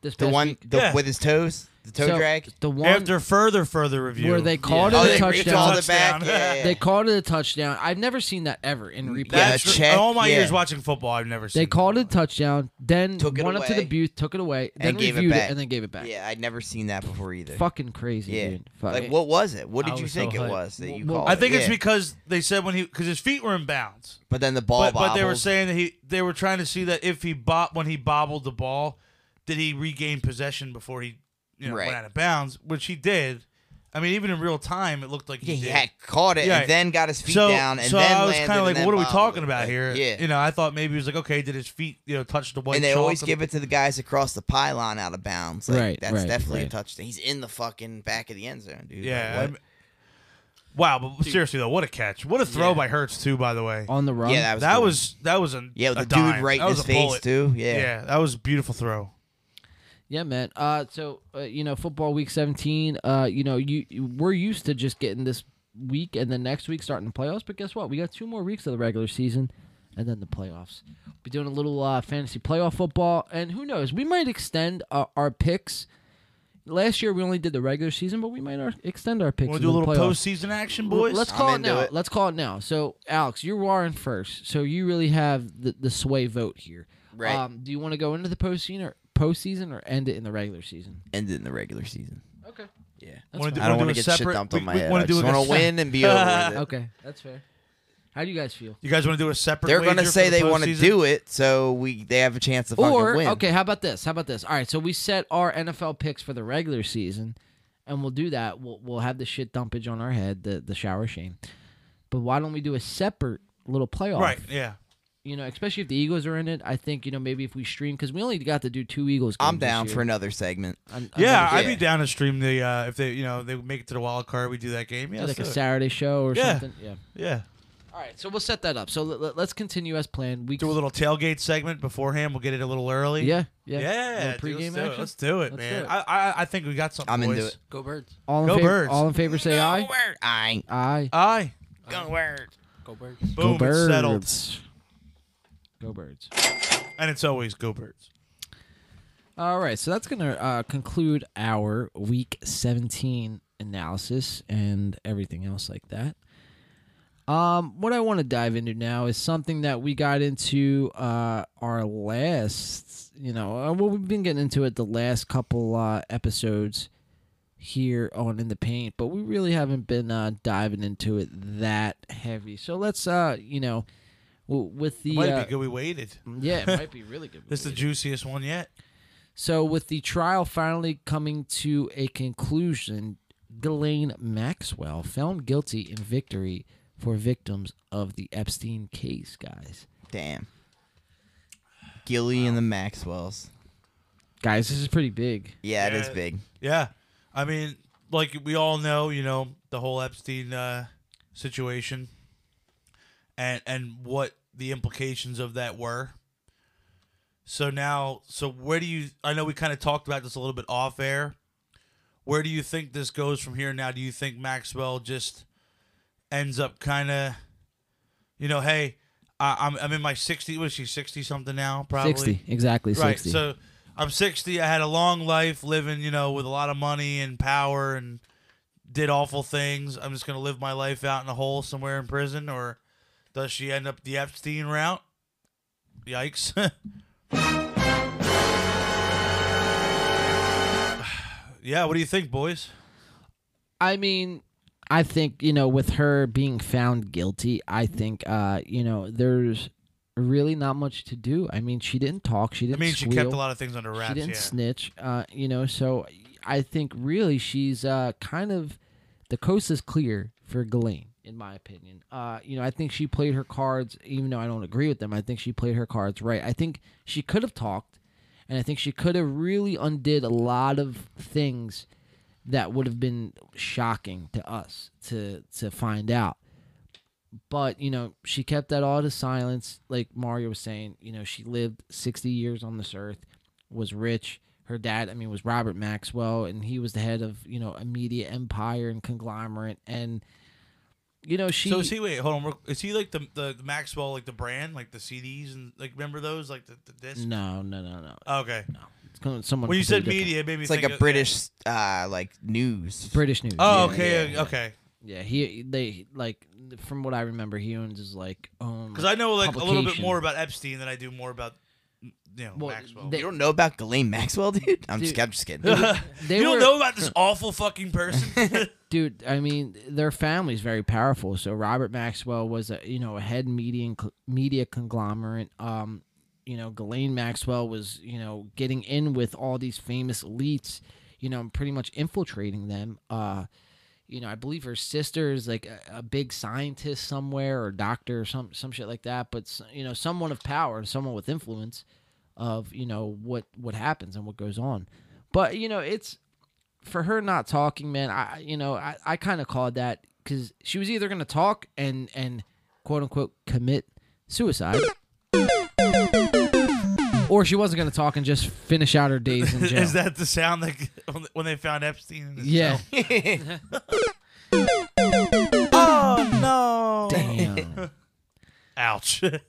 A: This
B: The
A: past
B: one
A: week?
B: the, with his toes, the toe
A: So,
B: drag.
A: The one
C: after further further review
A: where they called
B: Oh,
A: it
B: they
A: a touchdown.
B: recalled it back. Yeah, yeah,
A: They called it a touchdown. I've never seen that ever in
B: Mm,
A: replay.
C: That's
B: check,
C: in all my
B: yeah.
C: years watching football. I've never seen.
A: They called it a touchdown, then
B: Took it
A: went up to the
B: away.
A: booth, took it away, then
B: and gave
A: reviewed
B: it back,
A: and then gave it back.
B: Yeah, I'd never seen that before either.
A: Fucking crazy,
B: yeah.
A: dude. Fuck.
B: Like, what was it? What
D: I
B: did you
D: was so
B: think it
D: hyped.
B: was that you
A: Well,
B: called?
C: I think
B: it?
C: it's
B: Yeah.
C: because they said when he because his feet were in bounds,
B: But then the ball.
C: but, but they were
B: bobbles.
C: saying that he they were trying to see that if he bought when he bobbled the ball, did he regain possession before he you know,
B: Right.
C: went out of bounds, which he did. I mean, even in real time, it looked like he,
B: Yeah, he
C: did.
B: had caught it
C: Yeah.
B: and then got his feet
C: so,
B: down and
C: so
B: then
C: I was
B: landed
C: kinda
B: and
C: like,
B: then
C: what are we
B: bobbled
C: talking
B: it.
C: about
B: Like,
C: here?
B: Yeah.
C: you know, I thought maybe he was like, okay, did his feet you know touch the white?
B: and they
C: chalk
B: always
C: on
B: give it to the guys that cross the pylon out of bounds. Like,
A: Right,
B: That's
A: right,
B: definitely a
A: right.
B: touchdown. He's in the fucking back of the end zone, dude.
C: Yeah.
B: Like,
C: I
B: what?
C: mean- wow, but seriously though, what a catch! What a throw by Hertz too. By the way,
A: On the run.
B: yeah, that was
C: that
B: cool.
C: was that was a
B: yeah
C: a
B: the dude
C: dime.
B: right
C: That
B: in
C: was
B: his
C: a
B: face
C: bullet.
B: too. Yeah.
C: yeah, that was a beautiful throw.
A: Yeah, man. Uh, so uh, you know, football week seventeen. Uh, you know, you you- we're used to just getting this week and then next week starting the playoffs. But guess what? We got two more weeks of the regular season, and then the playoffs. Be doing a little uh, fantasy playoff football, and who knows? We might extend uh, our picks. Last year we only did the regular season, but we might ar- extend our picks.
C: Want
A: into
C: to do a
A: the
C: little
A: playoffs.
C: postseason action, boys?
A: Let's
B: I'm
A: call it
B: into
A: now.
B: it.
A: Let's call it now. So, Alex, you're Warren first. So you really have the, the sway vote here.
B: Right.
A: Um, do you want to go into the postseason or postseason or end it in the regular season?
B: Ended in the regular season.
A: Okay.
B: Yeah.
C: Wanna do-
B: I don't
C: wanna
B: want to
C: do a
B: get
C: separate-
B: shit dumped
C: we-
B: on my
C: we
B: head.
C: wanna
B: I
C: do
B: just
C: a
B: want to
C: separate-
B: win and be over with it.
A: Okay, that's fair. How do you guys feel?
C: You guys want to do a separate?
B: They're
C: going
B: gonna say they want to do it, so we they have a chance to fucking
A: Or
B: win.
A: okay, how about this? How about this? All right, so we set our NFL picks for the regular season, and we'll do that. We'll we'll have the shit dumpage on our head, the the shower shame. But why don't we do a separate little playoff?
C: Right. Yeah.
A: you know, especially if the Eagles are in it. I think you know maybe if we stream because we only got to do two Eagles. Games
B: I'm down
A: this
B: for
A: year.
B: another segment.
A: An-
C: Yeah,
A: another-
C: I'd be down to stream the uh, if they you know they make it to the wild card. We do that game. Yeah.
A: like a
C: let's do it.
A: Saturday show or
C: Yeah.
A: something. Yeah.
C: yeah.
A: All right, so we'll set that up. So let, let- let's continue as planned. We
C: Do a little tailgate segment beforehand. We'll get it a little early.
A: yeah yeah
C: Yeah.
A: Little pregame
C: dude, let's do it.
A: action.
C: Let's do it,
A: Let's
C: man.
A: do it.
C: I, I I think we got something.
B: I'm into
C: boys.
B: it.
D: go birds,
A: All in
C: Go
A: favor,
C: Birds.
A: All in favor, say aye.
B: I
A: Aye.
C: Aye.
B: go word.
D: go birds.
C: Boom.
A: Go birds.
C: It's settled.
A: Go birds.
C: And it's always go birds.
A: All right, so that's gonna uh, conclude our week 17 analysis and everything else like that. Um, what I want to dive into now is something that we got into uh, our last, you know, uh, well, we've been getting into it the last couple uh, episodes here on In the Paint, but we really haven't been uh, diving into it that heavy. So let's, uh, you know, w- with the
C: Might
A: uh,
C: be good. We waited.
A: yeah, it might be really good.
C: This is the
A: Really
C: juiciest one yet.
A: so, with the trial finally coming to a conclusion, Ghislaine Maxwell found guilty in victory for victims of the Epstein case, guys.
B: Damn. Gilly and the Maxwells.
A: Guys, this is pretty big.
B: Yeah, it is
C: Yeah.
B: big.
C: Yeah. I mean, like we all know, you know, the whole Epstein uh, situation and and what the implications of that were. So now, so where do you I know we kind of talked about this a little bit off air. Where do you think this goes from here now? Do you think Maxwell just ends up kind of you know, hey, I, I'm I'm in my 60, was she 60 something now probably?
A: 60, exactly 60.
C: Right. So I'm 60. I had a long life living, you know, with a lot of money and power and did awful things. I'm just going to live my life out in a hole somewhere in prison. Or does she end up the Epstein route? Yikes. yeah. What do you think, boys?
A: I mean, I think, you know, with her being found guilty, I think, uh, you know, there's really not much to do. I mean, she didn't talk. She
C: I
A: didn't
C: mean, she
A: squeal.
C: kept a lot of things under wraps.
A: she didn't
C: yeah.
A: snitch uh, you know so i think really she's uh, kind of the coast is clear for Ghislaine, in my opinion uh, you know i think she played her cards even though i don't agree with them i think she played her cards right i think she could have talked and i think she could have really undid a lot of things that would have been shocking to us to to find out. But you know, she kept that all to silence. Like Mario was saying, you know, she lived sixty years on this earth, was rich. Her dad, I mean, was Robert Maxwell, and he was the head of you know a media empire and conglomerate. And you know, she
C: so is he? Wait, hold on. real- Is he like the, the Maxwell, like the brand, like the CDs and like remember those, like the, the disc?
A: no, no, no, no.
C: Okay.
A: No. It's gonna- someone
C: When you said
A: completely
C: media,
A: different.
C: it made me
B: It's
C: think
B: like a
C: of-
B: British, uh, like news.
A: British news.
C: Oh,
A: yeah,
C: okay,
A: yeah, yeah.
C: okay.
A: Yeah, he they like from what I remember, he owns his like oh own.
C: Because I know like a little bit
A: publication.
C: more about Epstein than I do more about you know Maxwell.
A: they-
B: you don't know about Ghislaine Maxwell, dude? I'm, just,
A: Dude.
B: I'm just kidding.
A: They
C: you
A: were-
C: don't know about this awful fucking person.
A: dude i mean their family's very powerful so robert maxwell was a you know a head media media conglomerate um you know Ghislaine maxwell was you know getting in with all these famous elites you know and pretty much infiltrating them uh you know i believe her sister is like a, a big scientist somewhere or doctor or some some shit like that but s- you know someone of power someone with influence of you know what what happens and what goes on but you know it's for her not talking, man, I you know I, I kind of called that because she was either gonna talk and and quote unquote commit suicide, or she wasn't gonna talk and just finish out her days in jail.
C: Is that the sound like when they found Epstein? In his
A: yeah?
C: cell?
B: oh no!
A: Damn.
C: Ouch.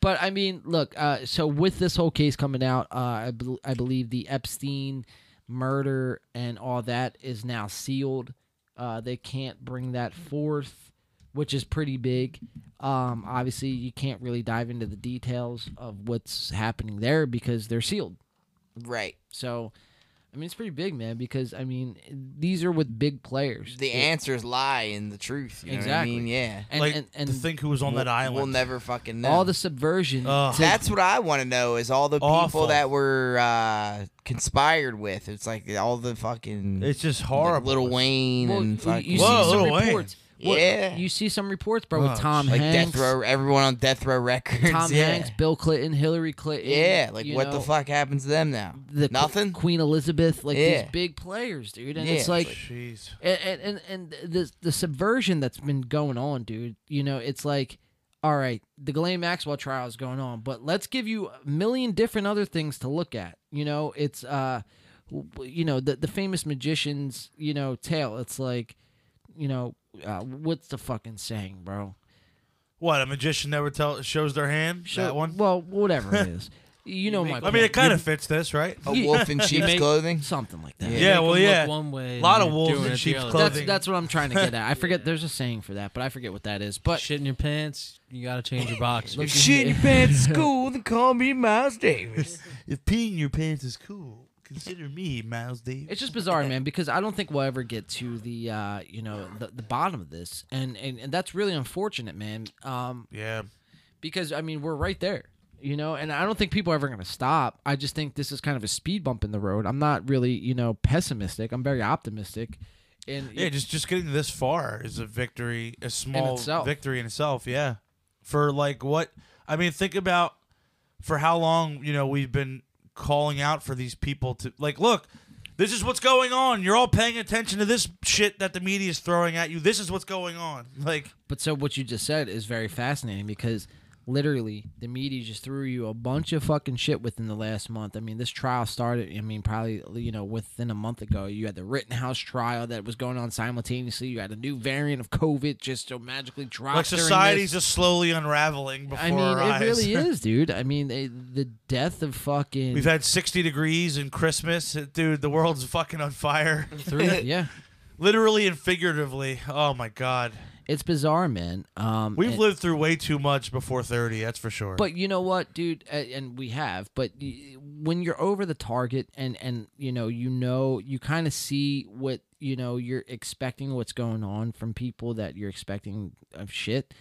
A: But I mean, look. Uh, so with this whole case coming out, uh, I, bel I believe the Epstein murder and all that is now sealed. Uh, they can't bring that forth, which is pretty big. Um, obviously, you can't really dive into the details of what's happening there because they're sealed.
B: Right.
A: So, I mean, it's pretty big, man. Because I mean, these are with big players.
B: The answers lie in the truth. You know
A: Exactly.
B: What I mean? Yeah.
A: And,
C: like
A: and, and
C: to think who was on that island.
B: We'll never fucking know.
A: all the subversion.
C: Ugh.
A: to-
B: That's what I want to know is all the people
C: Awful.
B: that were uh, conspired with. It's like all the fucking
C: it's just horrible.
B: Little Wayne
A: Well,
B: and
A: you,
B: fucking
A: you
C: Whoa,
A: see some
C: Lil Wayne.
A: reports. Well,
B: Yeah.
A: you see some reports, bro,
C: Oh,
A: with Tom
B: like
A: Hanks,
B: death row. Everyone on death row records.
A: Tom
B: yeah.
A: Hanks, Bill Clinton, Hillary Clinton.
B: Yeah. Like
A: you
B: what
A: know,
B: the fuck happens to them now?
A: the Qu-
B: Nothing.
A: Queen Elizabeth, like
B: Yeah.
A: these big players, dude, and it's
B: Yeah.
A: like,
C: Jeez.
A: and and and the the subversion that's been going on, dude. You know, it's like, all right, the Ghislaine Maxwell trial is going on, but let's give you a million different other things to look at. You know, it's uh, w- w- you know the the famous magician's you know tale. It's like, you know, uh, what's the fucking saying, bro?
C: What a magician never tell shows their hand. that one.
A: Well, whatever it is, you Oh. know my.
C: I mean, it
A: point.
C: kind of fits this, right?
B: A
A: you-
B: wolf in sheep's
D: make-
B: clothing.
A: something like that.
B: Yeah.
C: Yeah,
D: Make 'em
C: well,
D: look
C: yeah.
D: one way,
C: Lot
D: and
C: of
D: you're
C: wolves
D: doing
C: in
D: it the
C: sheep's
D: other.
C: clothing.
A: That's that's what I'm trying to get at. I forget there's a saying for that, but I forget what that is. But
D: Shit in your pants, you gotta change your box.
A: Look-
B: Shit in your pants at school, then call me Miles Davis.
C: If peeing your pants is cool, consider me Miles Davis.
A: it's just bizarre, man, because I don't think we'll ever get to the uh, you know the, the bottom of this, and, and and that's really unfortunate, man. Um,
C: Yeah.
A: because I mean we're right there, you know, and I don't think people are ever gonna stop. I just think this is kind of a speed bump in the road. I'm not really you know pessimistic. I'm very optimistic, and
C: Yeah, just just getting this far is a victory, a small
A: itself.
C: victory in itself. Yeah, for like what I mean, think about for how long you know we've been calling out for these people to like look. This is what's going on. You're all paying attention to this shit that the media is throwing at you. This is what's going on. Like,
A: But so what you just said is very fascinating because literally the media just threw you a bunch of fucking shit within the last month. I mean, this trial started. I mean, probably you know within a month ago. You had the Rittenhouse trial that was going on simultaneously. You had a new variant of COVID just so magically dropped.
C: like
A: during
C: society's
A: this.
C: just slowly unraveling before
A: I mean,
C: our eyes.
A: it really is, dude. I mean, they, the death of fucking.
C: We've had 60 degrees and Christmas, dude. The world's fucking on fire,
A: yeah,
C: literally and figuratively. Oh my god.
A: it's bizarre, man. Um,
C: We've
A: and-
C: lived through way too much before 30, that's for sure.
A: But you know what, dude, A- and we have. But y- when you're over the target, and and you know, you know, you kind of see what you know you're expecting, what's going on from people that you're expecting of shit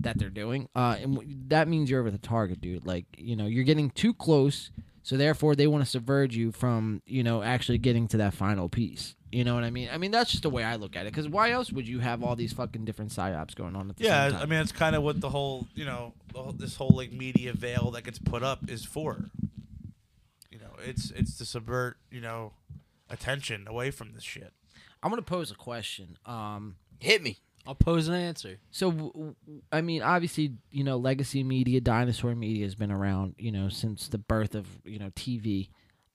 A: that they're doing. Uh, and w- that means you're over the target, dude. Like you know, you're getting too close, so therefore they want to subvert you from you know actually getting to that final piece. You know what I mean? I mean that's just the way I look at it. Because why else would you have all these fucking different psyops going on at the same
C: yeah,
A: time?
C: I mean, it's kind of what the whole, you know, the whole, this whole like media veil that gets put up is for. You know, it's it's to subvert, you know, attention away from this shit.
A: I'm gonna pose a question. Um,
B: Hit me.
D: I'll pose an answer.
A: So, w- w- I mean, obviously, you know, legacy media, dinosaur media has been around, you know, since the birth of, you know, TV,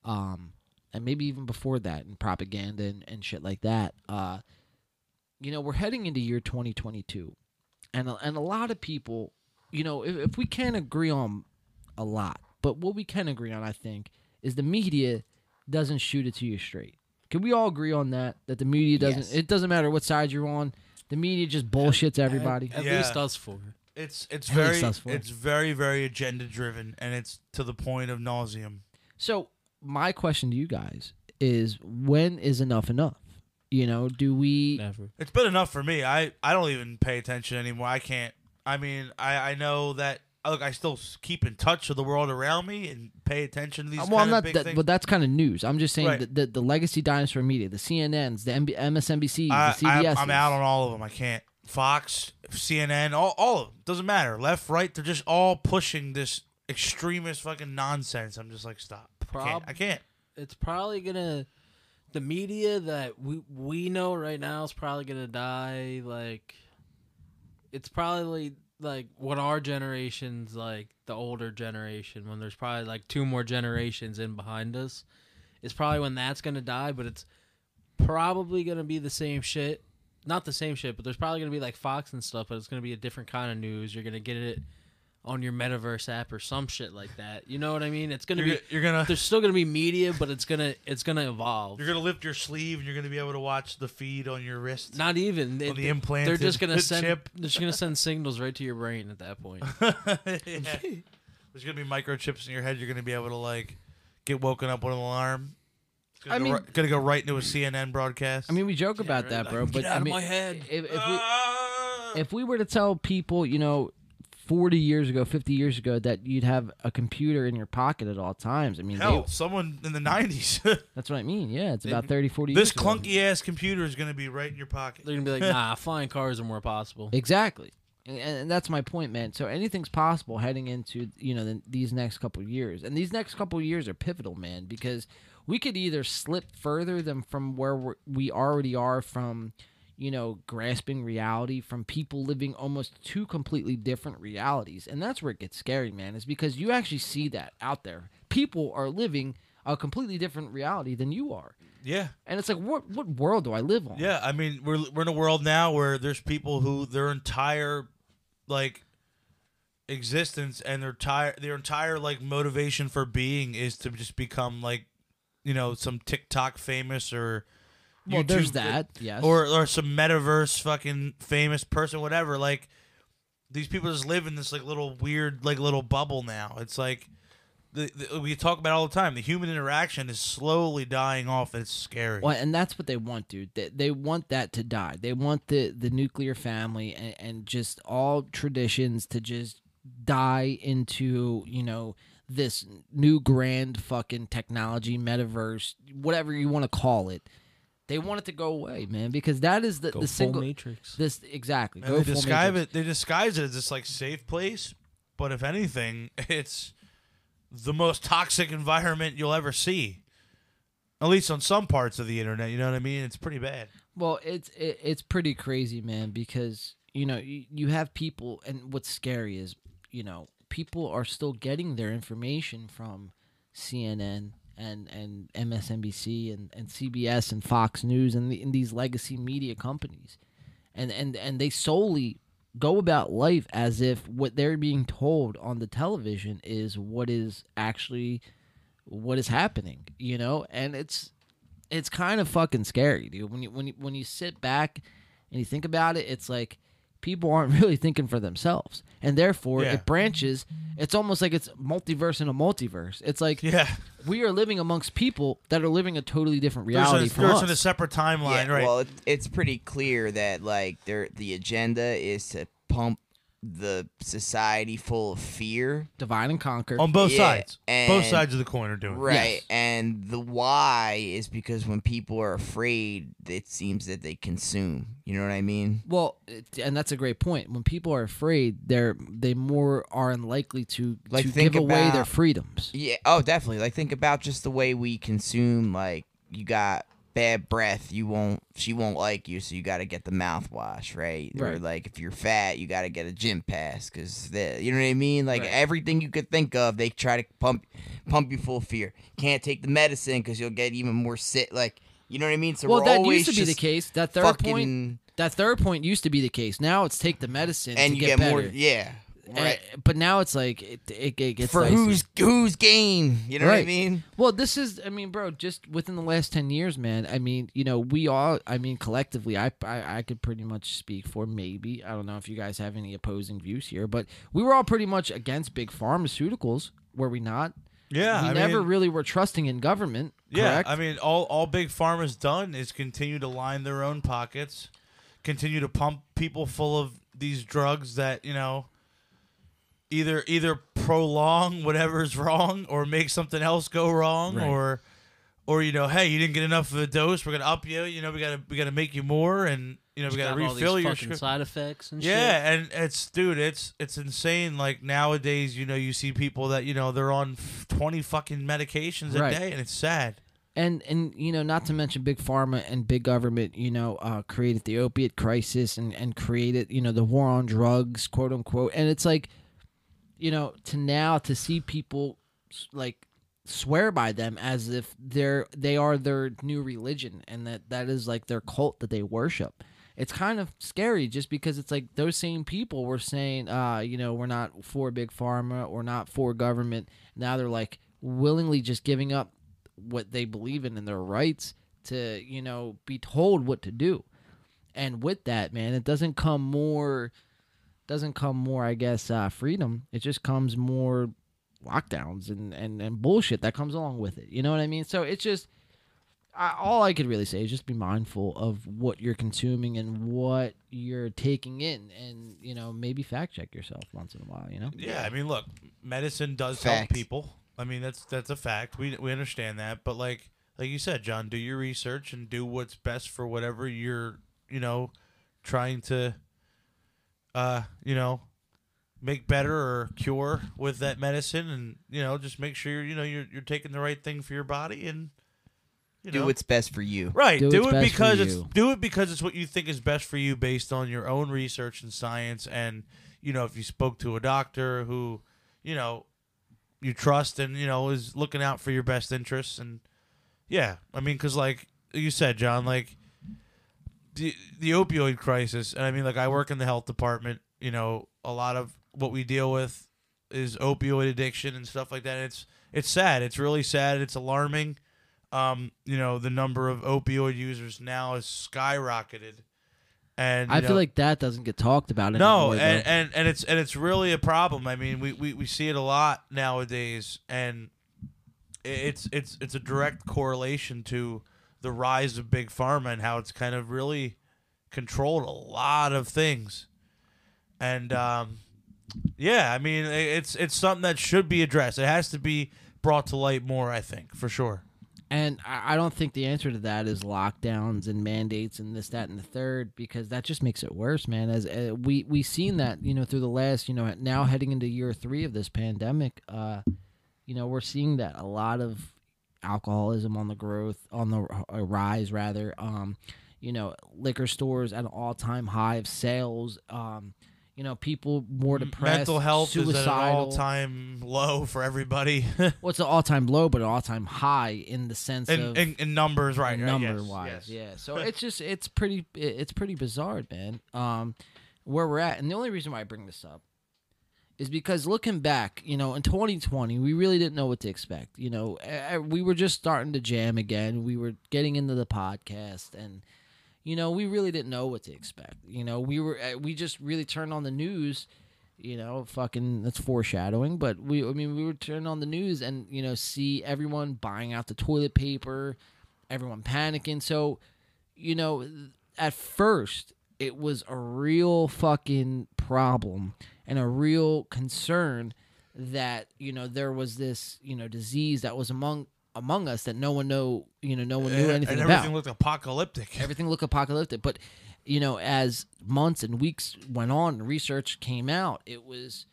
A: um, and maybe even before that, and propaganda and, and shit like that. Uh, you know, we're heading into year 2022, and a- and a lot of people, you know, if, if we can't agree on a lot, but what we can agree on, I think, is the media doesn't shoot it to you straight. Can we all agree on that? That the media doesn't.
D: Yes.
A: It doesn't matter what side you're on. The media just bullshits everybody.
D: At least us four.
C: It's it's
A: At least
C: very
A: us four.
C: it's very very agenda driven, and it's to the point of nauseum.
A: So my question to you guys is: When is enough enough? You know, do we?
C: It's been enough for me. I I don't even pay attention anymore. I can't. I mean, I I know that. Look, I still s- keep in touch with the world around me and pay attention to these.
A: Uh, well, I'm
C: kind of
A: not.
C: big
A: That,
C: things.
A: but that's kind of news. I'm just saying
C: Right.
A: that the, the legacy dinosaur media, the CNNs, the MB, MSNBCs,
C: I,
A: the
C: I,
A: CBS.
C: I'm out on all of them. I can't. Fox, CNN, all, all of them. Doesn't matter. Left, right. They're just all pushing this extremist fucking nonsense. I'm just like, stop. I can't. I can't.
D: It's probably gonna. The media that we we know right now is probably gonna die. Like, it's probably like what our generation's like the older generation when there's probably like two more generations in behind us. It's probably when that's gonna die, but it's probably gonna be the same shit. Not the same shit, but there's probably gonna be like Fox and stuff, but it's gonna be a different kind of news. You're gonna get it on your metaverse app or some shit like that. You know what I mean? It's gonna
C: You're
D: be
C: go- you're gonna-
D: there's still gonna be media, but it's gonna it's gonna evolve.
C: You're gonna lift your sleeve and you're gonna be able to watch the feed on your wrist.
D: Not even
C: on
D: they,
C: the implant.
D: They're just gonna send
C: chip.
D: they're just gonna send signals right to your brain at that point.
C: Yeah. There's gonna be microchips in your head. You're gonna be able to like get woken up with an alarm. It's gonna
A: I
C: go
A: mean-
C: ri- gonna go right into a CNN broadcast.
A: I mean, we joke about that, bro.
C: Get
A: but
C: out
A: I
C: of
A: mean,
C: my head. Ah.
A: If, if we, if we were to tell people, you know, forty years ago, fifty years ago, that you'd have a computer in your pocket at all times, I mean,
C: Hell,
A: they,
C: someone in the '90s.
A: that's what I mean. Yeah, it's
C: They-
A: about 30, 40
C: this
A: years ago.
C: clunky ass computer is gonna be right in your pocket.
D: They're gonna be like, nah, flying cars are more possible.
A: Exactly. And, and that's my point, man. So anything's possible heading into, you know, the, these next couple years. And these next couple years are pivotal, man, because we could either slip further than from where we're, we already are from, you know, grasping reality from people living almost two completely different realities. And that's where it gets scary, man, is because you actually see that out there. People are living a completely different reality than you are.
C: Yeah.
A: And it's like what what world do I live on?
C: Yeah, I mean, we're we're in a world now where there's people who their entire like existence and their tire their entire like motivation for being is to just become like you know some TikTok famous or
A: Well, there's
C: YouTube- uh,
A: that, yes.
C: or or some metaverse fucking famous person, whatever. Like these people just live in this like little weird like little bubble now. It's like. The, the, we talk about it all the time. The human interaction is slowly dying off, and it's scary.
A: Well, and that's what they want, dude. They, they want that to die. They want the the nuclear family and, and just all traditions to just die into you know this new grand fucking technology metaverse, whatever you want to call it. They want it to go away, man, because that is the,
D: Go
A: the
D: full
A: single
D: Matrix.
A: This exactly.
C: And
A: go
C: they
A: full
C: disguise
A: Matrix.
C: it. They disguise it as this like safe place, but if anything, it's the most toxic environment you'll ever see. At least on some parts of the internet, you know what I mean. It's pretty bad.
A: Well, it's it, it's pretty crazy, man, because you know you, you have people, and what's scary is you know people are still getting their information from CNN and and MSNBC and and CBS and Fox News and, the, and these legacy media companies, and and and they solely go about life as if what they're being told on the television is what is actually what is happening, you know, and it's it's kind of fucking scary, dude. When you when you when you sit back and you think about it, it's like people aren't really thinking for themselves, and therefore
C: Yeah.
A: it branches. It's almost like it's multiverse in a multiverse. It's like
C: yeah,
A: we are living amongst people that are living a totally different
C: There's
A: reality
C: a,
A: from
C: there's
A: us.
C: a separate timeline,
B: yeah,
C: right?
B: Well, it, it's pretty clear that like there the agenda is to pump the society full of fear.
A: Divide and conquer.
C: on both
B: Yeah,
C: sides, both
B: and-
C: sides of the coin are doing it.
B: Right, and the why is because when people are afraid, it seems that they consume. You know what I mean?
A: well, it- and that's a great point. When people are afraid, they're they more are unlikely to
B: Like,
A: to
B: think
A: give away their
B: about-
A: freedoms.
B: Yeah. Oh, definitely. Like think about just the way we consume like you got bad breath, you won't she won't like you, so you got to get the mouthwash, right? Or
L: Right.
B: like if you're fat, you got to get a gym pass cuz you know what I mean? Like everything you could think of, they try to pump pump you full of fear. Can't take the medicine cuz you'll get even more sick like you know what I mean? So
A: well,
B: we're
A: that
B: always
A: used to be the
B: just
A: case. That third
B: fucking-
A: point, that third point used to be the case. Now it's take the medicine
B: And
A: to
B: you
A: get,
B: get more-
A: better. Eh,
B: yeah,
A: And-
B: right.
A: but now it's like it, it, it gets
B: for
A: dicey.
B: whose whose game, you know what I
A: Right.
B: mean?
A: Well, this is, I mean, bro, just within the last 10 years, man, I mean, you know, we all, I mean, collectively, I, I, I could pretty much speak for maybe, I don't know if you guys have any opposing views here, but we were all pretty much against big pharmaceuticals, were we not?
C: Yeah,
A: We
C: I
A: never
C: mean-
A: really were trusting in government,
C: Yeah,
A: correct?
C: I mean, all all big pharma's done is continue to line their own pockets, continue to pump people full of these drugs that you know either either prolong whatever's wrong or make something else go wrong
L: Right.
C: or or you know, hey, you didn't get enough of the dose, we're gonna up you. You know, we gotta we gotta make you more, and you know, we
D: You
C: gotta
D: gotta have all
C: refill
D: these
C: your
D: fucking
C: script.
D: side effects and
C: yeah, and it's dude, it's it's insane. Like nowadays, you know, you see people that you know they're on f- twenty fucking medications
A: Right.
C: a day, and it's sad.
A: and and you know not to mention big pharma and big government you know uh, created the opiate crisis and and created you know the war on drugs quote unquote and it's like you know to now to see people s- like swear by them as if they're they are their new religion and that that is like their cult that they worship it's kind of scary just because it's like those same people were saying uh you know we're not for big pharma or not for government now they're like willingly just giving up what they believe in and their rights to you know be told what to do and with that man it doesn't come more doesn't come more i guess uh freedom it just comes more lockdowns and and and bullshit that comes along with it you know what i mean so it's just I, all i could really say is just be mindful of what you're consuming and what you're taking in and you know maybe fact check yourself once in a while you know
C: Yeah, I mean, look, medicine does help
A: Facts.
C: people. I mean, that's that's a fact. We we understand that, but like like you said, John, do your research and do what's best for whatever you're, you know, trying to uh, you know, make better or cure with that medicine and, you know, just make sure you know you're you're taking the right thing for your body and you
B: Do
C: know.
B: what's best for you.
C: Right. Do,
B: Do what's
C: it
B: best for
C: because it's
B: you.
C: do it because it's what you think is best for you based on your own research and science and you know, if you spoke to a doctor who, you know, you trust and, you know, is looking out for your best interests and yeah, I mean cuz like you said, John, like the the opioid crisis, and I mean like I work in the health department, you know, a lot of what we deal with is opioid addiction and stuff like that. It's it's sad. It's really sad. It's alarming. Um, you know, the number of opioid users now is skyrocketed. And uh,
A: i
C: you
A: feel
C: know-
A: like that doesn't get talked about
C: no,
A: anymore though.
C: and, and and it's and it's really a problem. I mean, we, we, we see it a lot nowadays, and i- it's it's it's a direct correlation to the rise of big pharma and how it's kind of really controlled a lot of things. And um, yeah, I mean, i- it's it's something that should be addressed. It has to be brought to light more, I think, for sure.
A: And I I don't think the answer to that is lockdowns and mandates and this, that, and the third, because that just makes it worse, man. As uh, we we seen that, you know, through the last, you know, now heading into year three of this pandemic, uh, you know, we're seeing that a lot of alcoholism on the growth, on the r- uh, rise, rather. Um, you know, liquor stores at an all time high of sales. Um, you know, people more depressed.
C: Mental health is at an
A: suicidal
C: all time low for everybody.
A: well, it's an all-time low, but an all-time high in the sense
C: In-
A: of
C: in- in numbers, right, right, yes,
A: Number wise,
C: yes.
A: yeah. So it's just it's pretty it- it's pretty bizarre, man. Um, where we're at, and the only reason why I bring this up is because looking back, you know, in 2020, we really didn't know what to expect. You know, eh, eh, we were just starting to jam again. We were getting into the podcast, and you know, we really didn't know what to expect. You know, we were eh, we just really turned on the news. You know, fucking that's foreshadowing, but we I mean we were turned on the news and you know see everyone buying out the toilet paper, everyone panicking. So, you know, th- at first it was a real fucking problem and a real concern that you know there was this you know disease that was among among us that no one know you know no one knew
C: And-
A: anything
C: and
A: about.
C: everything looked apocalyptic.
A: Everything looked apocalyptic, but you know, as months and weeks went on, and research came out. It was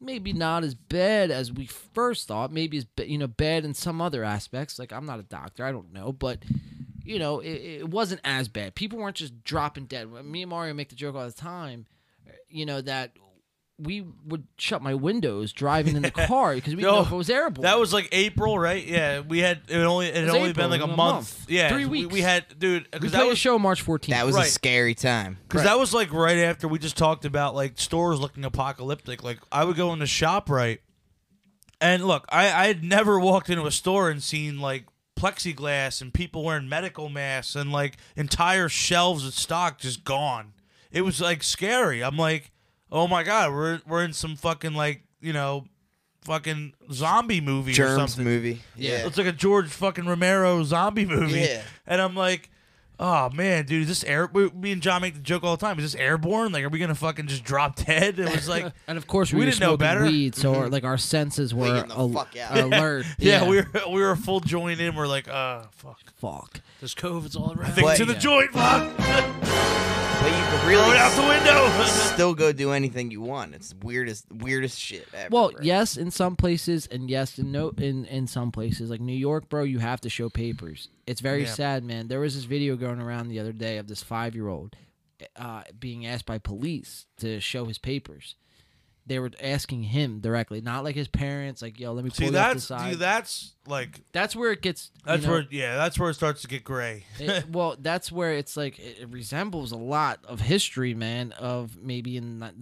A: maybe not as bad as we first thought. Maybe as ba- you know bad in some other aspects. Like I'm not a doctor, I don't know, but you know it, it wasn't as bad. People weren't just dropping dead. Me and Mario make the joke all the time, you know that we would shut my windows driving in the car because we didn't know if it was airborne.
C: That was like April, right? Yeah, we had it only it,
A: It
C: had
A: was
C: only
A: April,
C: been like a
A: it
C: month.
A: was a month.
C: Yeah,
A: Three
C: we- We,
A: weeks.
C: had dude
A: we
C: because
A: played
C: that
A: a
C: was
A: show March 14th.
B: That was a
C: Right.
B: scary time.
C: because that was like right after we just talked about like stores looking apocalyptic. Like I would go into shop right, and look, I I had never walked into a store and seen like plexiglass and people wearing medical masks and like entire shelves of stock just gone. It was like scary. I'm like, oh my god, we're we're in some fucking like you know. Fucking zombie movie or
B: Germs
C: something.
B: movie. Yeah.
C: It's like a George fucking Romero zombie movie.
B: Yeah.
C: And I'm like, oh man, dude, is this air? we- Me and John make the joke all the time. Is this airborne? Like, are we gonna fucking just drop dead? It was like,
A: and of course we, were
C: didn't know
A: smoking
C: better.
A: weed, so our, like our senses were
B: getting Mm-hmm. the
A: al- uh,
B: fuck out.
A: alert.
C: yeah, we were we were full joint in. We're like, uh, fuck,
A: fuck.
C: there's COVID's all around.
B: But-
C: Things in the
A: Yeah.
C: joint, fuck.
B: But you can
C: Throw
B: really
C: it out the window.
B: still go do anything you want. It's the weirdest, weirdest shit ever.
A: Well,
B: bro.
A: yes, in some places, and yes, in no, in in some places, like New York, bro, you have to show papers. It's very
C: Yeah.
A: sad, man. There was this video going around the other day of this five year old uh, being asked by police to show his papers. They were asking him directly, not like his parents. Like, yo, let me pull
C: See,
A: you off the
C: that's
A: side.
C: dude, that's like
A: that's where it gets. you
C: that's
A: know,
C: where yeah, that's where it starts to get gray.
A: it- well, that's where it's like it, it resembles a lot of history, man. Of maybe in the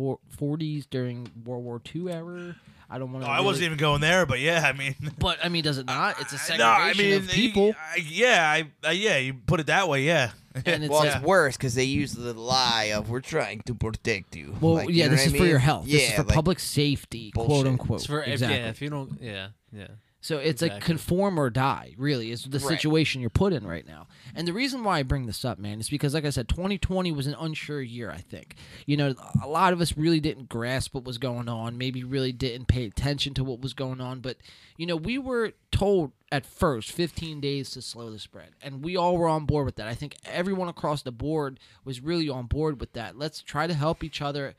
A: 1940s during World War II era. I don't want
C: No,
A: to.
C: Oh, I wasn't even going there, but yeah, I mean.
A: But I mean, does it not? It's a segregation
C: No, I mean,
A: of people.
C: You, I, yeah, I, I, yeah, you put it that way, yeah.
A: and it's
B: Well,
A: like,
B: it's worse because they use the lie of "we're trying to protect you."
A: well,
B: Like, you
A: yeah,
B: know
A: this
B: what I
A: is for
B: mean?
A: your health.
B: Yeah,
A: this is for
B: like,
A: public safety, quote
B: bullshit.
A: unquote.
D: It's for if-
A: exactly.
D: yeah. If you don't, yeah, yeah.
A: So it's like
D: Exactly.
A: conform or die, really, is the
B: Right.
A: situation you're put in right now. And the reason why I bring this up, man, is because, like I said, 2020 was an unsure year, I think. You know, a lot of us really didn't grasp what was going on, maybe really didn't pay attention to what was going on. But, you know, we were told at first 15 days to slow the spread. And we all were on board with that. I think everyone across the board was really on board with that. Let's try to help each other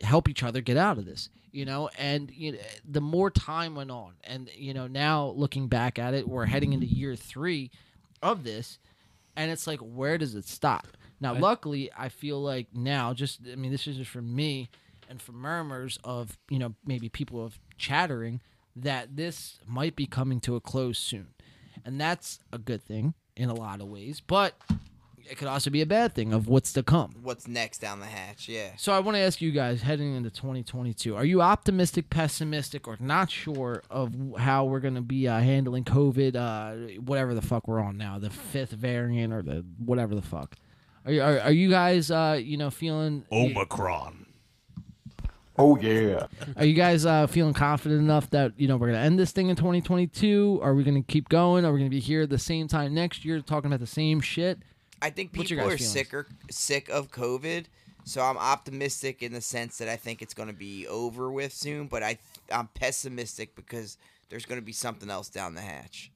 A: help each other get out of this you know and you know, the more time went on and you know now looking back at it we're heading into year three of this and it's like where does it stop now luckily i feel like now just i mean this is just from me and from murmurs of you know maybe people of chattering that this might be coming to a close soon and that's a good thing in a lot of ways but it could also be a bad thing of what's to come
B: What's next down the hatch? Yeah.
A: so I want to ask you guys heading into 2022, are you optimistic, pessimistic, or not sure of w- how we're going to be uh, handling COVID, uh, whatever the fuck we're on now, the fifth variant or the whatever the fuck? Are you, are, are you guys, uh, you know, feeling?
C: Omicron.
E: Oh yeah.
A: Are you guys uh, feeling confident enough that you know we're going to end this thing in 2022? Are we going to keep going? Are we going to be here at the same time next year talking about the same shit?
B: I think
A: What's your
B: people
A: guys'
B: are
A: feelings?
B: sicker, sick of COVID. So I'm optimistic in the sense that I think it's going to be over with soon, but I I'm pessimistic because there's going to be something else down the hatch.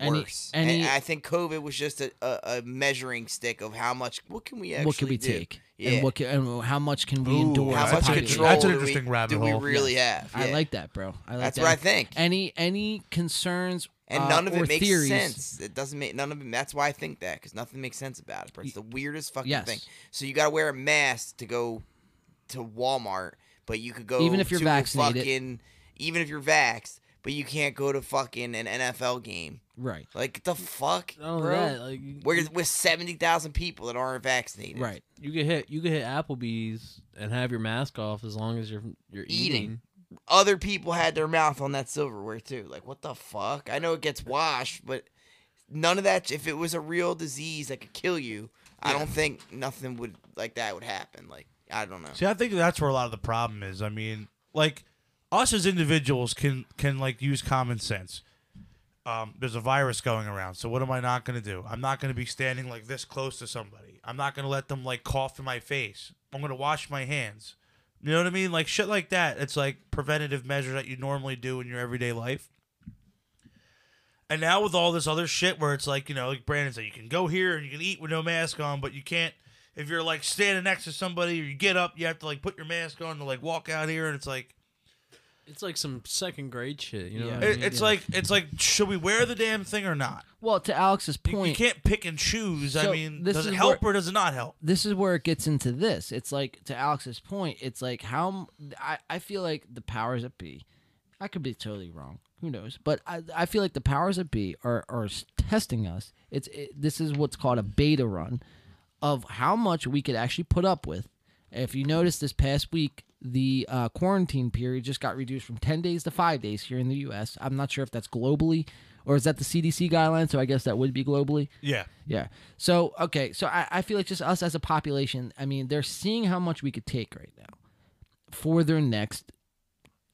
A: Any-
B: Worse.
A: any-
B: and I think COVID was just a, a, a measuring stick of how much what can we actually
A: what can we
B: do?
A: take?
B: Yeah.
A: And what can, and how much can we
C: Ooh,
A: endure?
B: how
A: as a
B: much
C: That's a good-
A: population?
B: control
C: that's an
B: do we-
C: interesting rabbit
B: do
C: hole.
B: we really have?
A: I
B: Yeah.
A: like that, bro. I like
B: That's
A: that.
B: what I think.
A: Any any concerns
B: and
A: uh,
B: none of
A: or
B: it makes
A: theories,
B: sense. It doesn't make none of it. That's why I think that because nothing makes sense about it. But it's the weirdest fucking
A: yes.
B: thing. So you got to wear a mask to go to Walmart, but you could go
A: Even if you're
B: to a
A: vaccinated.
B: Fucking, even if you're vaxxed, but you can't go to fucking an NFL game.
A: Right.
B: Like the fuck,
D: Not only
B: bro.
D: that, like you-
B: we're with seventy thousand people that aren't vaccinated.
A: Right.
D: you could hit you could hit Applebee's and have your mask off as long as you're you're
B: Eating.
D: eating.
B: Other people had their mouth on that silverware too. Like what the fuck? I know it gets washed, but none of that. If it was a real disease that could kill you, I don't think nothing would like that would happen. Like I don't know.
C: See, I think that's where a lot of the problem is. I mean, like us as individuals can can like use common sense. Um, there's a virus going around, so what am I not going to do? I'm not going to be standing like this close to somebody. I'm not going to let them like cough in my face. I'm going to wash my hands. You know what I mean? Like shit like that. It's like preventative measures that you normally do in your everyday life. And now with all this other shit where it's like, you know, like Brandon said, you can go here and you can eat with no mask on, but you can't if you're like standing next to somebody or you get up, you have to like put your mask on to like walk out here and it's like
D: It's like some second grade shit. You know,
A: Yeah.
D: what I
C: It,
D: mean?
C: it's like it's like should we wear the damn thing or not?
A: Well, to Alex's
C: You,
A: point,
C: you can't pick and choose. I
A: So,
C: mean,
A: this
C: does it
A: is
C: help
A: where-
C: or does it not help?
A: this is where it gets into this. It's like to Alex's point. It's like how m- I, I feel like the powers that be. I could be totally wrong. Who knows? But I, I feel like the powers that be are are s- testing us. It's it, this is what's called a beta run of how much we could actually put up with. If you notice this past week, the uh, quarantine period just got reduced from ten days to five days here in the U.S. I'm not sure if that's globally or is that the CDC guideline. So I guess that would be globally.
C: Yeah.
A: Yeah. So okay. So I, I feel like just us as a population. I mean, they're seeing how much we could take right now for their next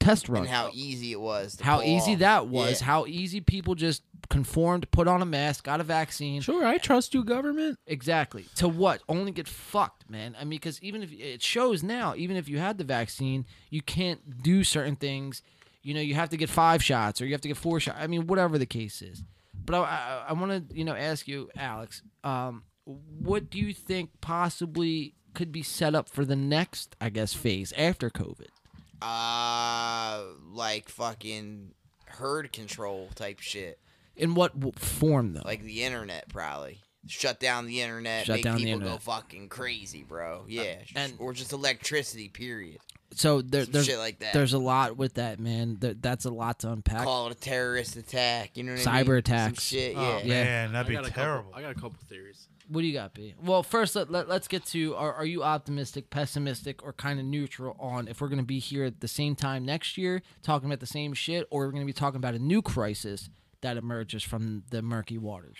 A: test run.
B: and how easy it was. To
A: How
B: pull
A: easy
B: off.
A: that was.
B: Yeah.
A: How easy people just conformed, put on a mask, got a vaccine.
D: sure, I trust you, government.
A: Exactly. To what? Only get fucked, man. I mean, because even if it shows now, even if you had the vaccine, you can't do certain things. You know, you have to get five shots or you have to get four shots. I mean, whatever the case is. But I, I, I want to, you know, ask you, Alex, um, what do you think possibly could be set up for the next, I guess, phase after COVID?
B: Uh, like fucking herd control type shit.
A: In what w- form, though?
B: Like the internet, probably. Shut down the internet,
A: Shut
B: make
A: down the
B: people
A: internet. Uh,
B: go fucking crazy, bro. Yeah. And, or just electricity, period.
A: so there,
B: some
A: there's
B: shit like that.
A: There's a lot with that, man. There, that's a lot to unpack.
B: Call it a terrorist attack. You know what I mean?
A: Cyber
B: Some
A: attacks.
B: shit, yeah.
A: Oh, Yeah.
C: Man, that'd
D: I
C: be
D: got a couple-
C: terrible.
D: I got a couple theories.
A: What do you got, B? Well, first let, let us get to are, are you optimistic, pessimistic, or kind of neutral on if we're going to be here at the same time next year talking about the same shit, or we're going to be talking about a new crisis that emerges from the murky waters?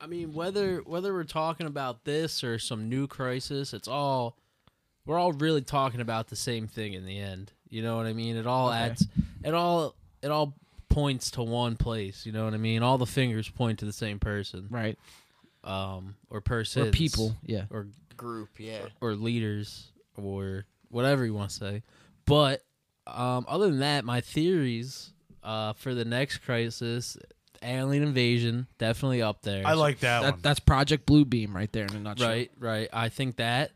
D: I mean, whether whether we're talking about this or some new crisis, it's all we're all really talking about the same thing in the end. You know what I mean? It all adds it all it all points to one place, you know what I mean? All the fingers point to the same person.
A: Right.
D: Um or persons.
A: people, yeah.
D: Or
B: Group, yeah.
D: or leaders or whatever you want to say. But um, other than that, my theories uh, for the next crisis, alien invasion, definitely up there.
C: I like that,
A: That
C: one.
A: that's Project Bluebeam right there in a nutshell.
D: Right, right. I think that,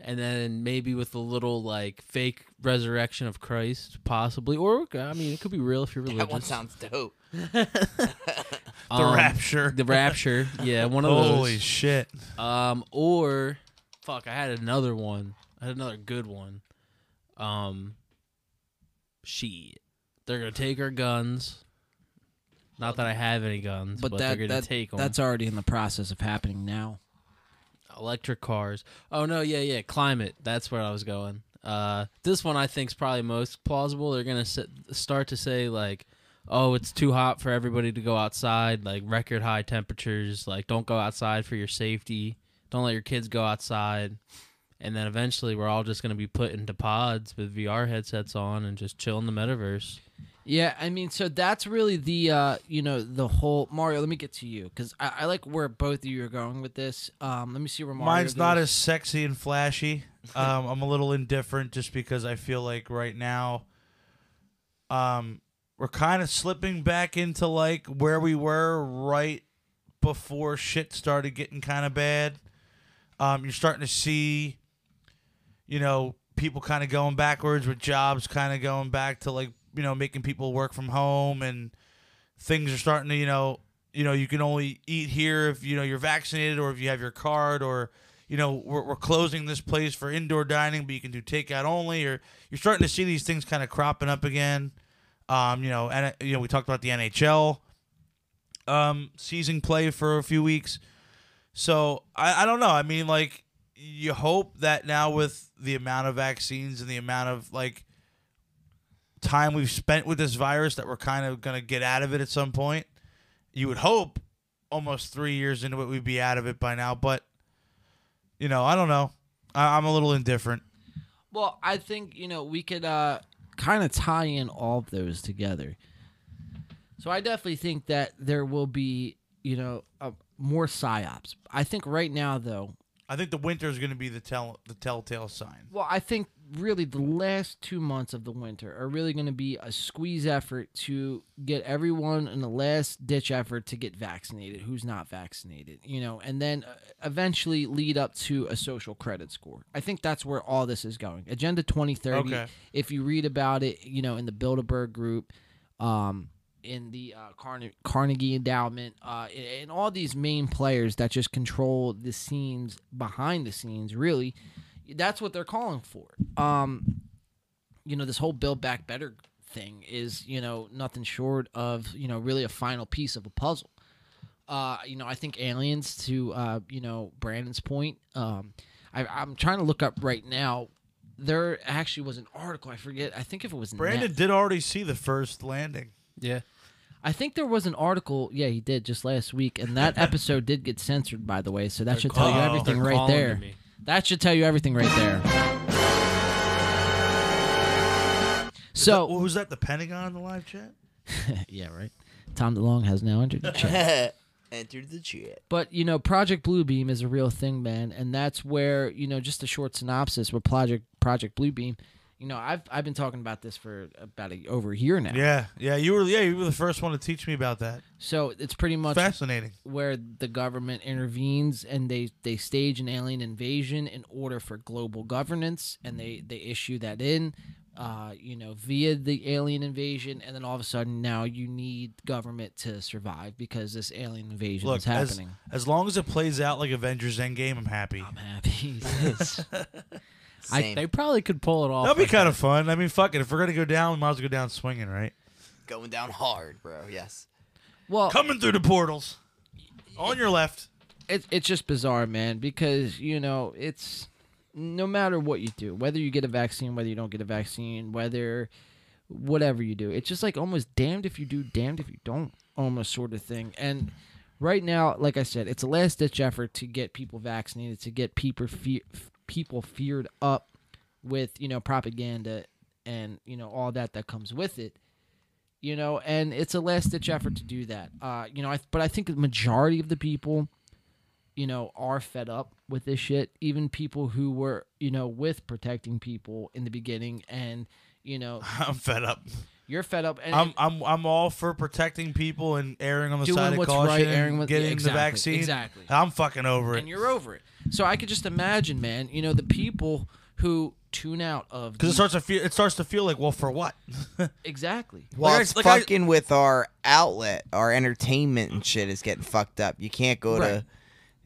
D: and then maybe with a little like fake resurrection of Christ, possibly, or I mean, it could be real if you're religious.
B: That one sounds dope.
C: the
D: Um,
C: rapture.
D: The rapture. Yeah, one of
C: Holy
D: those.
C: shit.
D: um, or fuck, I had another one. I had another good one. Um, shit, they're gonna take our guns. Not that I have any guns, but,
A: But, that,
D: they're gonna
A: that
D: take them.
A: that's already in the process of happening now.
D: electric cars. Oh no, yeah, yeah, climate. That's where I was going. Uh, this one I think is probably most plausible. They're gonna s start to say like, "Oh, it's too hot for everybody to go outside. Like record high temperatures. Like don't go outside for your safety. Don't let your kids go outside." And then eventually we're all just gonna be put into pods with VR headsets on and just chill in the metaverse.
A: Yeah, I mean, so that's really the uh, you know the whole Mario. Let me get to you because I, I like where both of you are going with this. Um, let me see where Mario
C: Mine's not
A: goes.
C: as sexy and flashy. Um, I'm a little indifferent just because I feel like right now, um, we're kind of slipping back into like where we were right before shit started getting kind of bad. Um, you're starting to see, you know, people kind of going backwards with jobs, kind of going back to like you know making people work from home and things are starting to you know you know you can only eat here if you know you're vaccinated or if you have your card or you know we're, we're closing this place for indoor dining but you can do takeout only or you're starting to see these things kind of cropping up again um you know and uh, you know we talked about the nhl um season play for a few weeks so i i don't know i mean like you hope that now with the amount of vaccines and the amount of like time we've spent with this virus that we're kind of going to get out of it at some point. You would hope almost three years into it, we'd be out of it by now. But, you know, I don't know. I- I'm a little indifferent.
A: Well, I think you know we could uh, kind of tie in all of those together. So I definitely think that there will be you know uh more psyops. I think right now though
C: I think the winter is going to be the tell the telltale sign.
A: Well, I think really the last two months of the winter are really going to be a squeeze effort to get everyone in the last ditch effort to get vaccinated who's not vaccinated, you know, and then uh, eventually lead up to a social credit score. I think that's where all this is going. Agenda 2030,
C: Okay.
A: if you read about it, you know, in the Bilderberg group, um, in the uh, Carne- Carnegie Endowment, uh, and- and all these main players that just control the scenes behind the scenes, really, that's what they're calling for. Um, you know, this whole Build Back Better thing is, you know, nothing short of, you know, really a final piece of a puzzle. Uh, you know, I think aliens to, uh, you know, Brandon's point. Um, I, I'm trying to look up right now. There actually was an article. I forget. I think if it was
C: Brandon
A: Net-
C: did already see the first landing.
D: Yeah.
A: I think there was an article. Yeah, he did just last week, and that episode did get censored, by the way. So that should tell you
D: calling-
A: everything
D: they're
A: right
D: calling to
A: there.
D: me.
A: That should tell you everything right there. So,
C: what was that? The Pentagon in the live chat?
A: yeah, right. Tom DeLong has now entered the chat.
B: Entered the chat.
A: But you know, Project Bluebeam is a real thing, man, and that's where you know just a short synopsis with Project Project Bluebeam. You know, I've I've been talking about this for about a, over a year now.
C: Yeah, yeah. You were yeah you were the first one to teach me about that.
A: So it's pretty much
C: Fascinating.
A: where the government intervenes and they they stage an alien invasion in order for global governance, and they they issue that in. Uh, you know, via the alien invasion, and then all of a sudden now you need government to survive because this alien invasion
C: Look,
A: is happening.
C: As, as long as it plays out like Avengers Endgame, I'm happy. I'm
A: happy.
D: I, they probably could pull it off.
C: That'd be
D: like
C: kind of fun. I mean, fuck it. If we're gonna go down, we might as well go down swinging, right?
B: Going down hard, bro. Yes.
A: Well,
C: coming through the portals on your left.
A: It's it's just bizarre, man, because you know it's no matter what you do, whether you get a vaccine, whether you don't get a vaccine, whether whatever you do, it's just like almost damned if you do, damned if you don't, almost sort of thing. And right now, like I said, it's a last ditch effort to get people vaccinated, to get people fe- people feared up with you know propaganda and you know all that that comes with it you know, and it's a last ditch effort to do that. Uh, you know, I, but I think the majority of the people, you know, are fed up with this shit. Even people who were, you know, with protecting people in the beginning, and you know,
C: I'm fed up.
A: You're fed up, and
C: I'm I'm I'm all for protecting people and erring on the
A: Doing
C: side of
A: what's
C: caution,
A: right,
C: and
A: erring with-
C: getting
A: exactly,
C: the vaccine.
A: exactly.
C: I'm fucking over it
A: and you're over it. So I could just imagine, man. You know, the people who tune out of
C: because it
A: the-
C: starts to feel it starts to feel like well for what?
A: exactly.
B: Well,
C: Like I-
B: it's
C: like I-
B: fucking with our outlet, our entertainment and shit is getting fucked up. You can't go
A: Right.
B: to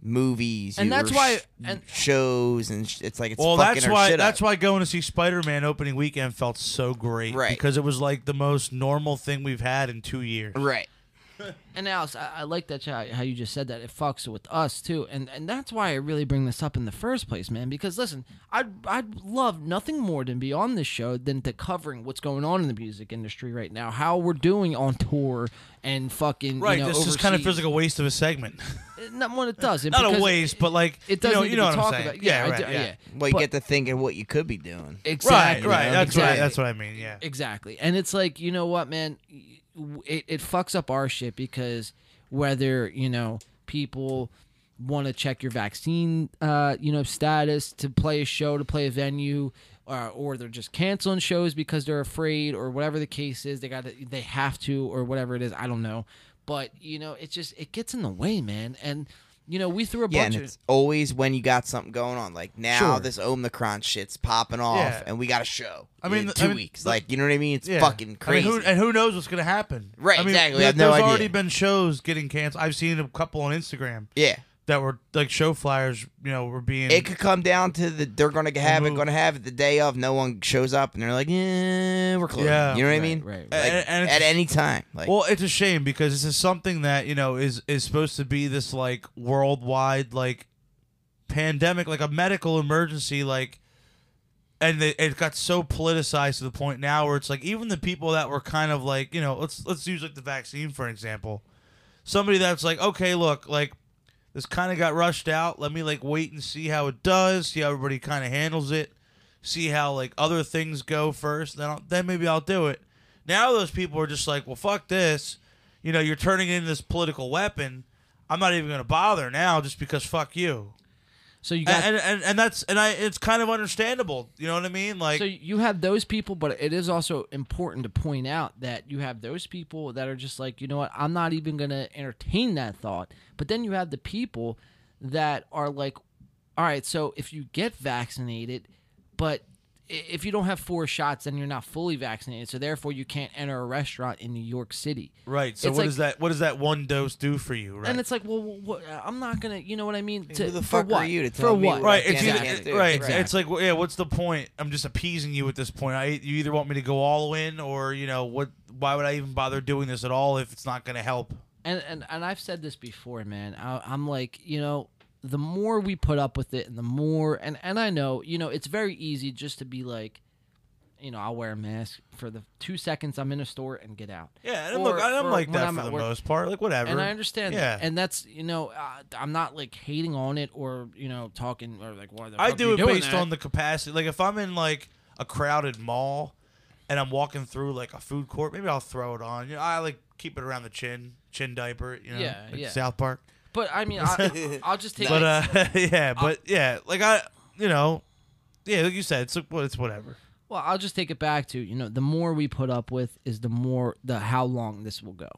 B: movies
A: And
B: you-
A: that's
B: or
A: why-
B: sh-
A: and-
B: shows and sh- it's like it's
C: well,
B: fucking
C: that's
B: our
C: why
B: shit
C: that's
B: up.
C: why going to see Spider Man opening weekend felt so great,
B: Right.
C: Because it was like the most normal thing we've had in two years,
B: right.
A: And Alice, I, I like that how, how you just said that. It fucks with us too, and and that's why I really bring this up in the first place, man. Because listen, I'd I'd love nothing more than be on this show than to covering what's going on in the music industry right now, how we're doing on tour and fucking
C: Right,
A: You know,
C: this is kind of
A: overseas.
C: physical waste of a segment.
A: Not one that does.
C: Not a
A: because
C: waste, but like
A: It
C: you
A: doesn't
C: know,
A: need
C: you
A: to
C: know
A: be
C: what I'm
A: talked
C: saying.
A: about.
C: Yeah,
A: I
C: right,
A: do-
C: yeah.
B: Well, you get to thinking what you could be doing.
A: Exactly.
C: right, right.
A: man,
C: That's
A: exactly.
C: right. That's what I mean. Yeah.
A: Exactly. And it's like, you know what, man? It, it fucks up our shit because whether, you know, people want to check your vaccine, uh, you know, status to play a show, to play a venue, uh, or they're just canceling shows because they're afraid or whatever the case is, they got to, they have to or whatever it is. I don't know. But, you know, it just, it gets in the way, man. And, you know, we threw a
B: Yeah,
A: bunch
B: and
A: of.
B: it's always when you got something going on. Like now,
A: Sure.
B: this Omicron shit's popping off,
C: Yeah.
B: and we got a show.
C: I mean,
B: in
C: the-
B: two
C: I mean,
B: weeks.
C: the-
B: like you know what I mean? It's
C: Yeah.
B: fucking crazy.
C: I mean, who, and who knows what's going to happen?
B: Right,
C: I mean,
B: exactly. I
C: there-
B: have no
C: there's
B: idea.
C: already been shows getting canceled. I've seen a couple on Instagram.
B: Yeah.
C: that were like show flyers. You know, were being.
B: it could come down to the they're going to have it,
C: Remove.
B: going to have it the day of. No one shows up, and they're like, "Yeah, we're closed."
C: Yeah.
B: you know what I
A: Right,
B: mean?
A: right, right.
B: Like,
C: And- and it's-
B: at any time, like
C: well, it's a shame because this is something that you know is is supposed to be this like worldwide like pandemic, like a medical emergency, like. And they, it got so politicized to the point now where it's like even the people that were kind of like you know let's let's use like the vaccine for an example, somebody that's like okay look like this kind of got rushed out. Let me like wait and see how it does, see how everybody kind of handles it, see how like other things go first. Then I'll, then maybe I'll do it. Now those people are just like, well, fuck this. You know, you're turning it into this political weapon. I'm not even gonna bother now just because fuck you.
A: So you got
C: and, and and that's and I it's kind of understandable. You know what I mean? Like
A: so you have those people, but it is also important to point out that you have those people that are just like, you know what, I'm not even going to entertain that thought. But then you have the people that are like, all right, so if you get vaccinated, but i- if you don't have four shots, then you're not fully vaccinated. So therefore, you can't enter a restaurant in New York City.
C: right. So
A: It's
C: what
A: like-
C: does that what does that one dose do for you? Right.
A: And it's like, well, what, I'm not gonna, you know what I mean? To,
B: who the
A: for
B: fuck are
A: what?
B: you to
A: For
B: tell me
A: what?
B: what I
C: Right, it's
B: can't
C: either,
B: do?
C: it-
B: Exactly.
C: right.
B: Exactly.
C: It's like, well, yeah, what's the point? I'm just appeasing you at this point. I, you either want me to go all in, or you know, what? Why would I even bother doing this at all if it's not going to help?
A: and and, and I've said this before, man. I, I'm like, you know, the more we put up with it, and the more, and and I know, you know, it's very easy just to be like, you know, I'll wear a mask for the two seconds I'm in a store and get out.
C: Yeah, and
A: Or-
C: look, I'm
A: or
C: like
A: when
C: that
A: I'm
C: for
A: at
C: the
A: work.
C: most part. Like whatever.
A: And I understand
C: Yeah,
A: that. And that's, you know, uh, I'm not like hating on it or, you know, talking or like, why the
C: I
A: fuck
C: do
A: you
C: it
A: doing
C: based
A: that?
C: on the capacity. Like if I'm in like a crowded mall and I'm walking through like a food court, maybe I'll throw it on. You know, I like keep it around the chin, chin diaper. You know,
A: Yeah,
C: like
A: yeah.
C: South Park.
A: But I mean, I, I'll just take
C: But
A: it.
C: uh, yeah, but yeah, like I, you know, yeah, like you said, it's well, it's whatever.
A: Well, I'll just take it back to you know the more we put up with is the more the how long this will go.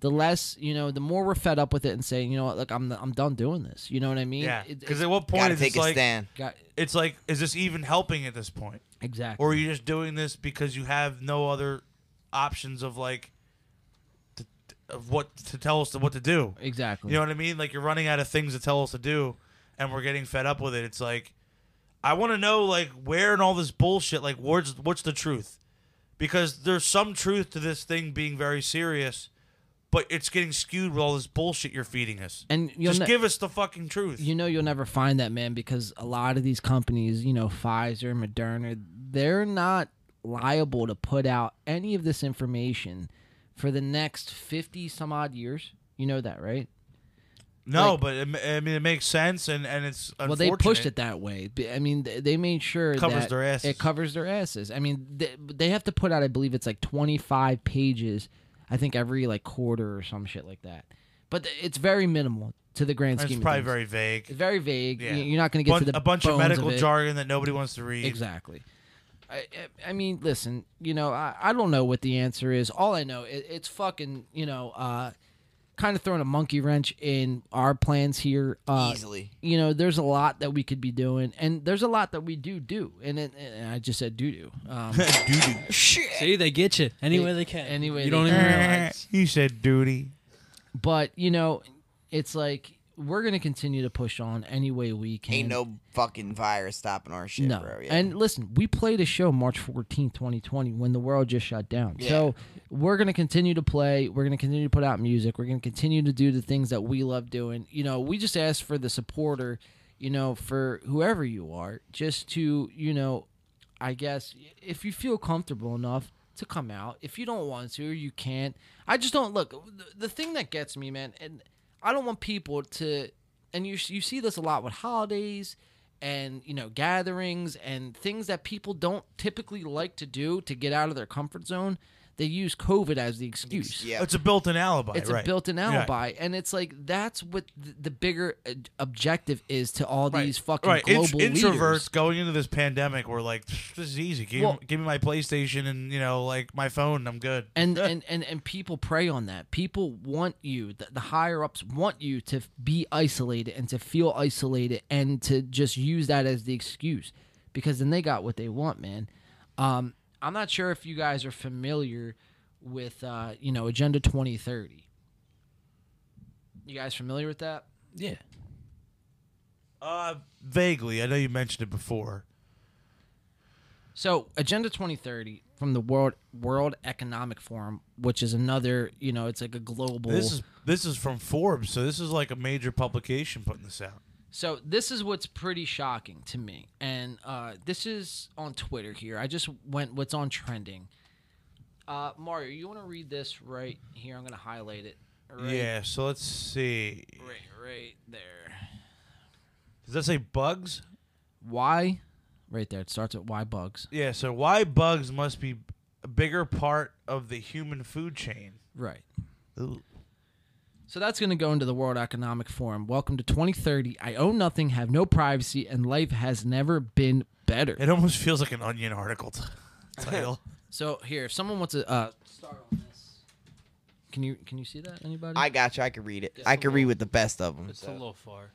A: The less you know, the more we're fed up with it and saying, you know what, look, I'm I'm done doing this. You know what I mean?
C: Yeah,
A: It-
C: because
A: it-
C: at what
B: Gotta
C: point is
B: take
C: it's
B: a
C: like
B: stand.
A: Got-
C: it's like is this even helping at this point,
A: exactly.
C: or are you just doing this because you have no other options of like to, of what to tell us what to do?
A: exactly.
C: You know what I mean? Like you're running out of things to tell us to do, and we're getting fed up with it. It's like I want to know like where in all this bullshit, like where's what's the truth? Because there's some truth to this thing being very serious, but it's getting skewed with all this bullshit you're feeding us.
A: and you'll
C: Just
A: ne-
C: give us the fucking truth.
A: you know you'll never find that man because a lot of these companies, you know, Pfizer, Moderna, they're not liable to put out any of this information for the next fifty some odd years. You know that, right?
C: No,
A: Like-
C: but it, ma- I mean it makes sense, and and it's
A: Well, they pushed
C: unfortunate.
A: it that way. B- I mean, th- they made sure
C: Covers
A: that
C: their asses.
A: It covers their asses. I mean, they, they have to put out, I believe it's like twenty five pages. I think every like quarter or some shit like that. But th- it's very minimal to the grand scheme.
C: It's
A: of
C: probably
A: things.
C: very vague.
A: It's very vague.
C: Yeah.
A: Y- You're not going to get
C: Bun-
A: to the
C: a bunch of
A: bones
C: medical
A: it.
C: jargon that nobody wants to read.
A: Exactly. I, I I mean, listen, you know, I, I don't know what the answer is. All I know it, it's fucking, you know, uh, kind of throwing a monkey wrench in our plans here. Uh,
B: Easily.
A: You know, there's a lot that we could be doing, and there's a lot that we do do. And, it, and I just said do do. Um,
D: See, they get you any way they can.
A: Any way
D: you
A: they
D: don't even
A: can.
D: realize.
C: You said duty.
A: but you know, it's like we're gonna continue to push on any way we can.
B: Ain't no fucking virus stopping our shit,
A: no.
B: bro. Yeah.
A: And listen, we played a show March 14th, 2020, when the world just shut down. So we're going to continue to play. We're going to continue to put out music. We're going to continue to do the things that we love doing. You know, we just ask for the supporter, you know, for whoever you are, just to, you know, I guess if you feel comfortable enough to come out, if you don't want to, you can't. I just don't look. the- The thing that gets me, man, and I don't want people to, and you you see this a lot with holidays and you know gatherings and things that people don't typically like to do to get out of their comfort zone. They use COVID as the excuse.
B: yeah.
C: It's a built-in alibi.
A: It's
C: right.
A: a built-in
C: Yeah.
A: alibi, and it's like that's what the, the bigger uh, objective is to all
C: Right.
A: these fucking
C: right. Int-
A: global
C: introverts
A: leaders.
C: going into this pandemic were like, "Pfft, this is easy. Give,
A: Well-
C: give me my PlayStation and you know, like my phone. and I'm good.
A: and, and and and people prey on that. People want you. The, the higher ups want you to f- be isolated and to feel isolated and to just use that as the excuse, because then they got what they want, man. Um, I'm not sure if you guys are familiar with uh, you know Agenda 2030. You guys familiar with that?
D: Yeah.
C: uh, vaguely, I know you mentioned it before.
A: So Agenda 2030 from the World World Economic Forum, which is another you know it's like a global.
C: This is this is from Forbes, so this is like a major publication putting this out.
A: So this is what's pretty shocking to me, and uh, this is on Twitter here. I just went what's on trending. Uh, Mario, you want to read this right here? I'm gonna highlight it. Right,
C: Yeah. So let's see.
A: Right, right there.
C: Does that say bugs?
A: Why? Right there. It starts at why bugs.
C: Yeah. So why bugs must be a bigger part of the human food chain?
A: Right.
C: Ooh.
A: So that's going to go into the World Economic Forum. Welcome to 2030. I own nothing, have no privacy, and life has never been better.
C: It almost feels like an Onion article t- title.
A: so here, if someone wants to uh, start on this, can you can you see that anybody?
B: I got you. I can read it. I can read with the best of them.
D: It's a little far.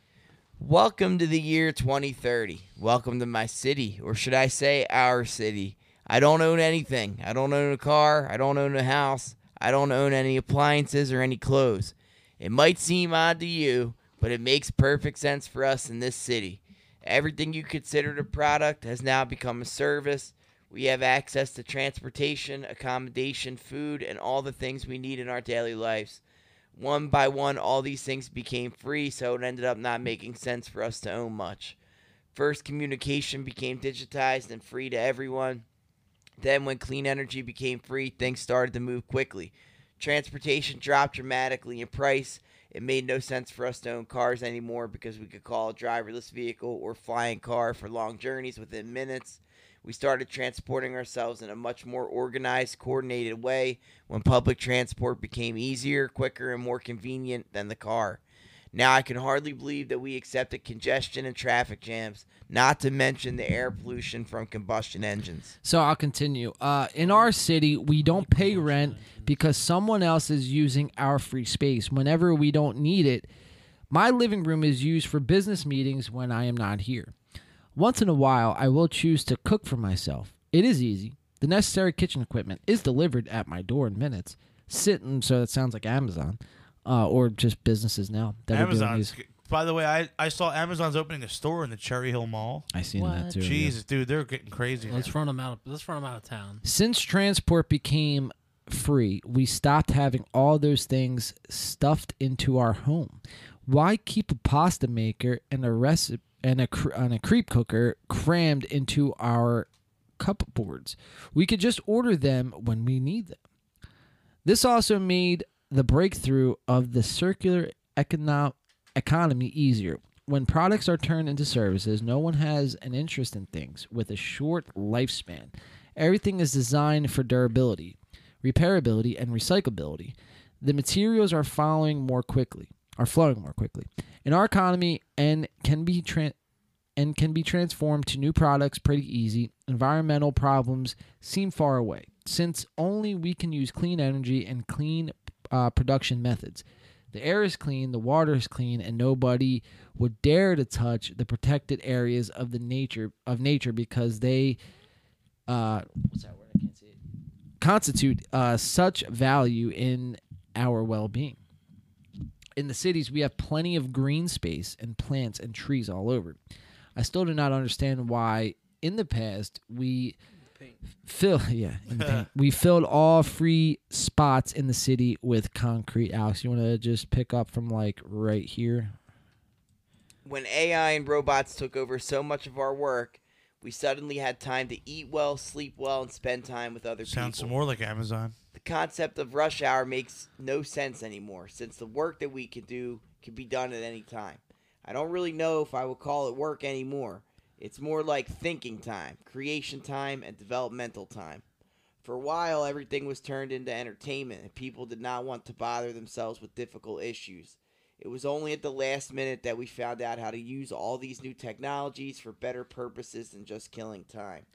B: Welcome to the year 2030. Welcome to my city, or should I say our city. I don't own anything. I don't own a car. I don't own a house. I don't own any appliances or any clothes. It might seem odd to you, but it makes perfect sense for us in this city. Everything you considered a product has now become a service. We have access to transportation, accommodation, food, and all the things we need in our daily lives one by one, all these things became free, so it ended up not making sense for us to own much. First, communication became digitized and free to everyone. Then, when clean energy became free, things started to move quickly. Transportation dropped dramatically in price. It made no sense for us to own cars anymore because we could call a driverless vehicle or flying car for long journeys within minutes. We started transporting ourselves in a much more organized, coordinated way when public transport became easier, quicker, and more convenient than the car. Now I can hardly believe that we accepted congestion and traffic jams, not to mention the air pollution from combustion engines.
A: So I'll continue. Uh, in our city, we don't pay rent because someone else is using our free space whenever we don't need it. My living room is used for business meetings when I am not here. Once in a while, I will choose to cook for myself. It is easy. The necessary kitchen equipment is delivered at my door in minutes. Sitting, so that sounds like Amazon, uh, or just businesses now that are doing
C: Amazon's.
A: these.
C: By the way, I, I saw Amazon's opening a store in the Cherry Hill Mall.
A: I seen that What? too, yeah.
C: Jesus, dude, they're getting crazy.
D: Let's run them out. Of, let's run them out of town.
A: Since transport became free, we stopped having all those things stuffed into our home. Why keep a pasta maker and a recipe and a cr- and a creep cooker crammed into our cupboards? We could just order them when we need them. This also made the breakthrough of the circular econo- economy easier. When products are turned into services, no one has an interest in things with a short lifespan. Everything is designed for durability, repairability, and recyclability. The materials are following more quickly, are flowing more quickly in our economy, and can be tran and can be transformed to new products pretty easy. Environmental problems seem far away since only we can use clean energy and clean uh, production methods. The air is clean, the water is clean, and nobody would dare to touch the protected areas of the nature of nature because they uh, what's that word? I can't see it. Constitute uh, such value in our well-being in the cities we have plenty of green space and plants and trees all over. I still do not understand why in the past we fill yeah in the paint. we filled all free spots in the city with concrete. Alex, you want to just pick up from like right here?
B: When AI and robots took over so much of our work, we suddenly had time to eat well, sleep well, and spend time with other people.
C: Sounds some more like Amazon.
B: the concept of rush hour makes no sense anymore since the work that we could do could be done at any time. I don't really know if I would call it work anymore. It's more like thinking time, creation time, and developmental time. For a while, everything was turned into entertainment, and people did not want to bother themselves with difficult issues. It was only at the last minute that we found out how to use all these new technologies for better purposes than just killing time.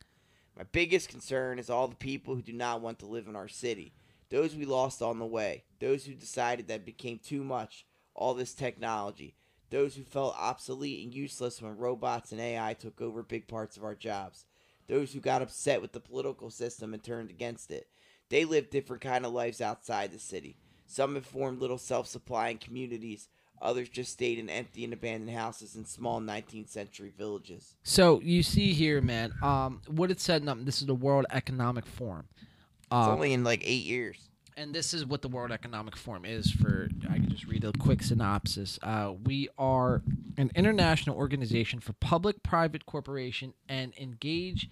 B: My biggest concern is all the people who do not want to live in our city. Those we lost on the way. Those who decided that it became too much, all this technology. Those who felt obsolete and useless when robots and AI took over big parts of our jobs. Those who got upset with the political system and turned against it. They lived different kind of lives outside the city. Some have formed little self-supplying communities. Others just stayed in empty and abandoned houses in small 19th century villages.
A: So you see here, man, um, what it's setting up. This is the World Economic Forum.
B: It's
A: Uh,
B: only in like eight years.
A: and this is what the World Economic Forum is for. I can just read a quick synopsis. Uh, we are an international organization for public, private corporation, and engage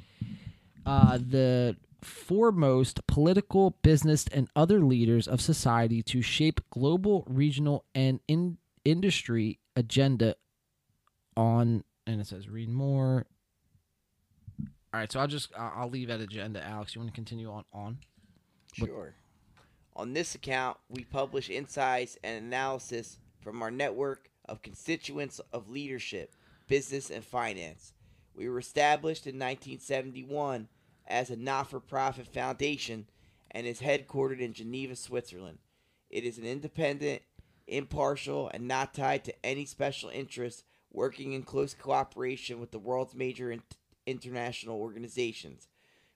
A: uh, the foremost political, business, and other leaders of society to shape global, regional, and in- industry agenda on. And it says read more. All right, so I'll just I'll I'll leave at agenda. Alex, you want to continue on on?
B: Sure. On this account, we publish insights and analysis from our network of constituents of leadership, business, and finance. We were established in 1971 as a not for profit foundation and is headquartered in Geneva, Switzerland. It is an independent, impartial, and not tied to any special interest, working in close cooperation with the world's major in- international organizations.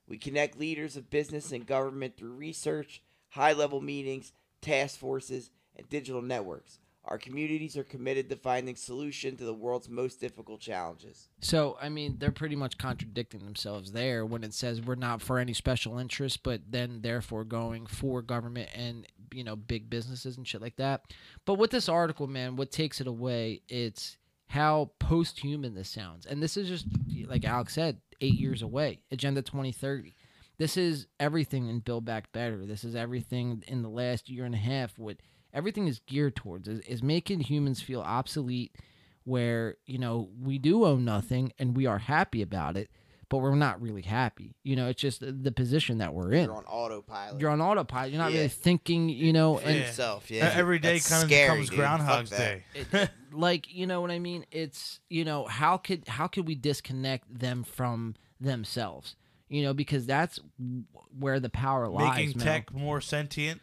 B: We connect leaders of business and government through research, high level meetings, task forces, and digital networks. Our communities are committed to finding solution to the world's most difficult challenges.
A: So I mean, they're pretty much contradicting themselves there when it says we're not for any special interest, but then therefore going for government and you know big businesses and shit like that. But with this article, man, what takes it away? It's how post-human this sounds, and this is just like Alex said, eight years away. Agenda 2030. This is everything in Build Back Better. This is everything in the last year and a half. What everything is geared towards is, is making humans feel obsolete where you know we do own nothing and we are happy about it but we're not really happy you know it's just the- the position that we're in
B: You're on autopilot.
A: You're on autopilot you're not
B: Yeah.
A: really thinking you know
B: For
A: and
B: yourself, yeah.
C: E-, Every day
B: That's
C: comes,
B: scary,
C: comes
B: dude.
C: Groundhog's
B: Fuck that.
C: Day.
A: It- like you know what i mean it's you know how could how could we disconnect them from themselves you know because that's w- where the power lies
C: Making
A: man.
C: tech more sentient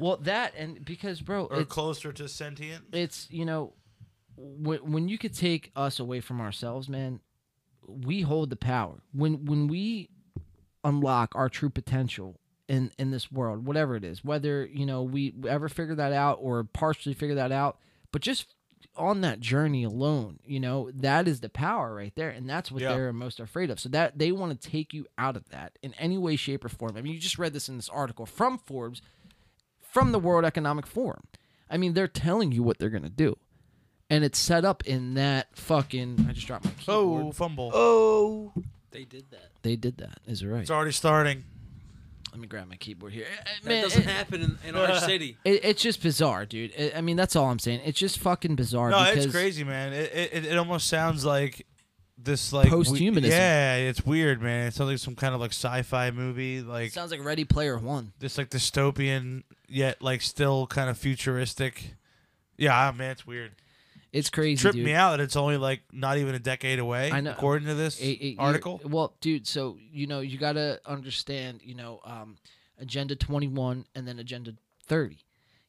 A: well that and because bro
C: or
A: it's-
C: closer to sentient.
A: it's you know when, when you could take us away from ourselves man we hold the power when when we unlock our true potential in in this world whatever it is whether you know we ever figure that out or partially figure that out but just on that journey alone you know that is the power right there and that's what
C: Yeah.
A: they're most afraid of so that they want to take you out of that in any way shape or form i mean you just read this in this article from forbes from the World Economic Forum. I mean, they're telling you what they're going to do. And it's set up in that fucking. I just dropped my keyboard.
C: Oh, fumble.
B: Oh.
D: They did that.
A: They did that. Is it right?
C: It's already starting.
A: Let me grab my keyboard here.
D: That doesn't happen in, in our city.
A: It, it's just bizarre, dude. I- I mean, that's all I'm saying. It's just fucking bizarre.
C: No,
A: because
C: it's crazy, man. It, it it- it almost sounds like this like we-
A: Post-humanism.
C: yeah, it's weird, man. It sounds like some kind of like sci-fi movie,
A: It
C: like
A: sounds like Ready Player One.
C: this like dystopian yet like still kind of futuristic. Yeah, ah, man, it's weird.
A: It's crazy.
C: Tripped
A: dude.
C: me out that it's only like not even a decade away.
A: I know.
C: According to this
A: Eight- eight year-
C: article,
A: well, dude, so you know you gotta understand, you know, um, Agenda 21 and then Agenda 30.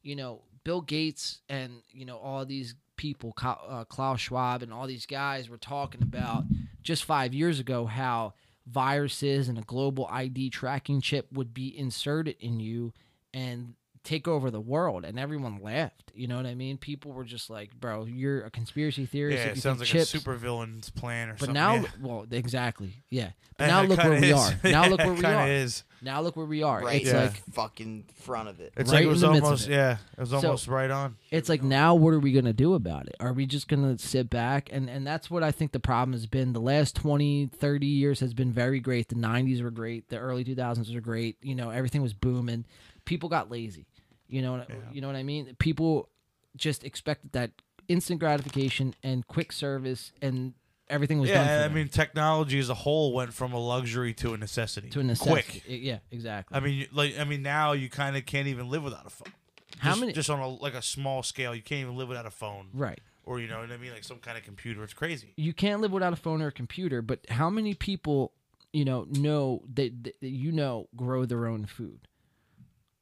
A: You know, Bill Gates and you know all these people, Ka- uh, Klaus Schwab and all these guys were talking about just five years ago how viruses and a global ID tracking chip would be inserted in you and take over the world and everyone laughed you know what i mean people were just like bro you're a conspiracy
C: yeah,
A: theorist if you
C: it
A: think
C: sounds like
A: chips
C: a supervillain's plan or
A: but
C: something.
A: now,
C: yeah.
A: well, exactly, yeah. But
C: And
A: now
C: it
A: look where
C: kinda
A: we
C: is.
A: are. Now look
C: Yeah,
A: where we
C: kinda
A: are.
C: is.
A: Now look where we are.
B: Right
A: It's
B: in the
A: like
B: fucking front of it.
C: it's
A: right
C: like
A: in
C: it was
A: the midst of
C: almost
A: it.
C: yeah, it was
A: So-
C: almost right on.
A: it's like now, what are we gonna do about it? Are we just gonna sit back and and that's what I think the problem has been. The last 20, 30 years has been very great. The '90s were great. The early 2000s were great. You know, everything was booming. People got lazy. You know, what you know what I mean. People just expected that instant gratification and quick service, and everything was done for
C: Yeah, I
A: them
C: mean, technology as a whole went from a luxury to a necessity.
A: to a necessity.
C: Quick.
A: Yeah, exactly.
C: I mean, you- like, I mean, now you kind of can't even live without a phone.
A: How
C: just,
A: many-
C: Just on a, like a small scale, you can't even live without a phone.
A: Right.
C: Or you know what I mean, like some kind of computer. It's crazy.
A: you can't live without a phone or a computer but how many people you know know that, that you know grow their own food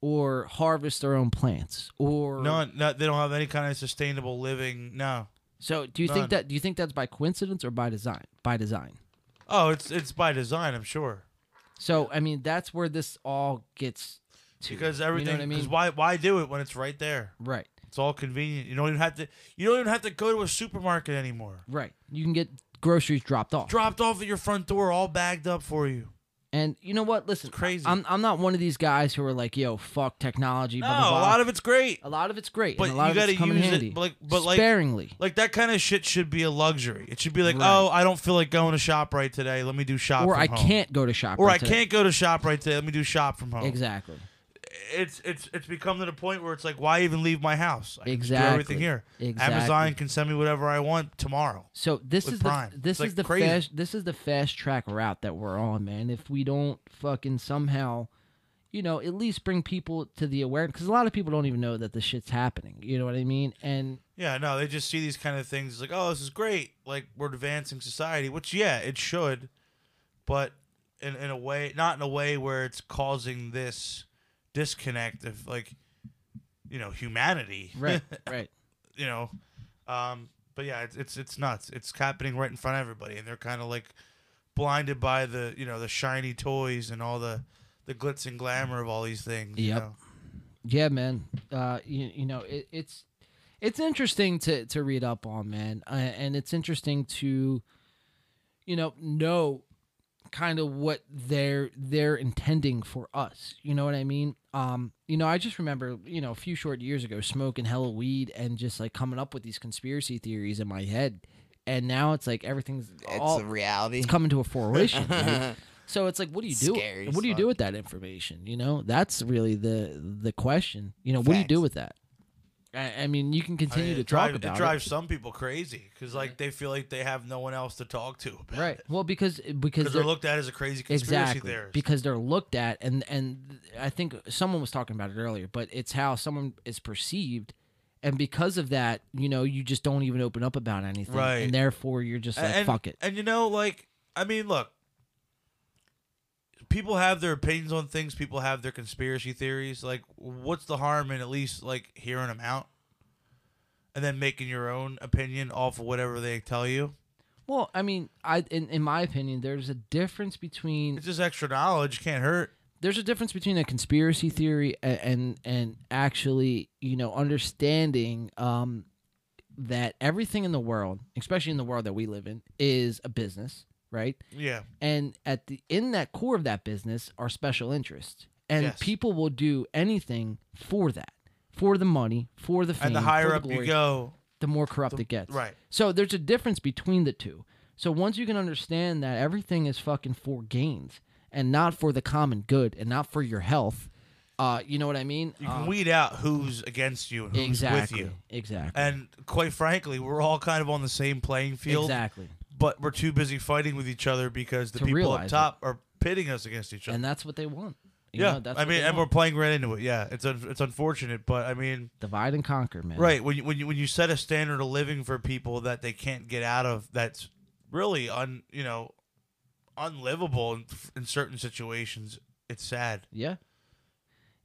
A: or harvest their own plants or
C: No, no, they don't have any kind of sustainable living. No.
A: so do you think
C: none.
A: that do you think that's by coincidence or by design by design
C: Oh, it's it's by design, I'm sure.
A: so i mean that's where this all gets to
C: Because
A: You know
C: everything.
A: what i mean
C: Because why why do it when it's right there?
A: right
C: It's all convenient. You don't even have to. You don't even have to go to a supermarket anymore.
A: right you can get groceries dropped off
C: Dropped off at your front door, all bagged up for you.
A: and you know what listen
C: crazy.
A: i'm, I'm not one of these guys who are like yo fuck technology
C: No,
A: blah, blah,
C: a
A: blah.
C: lot of it's great.
A: a lot of it's great
C: But
A: and a lot
C: you
A: of it's
C: gotta
A: come in
C: use it,
A: handy
C: but like- but like-
A: sparingly
C: Like that kind of shit should be a luxury. It should be like,
A: Right.
C: oh, I don't feel like going to shop right today. Let me do shop.
A: or
C: from
A: I
C: home.
A: can't go to shop.
C: Or
A: right
C: I
A: today.
C: can't go to shop right today. Let me do shop from home.
A: Exactly.
C: It's it's it's become to the point where it's like, why even leave my house? I can just
A: Exactly.
C: do everything here.
A: Exactly.
C: Amazon can send me whatever I want tomorrow.
A: So this
C: With
A: is the
C: Prime.
A: this
C: It's, like,
A: is the
C: crazy.
A: fast this is the fast track route that we're on, man. If we don't fucking somehow, you know, at least bring people to the awareness because a lot of people don't even know that this shit's happening. You know what I mean? And
C: Yeah, no, they just see these kind of things like, oh, this is great. Like we're advancing society, which yeah, it should, but in in a way, not in a way where it's causing this disconnect of like, you know, humanity.
A: Right, right.
C: You know, um, but yeah, it's it's it's nuts. It's happening right in front of everybody, and they're kind of like blinded by the you know the shiny toys and all the the glitz and glamour of all these things. You
A: Yep.
C: know?
A: yeah, man, uh, you, you know, it, it's it's interesting to to read up on, man, uh, and it's interesting to you know know kind of what they're they're intending for us. You know what I mean? Um, you know, I just remember, you know, a few short years ago smoking hella weed and just like coming up with these conspiracy theories in my head. And now it's like everything's
B: It's
A: all,
B: a reality.
A: It's coming to a fruition. dude. so it's like what do you do?
B: Scary as
A: What do you do with that information? You know, that's really the the question. You know, what do you do with that? I, I mean, you can
C: I mean,
A: continue to talk
C: it, drive-
A: about
C: it drives some people crazy because like they feel like they have no one else to talk to. about
A: right. Well, because because
C: because they're looked at as a crazy conspiracy
A: exactly
C: theorist.
A: because they're looked at and and I think someone was talking about it earlier, but it's how someone is perceived, and because of that, you know, you just don't even open up about anything,
C: Right.
A: and therefore you're just like
C: and,
A: fuck it.
C: And you know, like I mean, look, people have their opinions on things. People have their conspiracy theories. Like, what's the harm in at least like hearing them out, and then making your own opinion off of whatever they tell you?
A: Well, I mean, I in, in my opinion, there's a difference between
C: it's just extra knowledge can't hurt.
A: There's a difference between a conspiracy theory and and, and actually, you know, understanding um, that everything in the world, especially in the world that we live in, is a business, right?
C: Yeah.
A: And at the in that core of that business are special interests, and
C: Yes.
A: people will do anything for that, for the money, for the fame,
C: And the
A: for
C: higher
A: the
C: up you
A: glory
C: go,
A: the more corrupt
C: The-
A: it gets.
C: right.
A: So there's a difference between the two. So once you can understand that everything is fucking for gains and not for the common good and not for your health, uh, you know what I mean?
C: you can
A: Um,
C: weed out who's against you and who's
A: exactly,
C: with you.
A: Exactly.
C: And quite frankly, we're all kind of on the same playing field.
A: Exactly.
C: But we're too busy fighting with each other because the
A: To
C: people
A: realize
C: up
A: it.
C: top are pitting us against each other.
A: And that's what they want. You
C: yeah,
A: know, that's
C: I
A: what they
C: mean, and we're
A: want.
C: playing right into it. Yeah, it's un- it's unfortunate, but I mean,
A: divide and conquer, man.
C: Right when you, when you when you set a standard of living for people that they can't get out of, that's really un you know unlivable in, in certain situations. It's sad.
A: Yeah.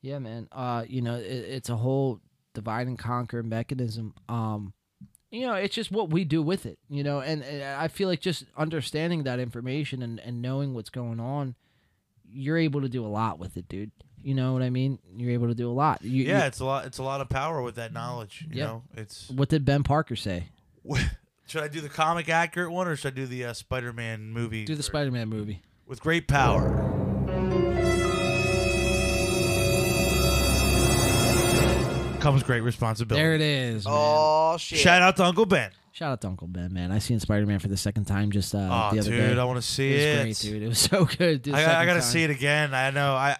A: Yeah, man. Uh, you know, it, it's a whole divide and conquer mechanism. Um, you know, it's just what we do with it. You know, and, and I feel like just understanding that information and and knowing what's going on, you're able to do a lot with it, dude. You know what I mean? You're able to do a lot. You,
C: yeah,
A: you-
C: it's a lot. It's a lot of power with that knowledge. You
A: Yeah.
C: know, it's
A: What did Ben Parker say?
C: should I do the comic accurate one or should I do the uh, Spider Man movie?
A: Do the Spider Man movie.
C: with great power. Comes great responsibility.
A: There it is. man.
B: Oh shit!
C: Shout out to Uncle Ben.
A: Shout out to Uncle Ben, man. I seen Spider Man for the second time just uh,
C: Aw,
A: the other
C: Oh, dude,
A: day.
C: I wanna see
A: It was
C: it.
A: great, dude. It was so good. the
C: I, got- I
A: second
C: gotta
A: time.
C: see it again. I know. I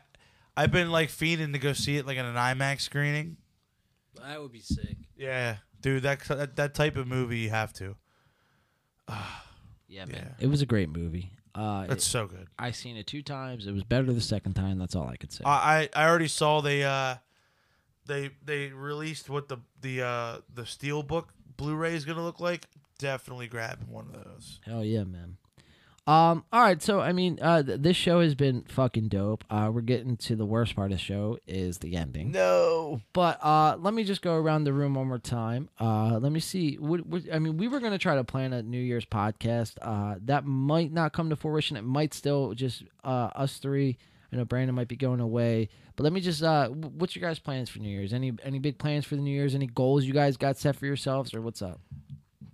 C: I've been like fiending to go see it like in an IMAX screening.
I: That would be sick.
C: Yeah, dude, that that, that type of movie you have to.
A: Yeah, man. It was a great movie. Uh,
C: That's
A: it-
C: so good.
A: I seen it two times. It was better the second time. That's all I could say.
C: I I I already saw they uh they they released what the the uh the Steelbook Blu-ray is gonna look like. Definitely grab one of those.
A: Hell yeah, man. Um. All right. So I mean, uh, th- this show has been fucking dope. Uh, we're getting to the worst part of the show is the ending.
B: No.
A: But uh, let me just go around the room one more time. Uh, let me see. What, what, I mean, we were gonna try to plan a New Year's podcast. Uh, that might not come to fruition. It might still just uh us three. I know Brandon might be going away, but let me just uh, wh- what's your guys' plans for New Year's? Any any big plans for the New Year's? Any goals you guys got set for yourselves, or what's up?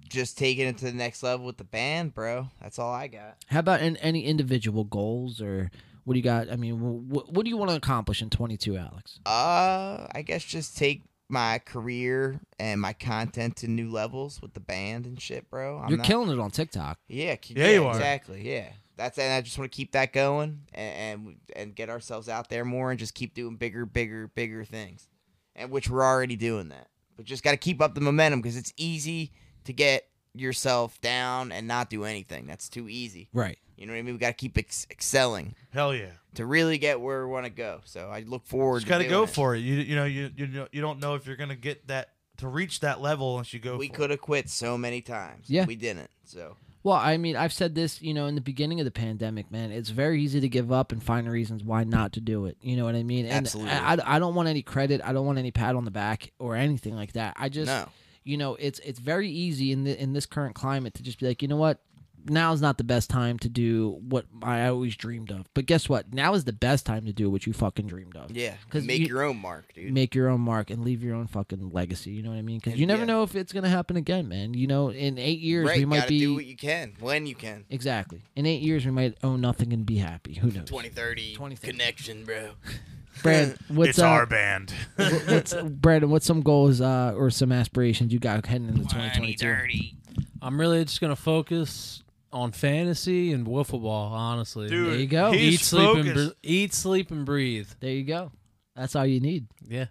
B: Just taking it to the next level with the band, bro. That's all I got.
A: How about in, any individual goals, or what do you got? I mean, what, what do you want to accomplish in 22, Alex?
B: Uh, I guess just take my career and my content to new levels with the band and shit, bro. I'm
A: You're
B: not-
A: killing it on TikTok.
B: Yeah, c-
C: Yeah, you are.
B: Exactly. Yeah. That's and I just want to keep that going and, and and get ourselves out there more and just keep doing bigger, bigger, bigger things, and which we're already doing that. But just got to keep up the momentum because it's easy to get yourself down and not do anything. That's too easy.
A: Right.
B: You know what I mean? We got to keep ex- excelling.
C: Hell yeah.
B: To really get where we want to go. So I look forward
C: Just
B: to
C: gotta
B: doing
C: go
B: it.
C: for it. You you know you you know, you don't know if you're gonna get that to reach that level unless you go.
B: We
C: for
B: could have quit so many times.
A: Yeah.
B: We didn't. So
A: Well, I mean, I've said this, you know, in the beginning of the pandemic, man. It's very easy to give up and find reasons why not to do it. You know what I mean? And
B: Absolutely.
A: I, I- I don't want any credit. I don't want any pat on the back or anything like that. I just,
B: No.
A: you know, it's it's very easy in the in this current climate to just be like, you know what? Now's not the best time to do what I always dreamed of. But guess what? Now is the best time to do what you fucking dreamed of.
B: yeah,
A: 'Cause
B: make
A: you-
B: your own mark, dude.
A: Make your own mark and leave your own fucking legacy. You know what I mean? Because
B: And-
A: you never
B: yeah.
A: know if it's gonna happen again, man. You know, in eight years
B: right,
A: we might
B: gotta
A: be
B: do what you can when you can.
A: Exactly. In eight years, we might own nothing and be happy. Who knows?
B: 2030, connection, bro.
A: Brad, what's
C: It's our
A: uh,
C: band.
A: wh- what's Brandon? What's some goals uh, or some aspirations you got heading into 2022?
D: I'm really just gonna focus on fantasy and wiffle ball, honestly.
C: Dude,
A: There you go.
C: he's
D: eat, sleep, and
C: focused.
D: bre- eat, sleep, and breathe.
A: There you go. That's all you need.
D: Yeah.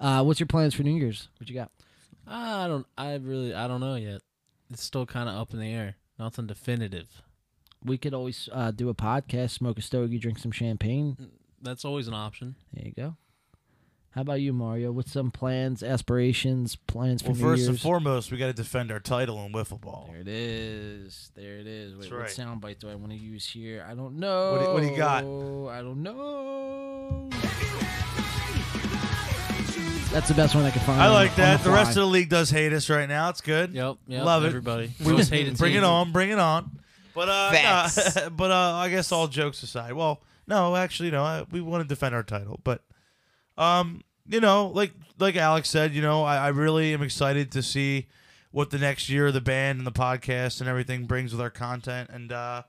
A: Uh, what's your plans for New Year's? What you got?
D: I don't. I really. I don't know yet. It's still kind of up in the air. Nothing definitive.
A: We could always uh, do a podcast, smoke a stogie, drink some champagne.
D: That's always an option.
A: There you go. How about you, Mario? What's some plans, aspirations, plans for
C: well,
A: New
C: first
A: Year's?
C: and foremost, we gotta defend our title in wiffle ball.
A: there it is. There it is. Wait,
C: That's
A: what
C: right.
A: soundbite do I want to use here? I don't know.
C: do you- what do you got?
A: I don't know. That's the best one I can find.
C: I
A: on-
C: like
A: on
C: that. The,
A: fly.
C: rest of the league does hate us right now. It's good.
D: Yep. Yep.
C: Love it.
D: everybody.
C: We-
D: Most hated
C: bring
D: team.
C: it on. Bring it on. But uh,
B: Facts.
C: nah, but uh, I guess all jokes aside. Well, no, actually, no. I, we want to defend our title, but um, you know, like like Alex said, you know, I, I really am excited to see what the next year of the band and the podcast and everything brings with our content and uh,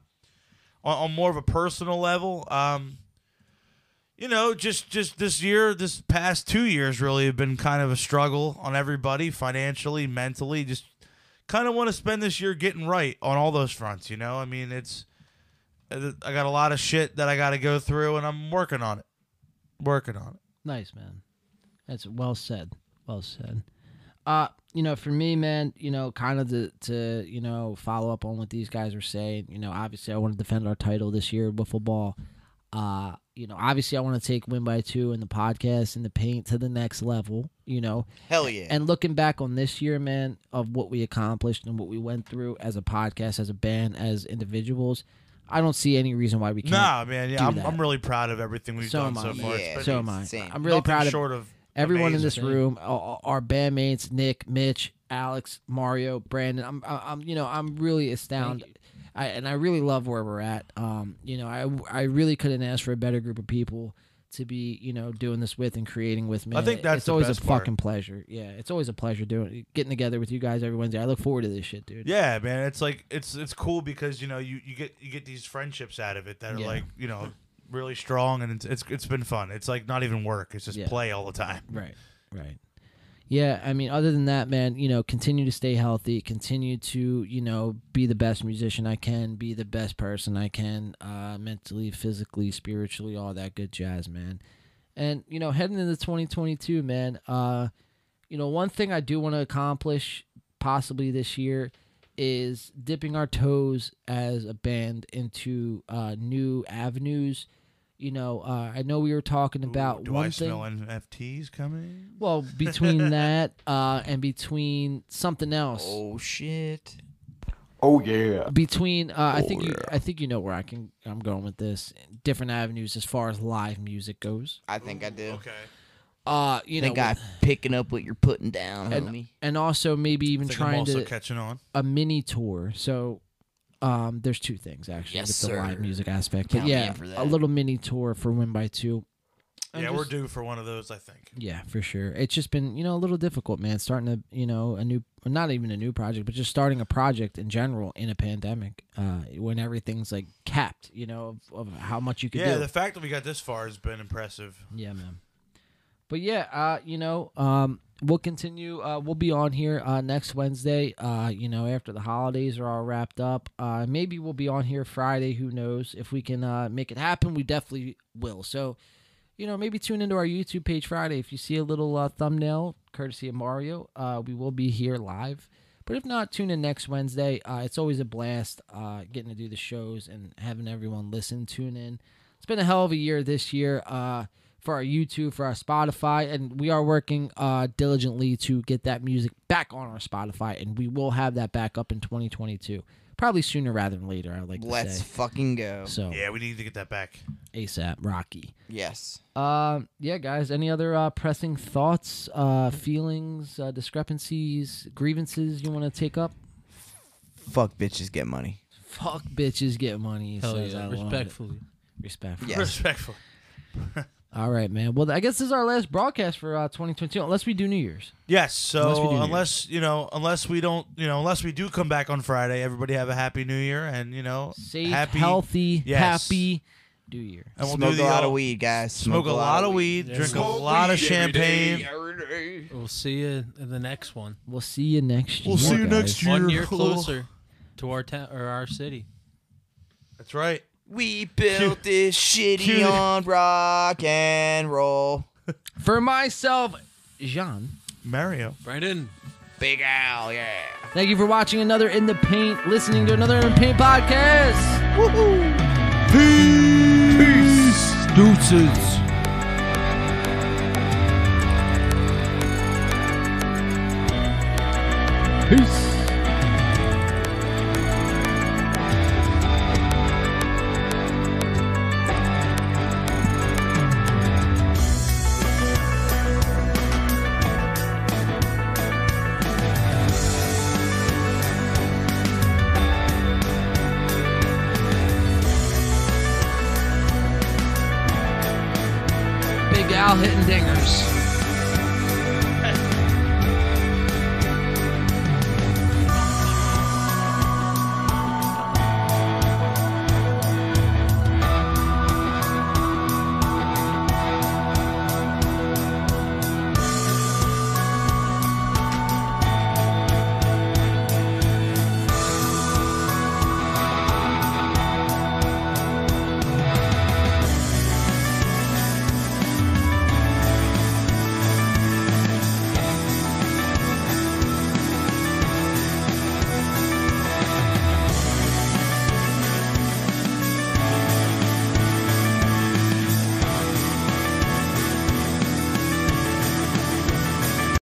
C: on, on more of a personal level. Um, you know, just just this year, this past two years really have been kind of a struggle on everybody financially, mentally. Just kind of want to spend this year getting right on all those fronts. You know, I mean, it's uh, I got a lot of shit that I got to go through, and I'm working on it, working on it.
A: Nice, man. That's well said. Well said. Uh, you know, for me, man, you know, kind of to, to you know follow up on what these guys were saying. You know, obviously, I want to defend our title this year, wiffle ball. Uh, you know, obviously, I want to take win by two in the podcast and the paint to the next level. You know,
B: Hell yeah.
A: And looking back on this year, man, of what we accomplished and what we went through as a podcast, as a band, as individuals, I don't see any reason why we can't.
C: Nah, man,
A: do
C: yeah, I'm,
A: that.
C: I'm really proud of everything we've
A: So am
C: done
A: I,
C: so
A: man.
C: far. It's
B: Yeah.
C: been
A: so am I.
B: insane.
A: I'm really
C: nothing
A: proud of
C: short of
A: everyone in this
C: amazing.
A: room, our, our bandmates, Nick, Mitch, Alex, Mario, Brandon. I'm, I'm, you know, I'm really astounded. I, and I really love where we're at. Um, you know, I, I really couldn't ask for a better group of people to be, you know, doing this with and creating with me.
C: I think that's
A: it's
C: the
A: always
C: best
A: a
C: part.
A: fucking pleasure. Yeah, it's always a pleasure doing getting together with you guys every Wednesday. I look forward to this shit, dude.
C: Yeah, man, it's like it's it's cool because you know you, you get you get these friendships out of it that are
A: Yeah.
C: like you know really strong and it's, it's it's been fun. It's like not even work. It's just
A: Yeah.
C: play all the time.
A: Right. Right. Yeah, I mean, other than that, man, you know, continue to stay healthy, continue to, you know, be the best musician I can, be the best person I can, uh, mentally, physically, spiritually, all that good jazz, man. And you know, heading into 2022, man, uh, you know, one thing I do want to accomplish possibly this year is dipping our toes as a band into uh, new avenues. You know, uh, I know we were talking about
C: Ooh, do
A: one
C: I
A: thing.
C: smell NFTs coming?
A: Well, between that uh, and between something else,
B: oh shit.
E: Oh yeah.
A: between uh, I think you, I think you know where I can I'm going with this. Different avenues as far as live music goes.
B: I think I do.
C: Okay.
A: Uh, you
B: I think
A: know,
B: I'm picking up what you're putting down,
A: and,
B: homie.
A: and also maybe even
C: think I'm
A: trying
C: also
A: to
C: catching on.
A: a mini tour. So um, there's two things actually
B: Yes,
A: with the live
B: sir.
A: music aspect. But
B: Count me
A: yeah,
B: in for
A: a
B: that.
A: little mini tour for Win by Two. I'm
C: yeah, we're
A: just-
C: due for one of those. I think.
A: Yeah, for sure. It's just been, you know, a little difficult, man. Starting a, you know, a new, not even a new project, but just starting a project in general in a pandemic, uh, when everything's like capped, you know, of, of how much you can
C: Yeah,
A: do.
C: the fact that we got this far has been impressive.
A: yeah, man. But yeah, uh, you know, um, we'll continue. Uh, we'll be on here uh, next Wednesday. Uh, you know, after the holidays are all wrapped up, uh, maybe we'll be on here Friday. Who knows? If we can uh, make it happen, we definitely will. So you know, maybe tune into our YouTube page Friday. If you see a little uh, thumbnail, courtesy of Mario, uh, we will be here live. But if not, tune in next Wednesday. Uh, it's always a blast uh, getting to do the shows and having everyone listen, tune in. It's been a hell of a year this year uh, for our YouTube, for our Spotify, and we are working uh, diligently to get that music back on our Spotify, and we will have that back up in 2022. Probably sooner rather than later, I would like to
B: Let's
A: say.
B: fucking go.
A: So
C: Yeah, we need to get that back.
A: ASAP, Rocky.
B: Yes.
A: Uh, yeah, guys. Any other uh, pressing thoughts, uh, feelings, uh, discrepancies, grievances you want to take up?
B: Fuck bitches, get money.
A: Fuck bitches, get money. he
D: Hell
A: says.
D: yeah,
A: I love it.
D: respectfully.
A: Respectfully.
C: Respectful.
A: All right, man. Well, I guess this is our last broadcast for uh, 2022, unless we do New Year's.
C: Yes. So
A: Unless
C: unless,
A: we do New
C: you know, unless we don't, you know, unless we do come back on Friday, everybody have a happy New Year and you know,
A: Safe,
C: happy,
A: healthy,
C: yes.
A: happy New Year.
C: And we'll
B: Smoke
C: do the
B: a lot of
C: old-
B: weed, guys.
C: Smoke, a lot of weed,
D: weed.
C: drink
D: Smoke
C: a lot of
E: weed every day,
C: champagne.
E: every day.
D: We'll see you in the next one.
A: We'll see you next year.
C: We'll see you
A: guys.
C: next year.
D: One year closer to our town or our city.
C: That's right.
B: We built this
C: cue
B: shitty
C: the-
B: on rock and roll.
A: For myself, Jean.
C: Mario.
D: Brandon.
B: Big Al, yeah.
A: Thank you for watching another In the Paint, listening to another In the Paint podcast.
G: Deuces.
A: Big Al hitting dingers.